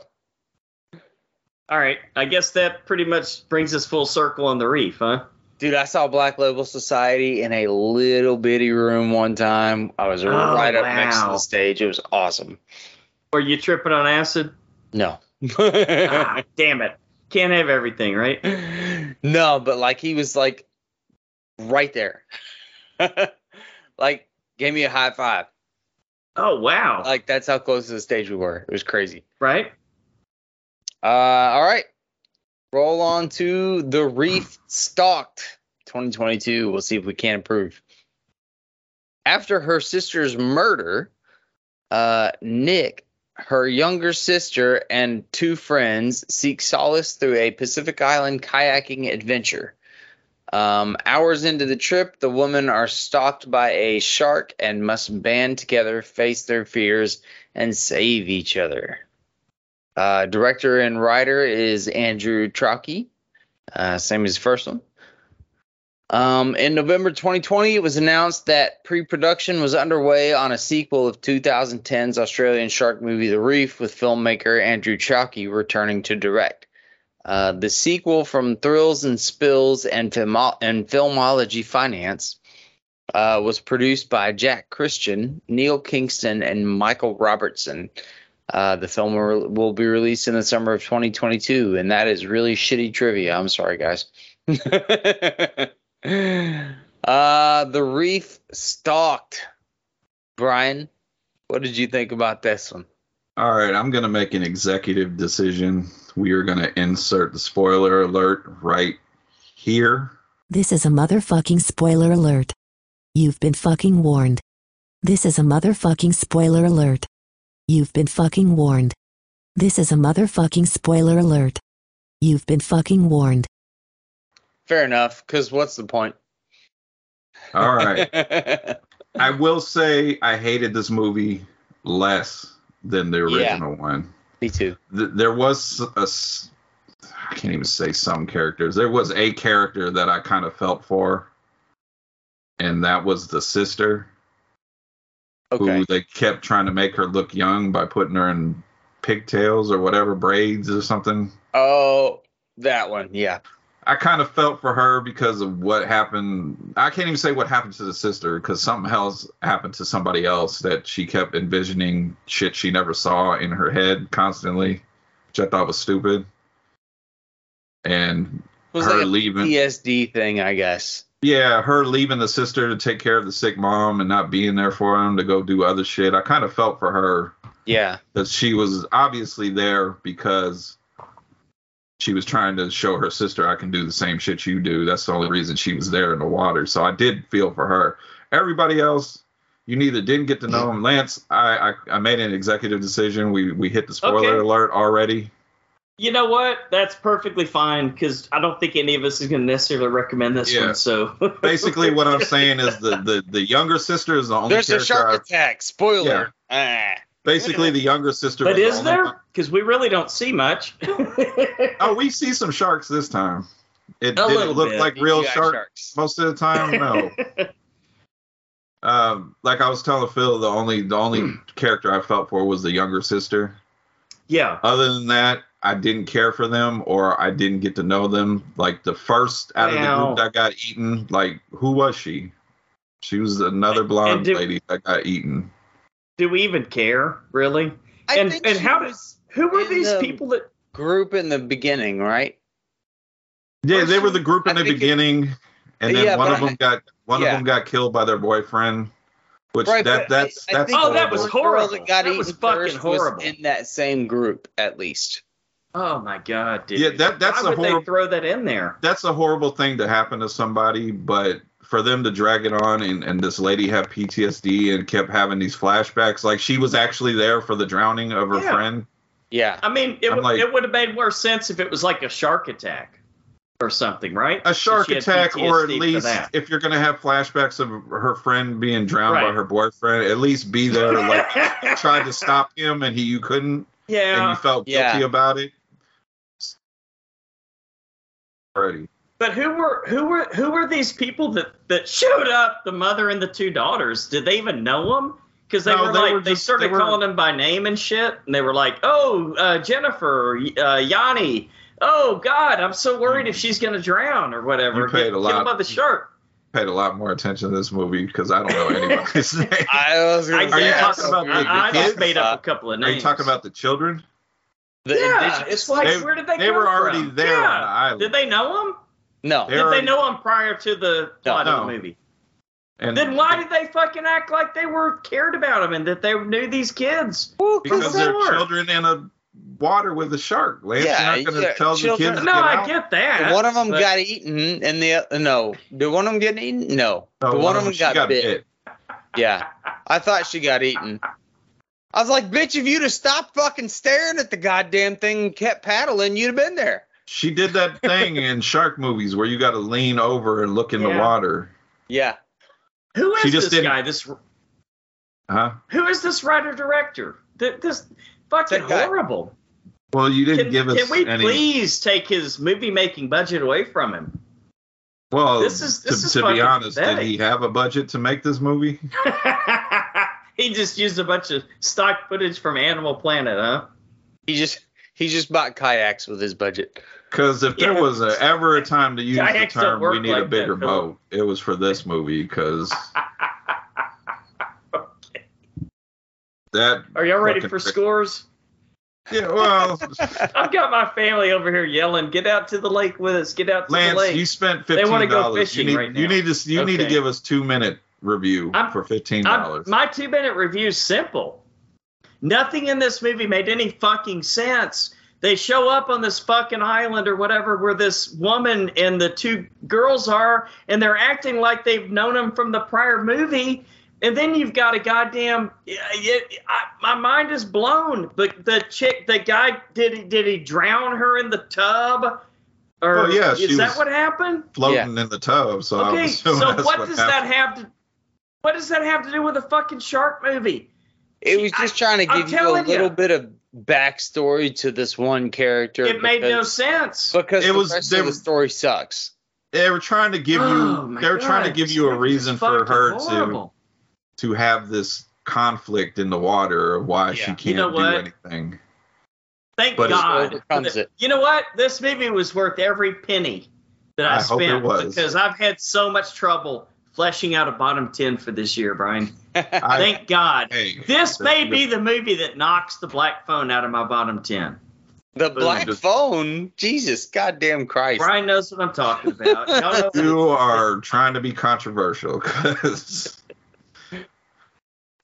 [SPEAKER 2] All right. I guess that pretty much brings us full circle on the reef, huh?
[SPEAKER 4] Dude, I saw Black Label Society in a little bitty room one time. I was right up next to
[SPEAKER 2] Oh, wow.
[SPEAKER 4] the stage. It was awesome.
[SPEAKER 2] Were you tripping on acid?
[SPEAKER 4] No.
[SPEAKER 2] ah, damn it. Can't have everything, right?
[SPEAKER 4] no, but like he was like right there. like gave me a high five.
[SPEAKER 2] Oh, wow.
[SPEAKER 4] Like that's how close to the stage we were. It was crazy.
[SPEAKER 2] right?
[SPEAKER 4] Uh, all right. Roll on to the Reef Stalked 2022. We'll see if we can improve. After her sister's murder, uh, Nick, her younger sister, and two friends seek solace through a Pacific Island kayaking adventure. Um, hours into the trip, the women are stalked by a shark and must band together, face their fears, and save each other. Uh, director and writer is Andrew Trauke, uh, same as the first one. Um, in November 2020, it was announced that pre production was underway on a sequel of 2010's Australian shark movie The Reef, with filmmaker Andrew Trauke returning to direct. Uh, the sequel from Thrills and Spills and, Filmo- and Filmology Finance uh, was produced by Jack Christian, Neil Kingston, and Michael Robertson. Uh, the film will will be released in the summer of 2022, and that is really shitty trivia. I'm sorry, guys. uh, the Reef Stalked. Brian, what did you think about this one?
[SPEAKER 3] All right, I'm going to make an executive decision. We are going to insert the spoiler alert right here.
[SPEAKER 7] This is a motherfucking spoiler alert. You've been fucking warned. This is a motherfucking spoiler alert. You've been fucking warned. This is a motherfucking spoiler alert. You've been fucking warned.
[SPEAKER 4] Fair enough, because what's the point?
[SPEAKER 3] All right. I will say I hated this movie less than the
[SPEAKER 4] Yeah.
[SPEAKER 3] original one.
[SPEAKER 4] Me too.
[SPEAKER 3] Th- there was a s- I can't even say some characters. There was a character that I kind of felt for, and that was the sister
[SPEAKER 4] Okay.
[SPEAKER 3] who they kept trying to make her look young by putting her in pigtails or whatever braids or something.
[SPEAKER 4] Oh, that one. Yeah.
[SPEAKER 3] I kind of felt for her because of what happened. I can't even say what happened to the sister because something else happened to somebody else that she kept envisioning shit she never saw in her head constantly, which I thought was stupid. And
[SPEAKER 4] It was
[SPEAKER 3] her
[SPEAKER 4] like a
[SPEAKER 3] leaving, yeah.
[SPEAKER 4] PSD thing, I guess.
[SPEAKER 3] her leaving the sister to take care of the sick mom and not being there for him to go do other shit. I kind of felt for her
[SPEAKER 4] Yeah.
[SPEAKER 3] that she was obviously there because she was trying to show her sister I can do the same shit you do. That's the only reason she was there in the water. So I did feel for her. Everybody else, you neither didn't get to know him. Lance, I I, I made an executive decision. We we hit the spoiler
[SPEAKER 2] Okay.
[SPEAKER 3] alert already.
[SPEAKER 2] You know what? That's perfectly fine because I don't think any of us is going to necessarily recommend this
[SPEAKER 3] Yeah.
[SPEAKER 2] one. So
[SPEAKER 3] Basically, what I'm saying is the the, the younger sister is the only
[SPEAKER 4] There's a
[SPEAKER 3] character.
[SPEAKER 4] shark
[SPEAKER 3] I-
[SPEAKER 4] attack. Spoiler. Ah.
[SPEAKER 3] basically, the younger sister.
[SPEAKER 2] but
[SPEAKER 3] was the
[SPEAKER 2] is
[SPEAKER 3] only one-
[SPEAKER 2] there? Because we really don't see much.
[SPEAKER 3] Oh, we see some sharks this time. It
[SPEAKER 2] A
[SPEAKER 3] didn't
[SPEAKER 2] little
[SPEAKER 3] look
[SPEAKER 2] bit.
[SPEAKER 3] like real
[SPEAKER 4] CGI
[SPEAKER 3] shark
[SPEAKER 4] sharks.
[SPEAKER 3] most of the time no um like i was telling phil the only the
[SPEAKER 4] Hmm.
[SPEAKER 3] only character i felt for was the younger sister
[SPEAKER 2] yeah.
[SPEAKER 3] other than that i didn't care for them or i didn't get to know them like the first out
[SPEAKER 2] Wow.
[SPEAKER 3] of the group that got eaten like who was she she was another blonde
[SPEAKER 2] do-
[SPEAKER 3] lady that got eaten
[SPEAKER 2] Do we even care really?
[SPEAKER 4] I
[SPEAKER 2] and
[SPEAKER 4] think
[SPEAKER 2] and
[SPEAKER 4] she
[SPEAKER 2] how
[SPEAKER 4] was
[SPEAKER 2] does who were
[SPEAKER 4] in
[SPEAKER 2] these
[SPEAKER 4] the-
[SPEAKER 2] people that?
[SPEAKER 4] group in the beginning, right?
[SPEAKER 3] yeah
[SPEAKER 4] Was
[SPEAKER 3] they were
[SPEAKER 4] she?
[SPEAKER 3] the group in
[SPEAKER 4] I
[SPEAKER 3] the
[SPEAKER 4] think it-
[SPEAKER 3] beginning and then
[SPEAKER 4] Yeah,
[SPEAKER 3] one
[SPEAKER 4] but
[SPEAKER 3] of them
[SPEAKER 4] I-
[SPEAKER 3] got one
[SPEAKER 4] yeah.
[SPEAKER 3] of them got killed by their boyfriend which
[SPEAKER 4] Right,
[SPEAKER 3] that
[SPEAKER 4] but I-
[SPEAKER 3] that's
[SPEAKER 4] I
[SPEAKER 3] that's
[SPEAKER 4] think
[SPEAKER 2] Oh, that
[SPEAKER 4] the
[SPEAKER 2] was
[SPEAKER 3] horrible.
[SPEAKER 4] girl
[SPEAKER 2] horrible.
[SPEAKER 4] That, got
[SPEAKER 2] That
[SPEAKER 4] eaten
[SPEAKER 2] was fucking
[SPEAKER 4] first
[SPEAKER 2] horrible.
[SPEAKER 4] in that same group, at least.
[SPEAKER 2] Oh my god, dude.
[SPEAKER 3] Yeah, that- that's
[SPEAKER 2] Why
[SPEAKER 3] a
[SPEAKER 2] would they
[SPEAKER 3] horrible-
[SPEAKER 2] throw that in there?
[SPEAKER 3] that's a horrible thing to happen to somebody, but for them to drag it on and, and this lady have PTSD and kept having these flashbacks, like she was actually there for the drowning of her
[SPEAKER 2] Yeah.
[SPEAKER 3] friend.
[SPEAKER 4] Yeah.
[SPEAKER 2] I mean, it
[SPEAKER 3] I'm
[SPEAKER 2] would
[SPEAKER 3] like-
[SPEAKER 2] it would have made more sense if it was like a shark attack or something, right?
[SPEAKER 3] A shark
[SPEAKER 2] She had
[SPEAKER 3] attack, or at
[SPEAKER 2] PTSD for
[SPEAKER 3] least
[SPEAKER 2] that.
[SPEAKER 3] if you're gonna have flashbacks of her friend being drowned by
[SPEAKER 2] Right.
[SPEAKER 3] her boyfriend, at least be there like tried to stop him and he you couldn't and
[SPEAKER 2] yeah.
[SPEAKER 3] you felt
[SPEAKER 4] Yeah.
[SPEAKER 3] guilty about it. Already.
[SPEAKER 2] But who were who were who were these people that that showed up? The mother and the two daughters. Did they even know them? because they
[SPEAKER 3] No,
[SPEAKER 2] were
[SPEAKER 3] they
[SPEAKER 2] like
[SPEAKER 3] were
[SPEAKER 2] they
[SPEAKER 3] just-
[SPEAKER 2] started
[SPEAKER 3] they were-
[SPEAKER 2] calling him by name and shit, and they were like, "Oh, uh, Jennifer, uh, Yanni, oh God, I'm so worried if she's gonna drown or whatever."
[SPEAKER 3] You paid
[SPEAKER 2] Get-
[SPEAKER 3] a
[SPEAKER 2] Get
[SPEAKER 3] lot.
[SPEAKER 2] him by the shark.
[SPEAKER 3] Paid a lot more attention to this movie because I don't know anybody's name.
[SPEAKER 4] I was
[SPEAKER 2] I
[SPEAKER 4] gonna
[SPEAKER 3] Are you
[SPEAKER 4] say,
[SPEAKER 2] guess.
[SPEAKER 3] talking about
[SPEAKER 4] I-
[SPEAKER 3] the-
[SPEAKER 2] I, I
[SPEAKER 3] the
[SPEAKER 2] just
[SPEAKER 3] kids?
[SPEAKER 2] made up a couple of
[SPEAKER 3] Are you
[SPEAKER 2] names.
[SPEAKER 3] talking about the children?
[SPEAKER 4] Uh, the
[SPEAKER 2] yeah,
[SPEAKER 4] indigenous-
[SPEAKER 2] it's like
[SPEAKER 3] They-
[SPEAKER 2] where did they?
[SPEAKER 3] they
[SPEAKER 2] come
[SPEAKER 3] were already
[SPEAKER 2] from?
[SPEAKER 3] there
[SPEAKER 2] Yeah.
[SPEAKER 3] on the island.
[SPEAKER 2] Did they know him?
[SPEAKER 4] no.
[SPEAKER 3] They
[SPEAKER 2] did
[SPEAKER 3] already-
[SPEAKER 2] they know him prior to the plot of
[SPEAKER 3] No.
[SPEAKER 2] the movie?
[SPEAKER 3] And
[SPEAKER 2] Then why did they fucking act like they were cared about him and that they knew these kids?
[SPEAKER 3] Because they're
[SPEAKER 2] Lord.
[SPEAKER 3] children in a water with a shark. Lance,
[SPEAKER 4] Yeah,
[SPEAKER 3] you're not going
[SPEAKER 4] yeah,
[SPEAKER 3] to tell
[SPEAKER 4] children-
[SPEAKER 3] the kids.
[SPEAKER 2] No,
[SPEAKER 3] to get
[SPEAKER 2] I
[SPEAKER 3] out?
[SPEAKER 2] get that.
[SPEAKER 4] one of them
[SPEAKER 2] but-
[SPEAKER 4] got eaten, and the no. Did one of them get eaten? No.
[SPEAKER 3] No,
[SPEAKER 4] the one, of them
[SPEAKER 3] Oh, she
[SPEAKER 4] got, bit. Yeah, I thought she got eaten. I was like, bitch, if you'd have stopped fucking staring at the goddamn thing and kept paddling, you'd have been there.
[SPEAKER 3] She did that thing in shark movies where you got to lean over and look in the
[SPEAKER 2] Yeah.
[SPEAKER 3] water.
[SPEAKER 4] Yeah.
[SPEAKER 2] Who is
[SPEAKER 3] She just
[SPEAKER 2] this
[SPEAKER 3] didn't-
[SPEAKER 2] guy? This
[SPEAKER 3] Huh?
[SPEAKER 2] who is this writer director? Th- This fucking
[SPEAKER 4] That guy.
[SPEAKER 2] horrible.
[SPEAKER 3] Well, you didn't
[SPEAKER 2] Can,
[SPEAKER 3] give us
[SPEAKER 2] can we
[SPEAKER 3] any.
[SPEAKER 2] please take his movie making budget away from him?
[SPEAKER 3] well,
[SPEAKER 2] This is- this
[SPEAKER 3] to,
[SPEAKER 2] is
[SPEAKER 3] to be
[SPEAKER 2] fucking
[SPEAKER 3] honest,
[SPEAKER 2] pathetic.
[SPEAKER 3] did he have a budget to make this movie?
[SPEAKER 2] he just used a bunch of stock footage from Animal Planet, huh?
[SPEAKER 4] He just he just bought kayaks with his budget.
[SPEAKER 3] Because if there
[SPEAKER 2] Yeah.
[SPEAKER 3] was a, ever a time to use the
[SPEAKER 2] Kayaks don't
[SPEAKER 3] term, we
[SPEAKER 2] work
[SPEAKER 3] need a
[SPEAKER 2] like
[SPEAKER 3] bigger
[SPEAKER 2] that, Phil.
[SPEAKER 3] boat, it was for this movie because that.
[SPEAKER 2] Are y'all ready
[SPEAKER 3] Fucking
[SPEAKER 2] for
[SPEAKER 3] crazy.
[SPEAKER 2] scores?
[SPEAKER 3] Yeah, well,
[SPEAKER 2] I've got my family over here yelling, "Get out to the lake with us! Get out to the
[SPEAKER 3] Lance,
[SPEAKER 2] lake!"
[SPEAKER 3] you spent
[SPEAKER 2] They wanna
[SPEAKER 3] fifteen
[SPEAKER 2] go
[SPEAKER 3] dollars. You
[SPEAKER 2] fishing
[SPEAKER 3] need
[SPEAKER 2] right
[SPEAKER 3] you
[SPEAKER 2] now.
[SPEAKER 3] need to you need to
[SPEAKER 2] Okay.
[SPEAKER 3] give us two minute review
[SPEAKER 2] I'm-
[SPEAKER 3] for fifteen
[SPEAKER 2] I'm-
[SPEAKER 3] dollars.
[SPEAKER 2] my two minute review is simple. Nothing in this movie made any fucking sense. They show up on this fucking island or whatever where this woman and the two girls are, and they're acting like they've known them from the prior movie. And then you've got a goddamn. It, it- I, my mind is blown. The the chick, the guy, did he did he drown her in the tub? Or
[SPEAKER 3] Well, yeah, she
[SPEAKER 2] is that
[SPEAKER 3] was-
[SPEAKER 2] what happened?
[SPEAKER 3] Floating in the tub, so I
[SPEAKER 2] Okay,
[SPEAKER 3] was
[SPEAKER 2] so
[SPEAKER 3] assuming
[SPEAKER 2] what,
[SPEAKER 3] that's
[SPEAKER 2] does
[SPEAKER 3] happened.
[SPEAKER 2] that have to? What does that have to do with a fucking shark movie?
[SPEAKER 4] It was just trying to
[SPEAKER 2] I'm
[SPEAKER 4] give you a
[SPEAKER 2] telling ya.
[SPEAKER 4] little bit of backstory to this one character.
[SPEAKER 2] It made no
[SPEAKER 4] because-
[SPEAKER 2] sense.
[SPEAKER 4] Because
[SPEAKER 3] It
[SPEAKER 4] the
[SPEAKER 3] was-
[SPEAKER 4] rest
[SPEAKER 3] there
[SPEAKER 4] of the
[SPEAKER 3] was-
[SPEAKER 4] story sucks.
[SPEAKER 3] they were trying to give
[SPEAKER 2] Oh,
[SPEAKER 3] you
[SPEAKER 2] my
[SPEAKER 3] they were trying to
[SPEAKER 2] God,
[SPEAKER 3] give
[SPEAKER 2] this
[SPEAKER 3] you a
[SPEAKER 2] movie is
[SPEAKER 3] reason for
[SPEAKER 2] fucking
[SPEAKER 3] her
[SPEAKER 2] horrible.
[SPEAKER 3] to to have this conflict in the water of why she
[SPEAKER 4] Yeah.
[SPEAKER 3] can't
[SPEAKER 2] You know
[SPEAKER 3] do
[SPEAKER 2] what?
[SPEAKER 3] anything.
[SPEAKER 2] Thank
[SPEAKER 3] but it
[SPEAKER 2] God.
[SPEAKER 4] overcomes it.
[SPEAKER 2] You know what? This movie was worth every penny that I,
[SPEAKER 3] I hope
[SPEAKER 2] spent
[SPEAKER 3] it was.
[SPEAKER 2] because I've had so much trouble fleshing out a bottom ten for this year, Brian.
[SPEAKER 3] I-
[SPEAKER 2] Thank God.
[SPEAKER 3] hey,
[SPEAKER 2] This
[SPEAKER 3] the-
[SPEAKER 2] may
[SPEAKER 3] the-
[SPEAKER 2] be the movie that knocks the black phone out of my bottom ten.
[SPEAKER 4] The black
[SPEAKER 3] just-
[SPEAKER 4] phone, Jesus, goddamn Christ!
[SPEAKER 2] Brian knows what I'm talking about. Y'all know what
[SPEAKER 3] you are trying to be controversial because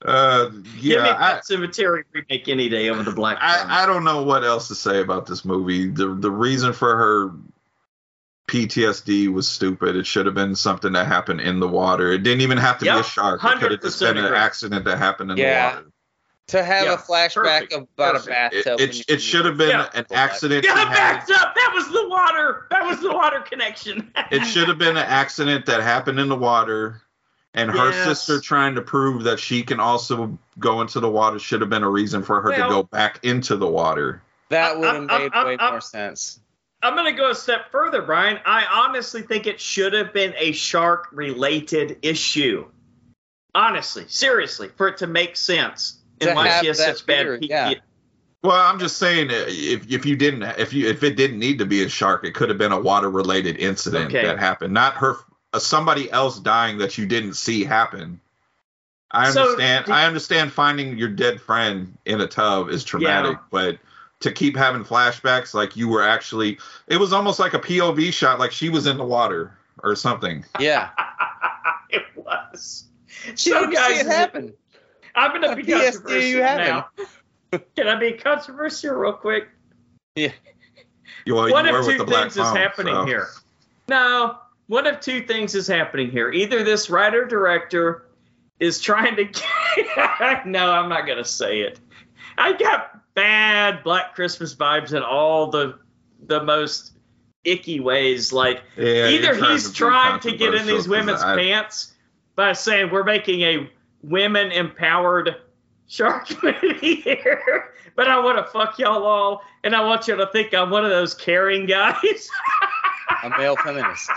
[SPEAKER 3] uh
[SPEAKER 2] Give me
[SPEAKER 3] yeah I,
[SPEAKER 2] Pet Cemetery remake any day over the Black Phone.
[SPEAKER 3] I, I don't know what else to say about this movie. The the reason for her PTSD was stupid. It should have been something that happened in the water. It didn't even have to be a
[SPEAKER 2] Yep,
[SPEAKER 3] shark. It could have just
[SPEAKER 2] 100%
[SPEAKER 3] been an
[SPEAKER 2] agree.
[SPEAKER 3] accident that happened in
[SPEAKER 4] Yeah.
[SPEAKER 3] the water.
[SPEAKER 4] To have
[SPEAKER 2] Yeah,
[SPEAKER 4] a flashback
[SPEAKER 2] perfect,
[SPEAKER 4] about
[SPEAKER 2] perfect.
[SPEAKER 4] a
[SPEAKER 3] It,
[SPEAKER 4] bathtub. when you-
[SPEAKER 3] it, it should have been
[SPEAKER 2] Yeah.
[SPEAKER 3] an accident.
[SPEAKER 2] Yeah,
[SPEAKER 3] that
[SPEAKER 2] I
[SPEAKER 3] happened-
[SPEAKER 2] backed up. That was the water. That was the water connection.
[SPEAKER 3] It should have been an accident that happened in the water. And her
[SPEAKER 2] Yes.
[SPEAKER 3] sister trying to prove that she can also go into the water should have been a reason for her
[SPEAKER 2] Well-
[SPEAKER 3] to go back into the water.
[SPEAKER 4] That
[SPEAKER 2] I-
[SPEAKER 4] would have
[SPEAKER 2] I- I-
[SPEAKER 4] made
[SPEAKER 2] I-
[SPEAKER 4] way
[SPEAKER 2] I-
[SPEAKER 4] more sense.
[SPEAKER 2] I'm going to go a step further, Brian. I honestly think it should have been a shark related issue. Honestly, seriously, for it to make sense.
[SPEAKER 4] To
[SPEAKER 2] And why
[SPEAKER 4] have
[SPEAKER 2] she has
[SPEAKER 4] that
[SPEAKER 2] such bad
[SPEAKER 4] fear,
[SPEAKER 2] PTSD.
[SPEAKER 4] yeah.
[SPEAKER 3] Well, I'm just saying uh, if if you didn't if you if it didn't need to be a shark, it could have been a water related incident
[SPEAKER 2] Okay.
[SPEAKER 3] that happened, not her uh, somebody else dying that you didn't see happen. I
[SPEAKER 2] So,
[SPEAKER 3] understand.
[SPEAKER 2] did-
[SPEAKER 3] I understand finding your dead friend in a tub is traumatic, but to keep having flashbacks like you were actually, it was almost like a POV shot, like she was in the water or something.
[SPEAKER 4] Yeah.
[SPEAKER 2] it was.
[SPEAKER 4] She
[SPEAKER 2] So,
[SPEAKER 4] didn't
[SPEAKER 2] guys,
[SPEAKER 4] see it happen.
[SPEAKER 2] I'm going to
[SPEAKER 4] What
[SPEAKER 2] be
[SPEAKER 4] PTSD
[SPEAKER 2] controversial
[SPEAKER 4] you having?
[SPEAKER 2] now. Can I be controversial real quick?
[SPEAKER 3] You, well,
[SPEAKER 2] One
[SPEAKER 3] you
[SPEAKER 2] of
[SPEAKER 3] were with
[SPEAKER 2] two
[SPEAKER 3] the black
[SPEAKER 2] things is
[SPEAKER 3] phone,
[SPEAKER 2] happening
[SPEAKER 3] so.
[SPEAKER 2] here. No, one of two things is happening here. Either this writer director is trying to. no, I'm not gonna say it. I got bad Black Christmas vibes in all the the most icky ways. Like
[SPEAKER 3] Yeah,
[SPEAKER 2] either
[SPEAKER 3] you're trying
[SPEAKER 2] he's
[SPEAKER 3] be
[SPEAKER 2] trying to get in
[SPEAKER 3] controversial
[SPEAKER 2] these
[SPEAKER 3] 'cause
[SPEAKER 2] women's
[SPEAKER 3] I-
[SPEAKER 2] pants by saying we're making a women empowered shark movie here, but I want to fuck y'all all, and I want you to think I'm one of those caring guys.
[SPEAKER 4] A male feminist.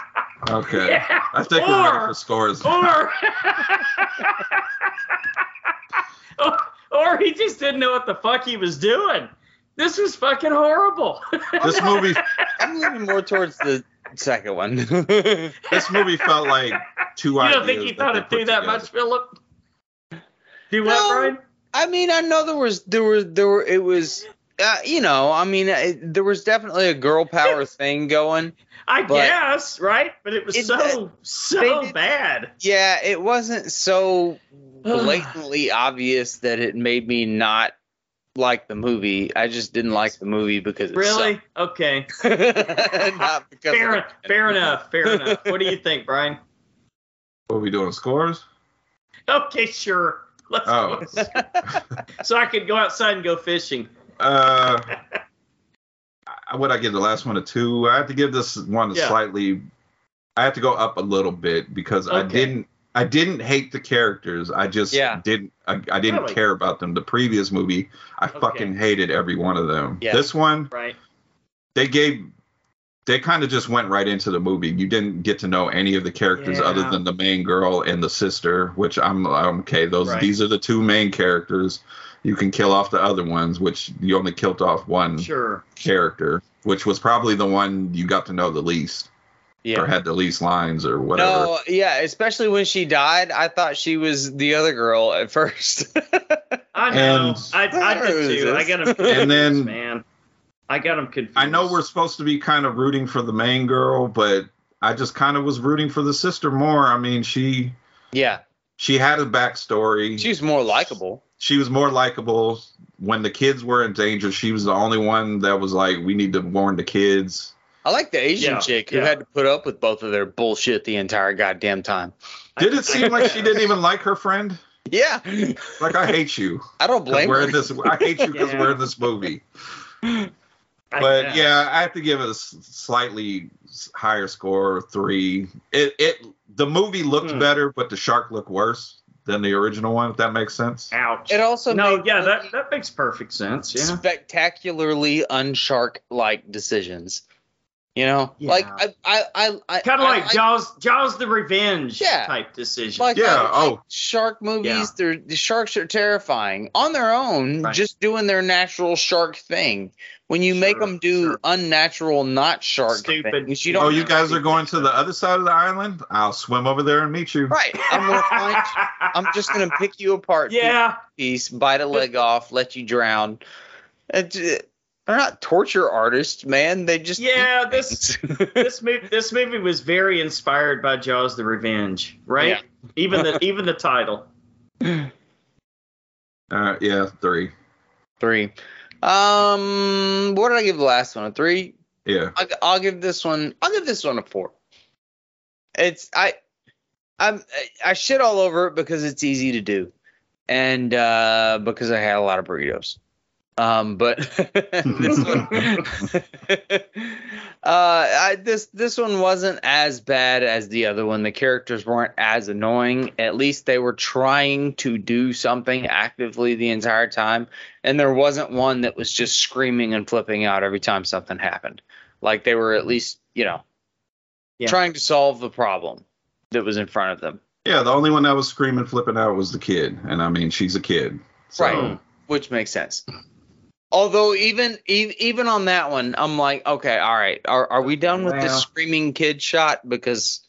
[SPEAKER 3] Okay,
[SPEAKER 2] Yeah.
[SPEAKER 3] I think we're ready for scores.
[SPEAKER 2] or or, or he just didn't know what the fuck he was doing. This is fucking horrible.
[SPEAKER 3] This movie,
[SPEAKER 4] I'm leaning more towards the second one. I
[SPEAKER 3] this movie felt like two
[SPEAKER 2] you
[SPEAKER 3] ideas.
[SPEAKER 2] don't think he
[SPEAKER 3] that
[SPEAKER 2] thought
[SPEAKER 3] they
[SPEAKER 2] it
[SPEAKER 3] put
[SPEAKER 2] through that
[SPEAKER 3] together.
[SPEAKER 2] much, Philip? Do what,
[SPEAKER 4] No.
[SPEAKER 2] Brian?
[SPEAKER 4] mean, I know there was there were there were it was. Uh, you know, I mean, it, there was definitely a girl power thing going.
[SPEAKER 2] I
[SPEAKER 4] But-
[SPEAKER 2] guess, right? But it was
[SPEAKER 4] It-
[SPEAKER 2] so
[SPEAKER 4] they
[SPEAKER 2] so
[SPEAKER 4] did-
[SPEAKER 2] bad.
[SPEAKER 4] Yeah, it wasn't so blatantly obvious that it made me not like the movie. I just didn't like the movie because it
[SPEAKER 2] really? Okay.
[SPEAKER 4] sucked. not because
[SPEAKER 2] Fair,
[SPEAKER 4] of
[SPEAKER 2] fair enough. Fair enough. What do you think, Brian?
[SPEAKER 3] What are we doing? Scores?
[SPEAKER 2] Okay, sure. Let's
[SPEAKER 3] Oh.
[SPEAKER 2] go. So I could go outside and go fishing.
[SPEAKER 3] Uh, I- would I give the last one a two? I have to give this one a
[SPEAKER 2] Yeah.
[SPEAKER 3] slightly. I have to go up a little bit because I
[SPEAKER 2] Okay.
[SPEAKER 3] didn't. I didn't hate the characters. I just
[SPEAKER 4] Yeah.
[SPEAKER 3] didn't. I, I didn't
[SPEAKER 2] Really?
[SPEAKER 3] care about them. The previous movie, I
[SPEAKER 2] Okay.
[SPEAKER 3] fucking hated every one of them.
[SPEAKER 4] Yeah.
[SPEAKER 3] This one,
[SPEAKER 2] Right.
[SPEAKER 3] they gave. They kind of just went right into the movie. You didn't get to know any of the characters
[SPEAKER 2] Yeah.
[SPEAKER 3] other than the main girl and the sister, which I'm, I'm okay. Those
[SPEAKER 2] Right.
[SPEAKER 3] these are the two main characters. You can kill off the other ones, which you only killed off one
[SPEAKER 2] Sure.
[SPEAKER 3] character, which was probably the one you got to know the least
[SPEAKER 4] yeah.
[SPEAKER 3] or had the least lines or whatever.
[SPEAKER 4] No, yeah, especially when she died, I thought she was the other girl at first.
[SPEAKER 2] I know.
[SPEAKER 3] And-
[SPEAKER 2] I, I did too. I got him confused,
[SPEAKER 3] And then-
[SPEAKER 2] man. I got him confused.
[SPEAKER 3] I know we're supposed to be kind of rooting for the main girl, but I just kind of was rooting for the sister more. I mean, she
[SPEAKER 4] yeah,
[SPEAKER 3] she had a backstory.
[SPEAKER 4] she's more likable.
[SPEAKER 3] she was more likable when the kids were in danger. She was the only one that was like, "We need to warn the kids."
[SPEAKER 4] I like the Asian
[SPEAKER 2] Yeah,
[SPEAKER 4] chick who
[SPEAKER 2] yeah.
[SPEAKER 4] had to put up with both of their bullshit the entire goddamn time.
[SPEAKER 3] Did it seem like she didn't even like her friend?
[SPEAKER 4] Yeah,
[SPEAKER 3] Like, I hate you.
[SPEAKER 4] I don't
[SPEAKER 3] 'cause
[SPEAKER 4] blame
[SPEAKER 3] we're
[SPEAKER 4] her.
[SPEAKER 3] in this. I hate you because
[SPEAKER 2] Yeah.
[SPEAKER 3] we're in this movie.
[SPEAKER 2] I-
[SPEAKER 3] but yeah, I have to give it a s- slightly s- higher score, three. It it the movie looked
[SPEAKER 2] Hmm.
[SPEAKER 3] better, but the shark looked worse than the original one. If that makes sense.
[SPEAKER 2] Ouch.
[SPEAKER 4] It also
[SPEAKER 2] no,
[SPEAKER 4] made
[SPEAKER 2] yeah, that, that makes perfect sense. Yeah.
[SPEAKER 4] spectacularly unshark like decisions. You know,
[SPEAKER 2] Yeah.
[SPEAKER 4] like I, I, I, I
[SPEAKER 2] Kind of
[SPEAKER 4] I
[SPEAKER 2] like Jaws, Jaws the Revenge
[SPEAKER 4] Yeah.
[SPEAKER 2] type decision.
[SPEAKER 4] Like,
[SPEAKER 3] Yeah,
[SPEAKER 4] I
[SPEAKER 3] oh.
[SPEAKER 4] shark movies.
[SPEAKER 2] Yeah.
[SPEAKER 4] They're the sharks are terrifying on their own,
[SPEAKER 2] Right.
[SPEAKER 4] just doing their natural shark thing. When you make
[SPEAKER 2] Sure,
[SPEAKER 4] them do
[SPEAKER 2] sure.
[SPEAKER 4] unnatural, not shark
[SPEAKER 2] Stupid.
[SPEAKER 4] things, you don't.
[SPEAKER 3] Oh, you guys are going to the other side of the island. I'll swim over there and meet you.
[SPEAKER 4] right. I'm gonna find. I'm just gonna pick you apart.
[SPEAKER 2] Yeah.
[SPEAKER 4] piece, bite a leg off, let you drown. It- They're not torture artists, man. They just
[SPEAKER 2] Yeah. This this movie this movie was very inspired by Jaws the Revenge, right?
[SPEAKER 4] Yeah.
[SPEAKER 2] Even the even the title.
[SPEAKER 3] Uh, yeah, three.
[SPEAKER 4] three. Um, what did I give the last one? A three.
[SPEAKER 3] Yeah,
[SPEAKER 4] I'll, I'll give this one. I'll give this one a four. It's I, I'm I shit all over it because it's easy to do, and uh, because I had a lot of burritos. Um, but this one, uh, I, this this one wasn't as bad as the other one. The characters weren't as annoying. At least they were trying to do something actively the entire time, and there wasn't one that was just screaming and flipping out every time something happened like they were at least you know
[SPEAKER 2] Yeah.
[SPEAKER 4] trying to solve the problem that was in front of them
[SPEAKER 3] yeah. The only one that was screaming, flipping out was the kid, and I mean, she's a kid. So.
[SPEAKER 4] Right. which makes sense although even e- even on that one i'm like okay all right are, are we done with
[SPEAKER 2] Well.
[SPEAKER 4] this screaming kid shot because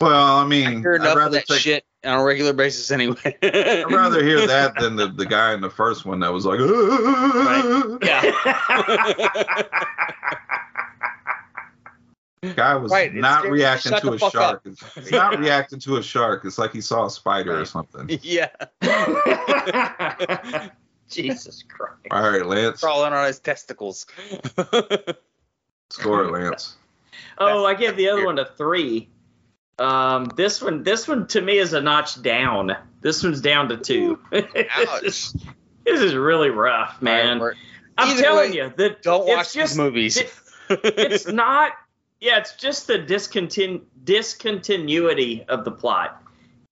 [SPEAKER 3] Well, I
[SPEAKER 4] i
[SPEAKER 3] mean,
[SPEAKER 4] hear
[SPEAKER 3] I'd
[SPEAKER 4] enough of
[SPEAKER 3] rather
[SPEAKER 4] that
[SPEAKER 3] take
[SPEAKER 4] shit on a regular basis anyway
[SPEAKER 3] I'd rather hear that than the, the guy in the first one that was like, "Ah."
[SPEAKER 4] yeah
[SPEAKER 3] guy was
[SPEAKER 4] Right, it's
[SPEAKER 3] not
[SPEAKER 4] scary.
[SPEAKER 3] reacting
[SPEAKER 4] Shut
[SPEAKER 3] to
[SPEAKER 4] the
[SPEAKER 3] a
[SPEAKER 4] fuck
[SPEAKER 3] shark. It's, it's not reacting to a shark. It's like he saw a spider or
[SPEAKER 2] Right.
[SPEAKER 3] something.
[SPEAKER 4] yeah
[SPEAKER 2] Jesus Christ.
[SPEAKER 3] All right, Lance,
[SPEAKER 4] crawling on his testicles
[SPEAKER 3] score it, Lance.
[SPEAKER 2] Oh, I gave the other one a three. Um, this one, this one to me is a notch down. This one's down to two. this,
[SPEAKER 4] Ouch.
[SPEAKER 2] is, this is really rough, man.
[SPEAKER 4] Alright, we're-
[SPEAKER 2] I'm
[SPEAKER 4] Either
[SPEAKER 2] telling
[SPEAKER 4] way,
[SPEAKER 2] you that
[SPEAKER 4] don't
[SPEAKER 2] it's
[SPEAKER 4] watch
[SPEAKER 2] just-
[SPEAKER 4] these movies
[SPEAKER 2] it- it's not. Yeah, it's just the discontinu- discontinuity of the plot.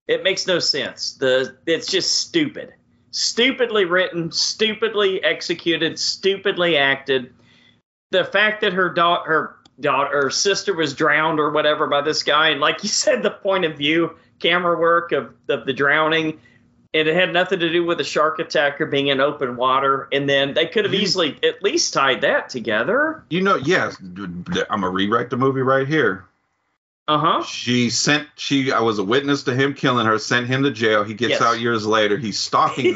[SPEAKER 2] It makes no sense. The it's just stupid, stupidly written, stupidly executed, stupidly acted. The fact that her daughter, her daughter, her sister was drowned or whatever by this guy, and like you said, the point of view camera work of of the drowning and it had nothing to do with a shark attack or being in open water. And then they could have easily at least tied that together.
[SPEAKER 3] You know, yes, I'm gonna rewrite the movie right here.
[SPEAKER 2] Uh huh.
[SPEAKER 3] She sent she I was a witness to him killing her, sent him to jail. He gets
[SPEAKER 2] Yes.
[SPEAKER 3] out years later. He's stalking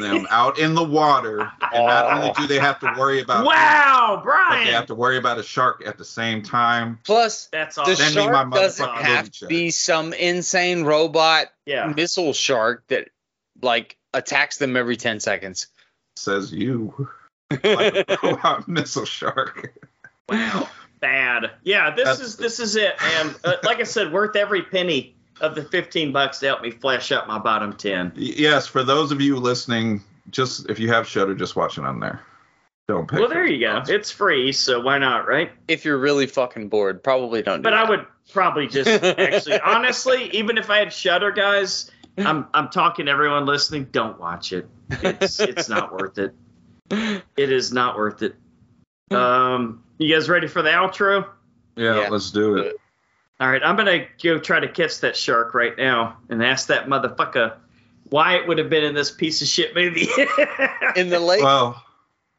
[SPEAKER 3] them out in the water. And
[SPEAKER 2] Oh.
[SPEAKER 3] not only do they have to worry about
[SPEAKER 2] Wow,
[SPEAKER 3] but they
[SPEAKER 2] Brian,
[SPEAKER 3] have to worry about a shark at the same time.
[SPEAKER 4] Plus,
[SPEAKER 2] that's
[SPEAKER 4] the
[SPEAKER 2] awesome.
[SPEAKER 3] Oh, Send me my
[SPEAKER 4] shark doesn't
[SPEAKER 3] motherfucking
[SPEAKER 4] have
[SPEAKER 3] booty
[SPEAKER 4] to
[SPEAKER 3] check.
[SPEAKER 4] be some insane robot
[SPEAKER 2] yeah.
[SPEAKER 4] missile shark that like attacks them every 10 seconds.
[SPEAKER 3] Says you like a co-op missile shark.
[SPEAKER 2] Wow, bad. Yeah, this
[SPEAKER 3] That's-
[SPEAKER 2] is this is it, man. uh, like I said, worth every penny of the fifteen bucks to help me flesh out my bottom ten.
[SPEAKER 3] Y- Yes, for those of you listening, just if you have Shutter, just watch it on there. Don't pay.
[SPEAKER 2] Well,
[SPEAKER 3] for
[SPEAKER 2] there
[SPEAKER 3] it.
[SPEAKER 2] you go. It's free, so why not, right?
[SPEAKER 4] if you're really fucking bored, probably don't do
[SPEAKER 2] But I
[SPEAKER 4] that.
[SPEAKER 2] would probably just actually, honestly, even if I had Shutter, guys, I'm I'm talking to everyone listening. Don't watch it. It's it's not worth it. It is not worth it. Um, you guys ready for the outro?
[SPEAKER 3] Yeah,
[SPEAKER 4] Yeah.
[SPEAKER 3] let's do it.
[SPEAKER 2] All right, I'm gonna go try to catch that shark right now and ask that motherfucker why it would have been in this piece of shit movie.
[SPEAKER 4] in the lake.
[SPEAKER 3] Well,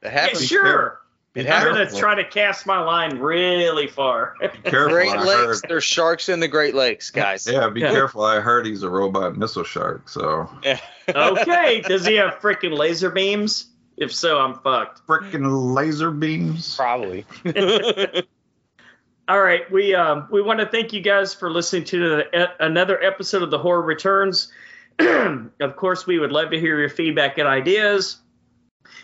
[SPEAKER 4] it
[SPEAKER 2] yeah,
[SPEAKER 4] happens.
[SPEAKER 2] sure.
[SPEAKER 4] It
[SPEAKER 2] I'm gonna
[SPEAKER 4] happens.
[SPEAKER 2] try to cast my line really far.
[SPEAKER 3] be careful.
[SPEAKER 4] Great
[SPEAKER 3] I
[SPEAKER 4] Lakes.
[SPEAKER 3] heard.
[SPEAKER 4] There's sharks in the Great Lakes, guys.
[SPEAKER 3] Yeah, be
[SPEAKER 2] Yeah.
[SPEAKER 3] careful. I heard he's a robot missile shark. So
[SPEAKER 2] okay, does he have freaking laser beams? If so, I'm fucked.
[SPEAKER 3] freaking laser beams.
[SPEAKER 4] Probably.
[SPEAKER 2] All right, we um, we want to thank you guys for listening to the, e- another episode of the Horror Returns. of course, we would love to hear your feedback and ideas.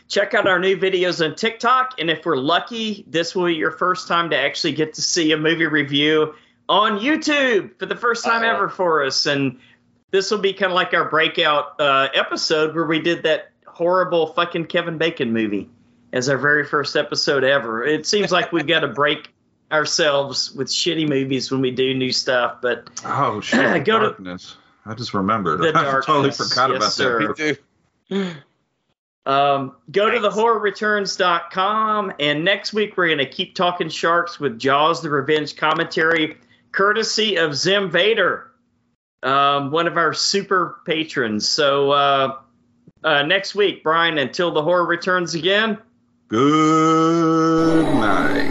[SPEAKER 2] Check out our new videos on TikTok, and if we're lucky, this will be your first time to actually get to see a movie review on YouTube for the first time
[SPEAKER 4] Uh-oh.
[SPEAKER 2] ever for us. And this will be kind of like our breakout uh, episode where we did that horrible fucking Kevin Bacon movie as our very first episode ever. It seems like we've got to break ourselves with shitty movies when we do new stuff, but
[SPEAKER 3] Oh shit!
[SPEAKER 2] Go to-
[SPEAKER 3] darkness. I just remembered.
[SPEAKER 2] The
[SPEAKER 3] I totally
[SPEAKER 2] darkness.
[SPEAKER 3] forgot
[SPEAKER 2] Yes,
[SPEAKER 3] about
[SPEAKER 2] sir.
[SPEAKER 3] that.
[SPEAKER 4] Dude,
[SPEAKER 2] um, go to thehorrorreturns.com. And next week, we're going to keep talking sharks with Jaws the Revenge commentary, courtesy of Zim Vader, um, one of our super patrons. So uh, uh, next week, Brian, until the horror returns again.
[SPEAKER 3] Good night.